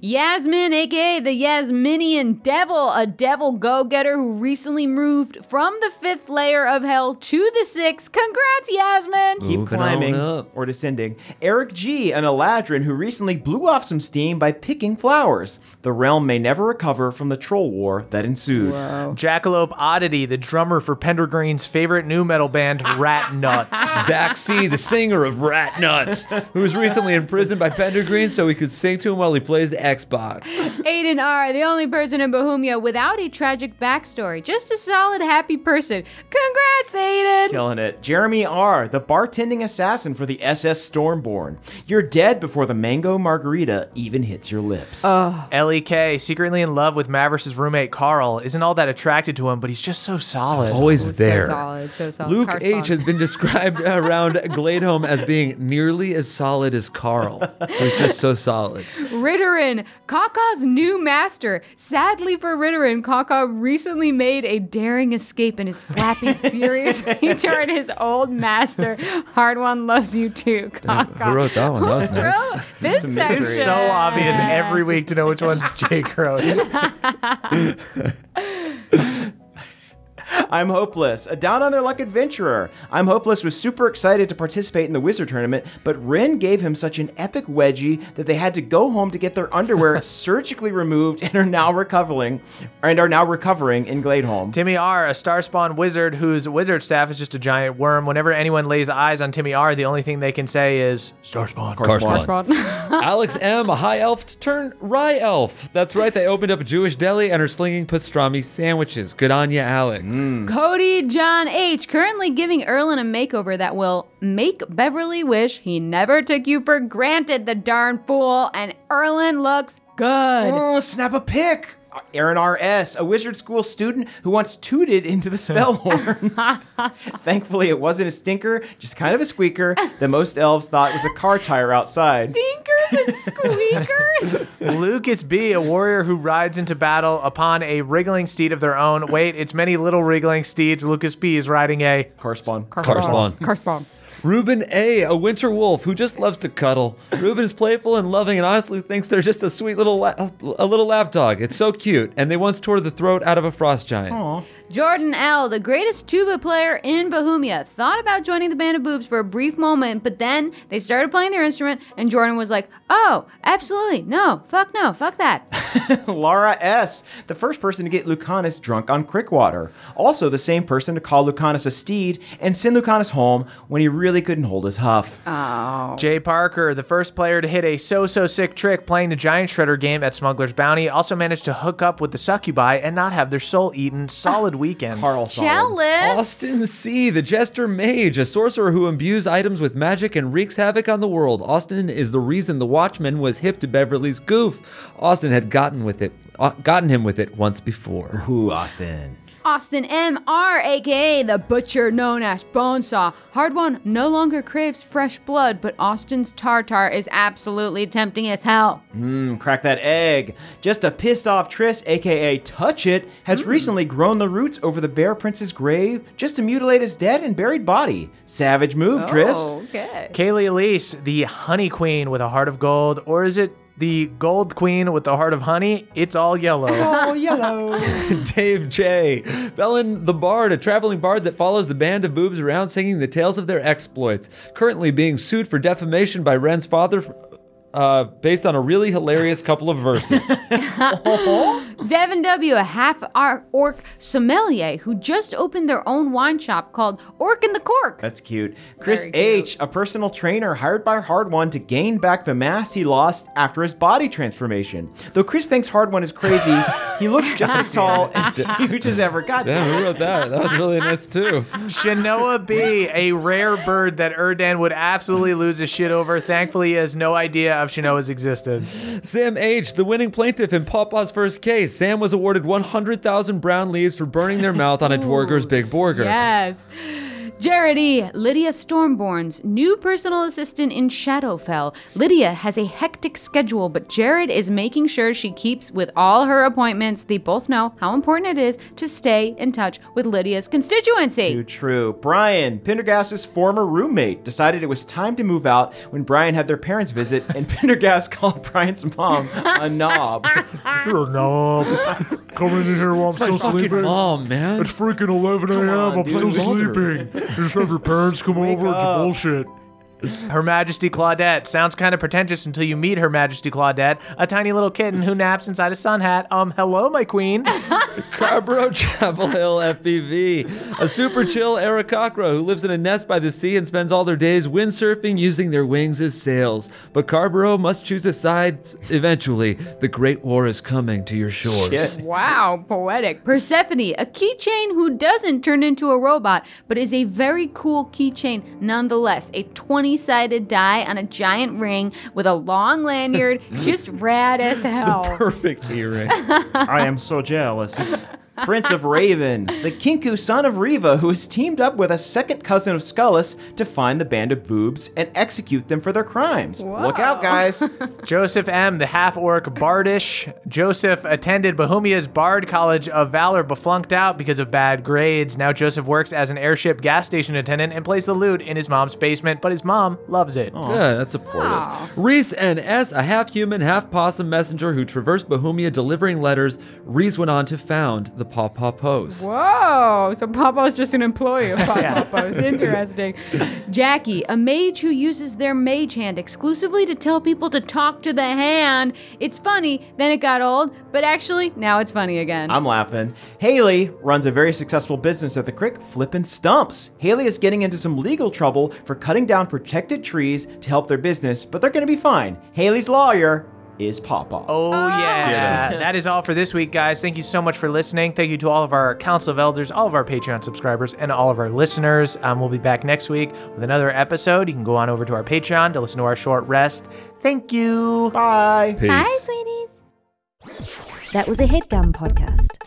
Yasmin, aka the Yasminian Devil, a devil go getter who recently moved from the fifth layer of hell to the sixth. Congrats, Yasmin!
Keep
Moving
climbing
on up.
or descending. Eric G, an Eladrin who recently blew off some steam by picking flowers. The realm may never recover from the troll war that ensued.
Jackalope Oddity, the drummer for Pendergreen's favorite new metal band, Rat Nuts.
Zach C, the singer of Rat Nuts, who was recently imprisoned by Pendergreen so he could sing to him while he plays the Xbox.
Aiden R., the only person in Bohemia without a tragic backstory. Just a solid, happy person. Congrats, Aiden!
Killing it. Jeremy R., the bartending assassin for the SS Stormborn. You're dead before the mango margarita even hits your lips.
Lek, E secretly in love with Maverick's roommate Carl, isn't all that attracted to him, but he's just so solid.
Always
So solid, so solid.
Luke
Car
H
spawn.
has been described around Gladeholm as being nearly as solid as Carl, who's just so solid.
Ritterin, Kaka's new master. Sadly for Ritterin, Kaka recently made a daring escape and is flapping furiously toward his old master. Hard One loves you too, Kaka.
who wrote that one? That was
Who
nice.
wrote this section?
It's so obvious every week to know which one's Jake Rose.
I'm Hopeless, a down on their luck adventurer. I'm Hopeless was super excited to participate in the Wizard Tournament, but Rin gave him such an epic wedgie that they had to go home to get their underwear surgically removed and are now recovering, and are now recovering in Gladeholm.
Timmy R, a star spawn wizard whose wizard staff is just a giant worm. Whenever anyone lays eyes on Timmy R, the only thing they can say is star spawn.
Carspawn.
Alex M, a high elf turned rye elf. That's right, they opened up a Jewish deli and are slinging pastrami sandwiches. Good on you, Alex.
Mm.
Hmm.
Cody John H. currently giving Erlen a makeover that will make Beverly wish he never took you for granted, the darn fool. And Erlen looks good.
Oh, snap a pic. Uh, Aaron R.S., a wizard school student who once tooted into the spell horn. Thankfully, it wasn't a stinker, just kind of a squeaker that most elves thought was a car tire outside.
Dinkers and squeakers.
Lucas B, a warrior who rides into battle upon a wriggling steed of their own. Wait, it's many little wriggling steeds. Lucas B is riding a.
Correspond.
Carspawn.
Carspawn.
Reuben A, a winter wolf who just loves to cuddle. Reuben's playful and loving and honestly thinks they're just a sweet little la- a little lap dog. It's so cute. And they once tore the throat out of a frost giant.
Jordan L., the greatest tuba player in Bohemia, thought about joining the band of boobs for a brief moment, but then they started playing their instrument, and Jordan was like, oh, absolutely, no, fuck no, fuck that.
Laura S., the first person to get Lucanus drunk on Crickwater. Also, the same person to call Lucanus a steed and send Lucanus home when he really couldn't hold his huff.
Jay Parker, the first player to hit a so so sick trick playing the Giant Shredder game at Smuggler's Bounty, also managed to hook up with the succubi and not have their soul eaten. Solid weekend.
Carl Solid.
Jealous.
Austin C, the jester mage, a sorcerer who imbues items with magic and wreaks havoc on the world. Austin is the reason the Watchman was hip to Beverly's goof. Austin had gotten with it, uh, gotten him with it once before.
Ooh, Austin.
Austin M.R., aka the butcher known as Bonesaw. Hard One no longer craves fresh blood, but Austin's tartar is absolutely tempting as hell.
Mm, crack that egg. Just a pissed off Triss, aka Touch It, has recently grown the roots over the Bear Prince's grave just to mutilate his dead and buried body. Savage move,
Oh.
Triss.
okay.
Kaylee Elise, the honey queen with a heart of gold, or is it the gold queen with the heart of honey? It's all yellow.
Oh, yellow.
Dave J. Bellin the Bard, a traveling bard that follows the band of boobs around singing the tales of their exploits. Currently being sued for defamation by Ren's father uh, based on a really hilarious couple of verses.
Devin W., a half ar- orc sommelier who just opened their own wine shop called Orc and the Cork.
That's cute. Chris
cute.
H., a personal trainer hired by Hard One to gain back the mass he lost after his body transformation. Though Chris thinks Hard One is crazy, he looks just as tall and huge as ever. God damn.
yeah, who wrote that? That was really nice too.
Shanoa B, a rare bird that Erdan would absolutely lose his shit over. Thankfully, he has no idea of Shanoa's existence.
Sam H, the winning plaintiff in Papa's first case. Sam was awarded 100,000 brown leaves for burning their mouth on a Dwarger's Big Burger.
Yes. Jared E., Lydia Stormborn's new personal assistant in Shadowfell. Lydia has a hectic schedule, but Jared is making sure she keeps with all her appointments. They both know how important it is to stay in touch with Lydia's constituency.
Too true. Brian, Pendergast's former roommate, decided it was time to move out when Brian had their parents visit, and Pendergast called Brian's mom a knob.
You're no. Coming in here while I'm still sleeping.
Mom, man.
freaking 11 a.m.
on, I'm dude. still
sleeping. Just have your parents come over.
It's up.
bullshit. Her Majesty Claudette sounds kind of pretentious until you meet Her Majesty Claudette, a tiny little kitten who naps inside a sun hat. Um, hello, my queen.
Carbro Chapel Hill FPV. A super chill Aerococra who lives in a nest by the sea and spends all their days windsurfing using their wings as sails. But Carbro must choose a side eventually. The Great War is coming to your shores.
Shit.
Wow, poetic. Persephone, a keychain who doesn't turn into a robot, but is a very cool keychain nonetheless. A 20 sided die on a giant ring with a long lanyard, just rad as hell.
Perfect hearing.
I am so jealous.
Prince of Ravens, the Kinku son of Riva, who has teamed up with a second cousin of Skullus to find the band of boobs and execute them for their crimes. Look out, guys.
Joseph M., the half orc bardish. Joseph attended Bohemia's Bard College of Valor, but flunked out because of bad grades. Now Joseph works as an airship gas station attendant and plays the lute in his mom's basement, but his mom loves it.
Yeah, that's supportive. Reese and S, a half human, half possum messenger who traversed Bohemia delivering letters, Reese went on to found the Post.
Whoa! So Papa's just an employee of Pop Papa's. Interesting. Jackie, a mage who uses their mage hand exclusively to tell people to talk to the hand. It's funny, then it got old, but actually, now it's funny again.
I'm laughing. Haley runs a very successful business at the creek, Flippin' Stumps. Haley is getting into some legal trouble for cutting down protected trees to help their business, but they're going to be fine. Haley's lawyer is Papa.
Oh, yeah. That is all for this week, guys. Thank you so much for listening. Thank you to all of our Council of Elders, all of our Patreon subscribers, and all of our listeners. Um, we'll be back next week with another episode. You can go on over to our Patreon to listen to our short rest. Thank you.
Bye.
Peace.
That was a headgum podcast.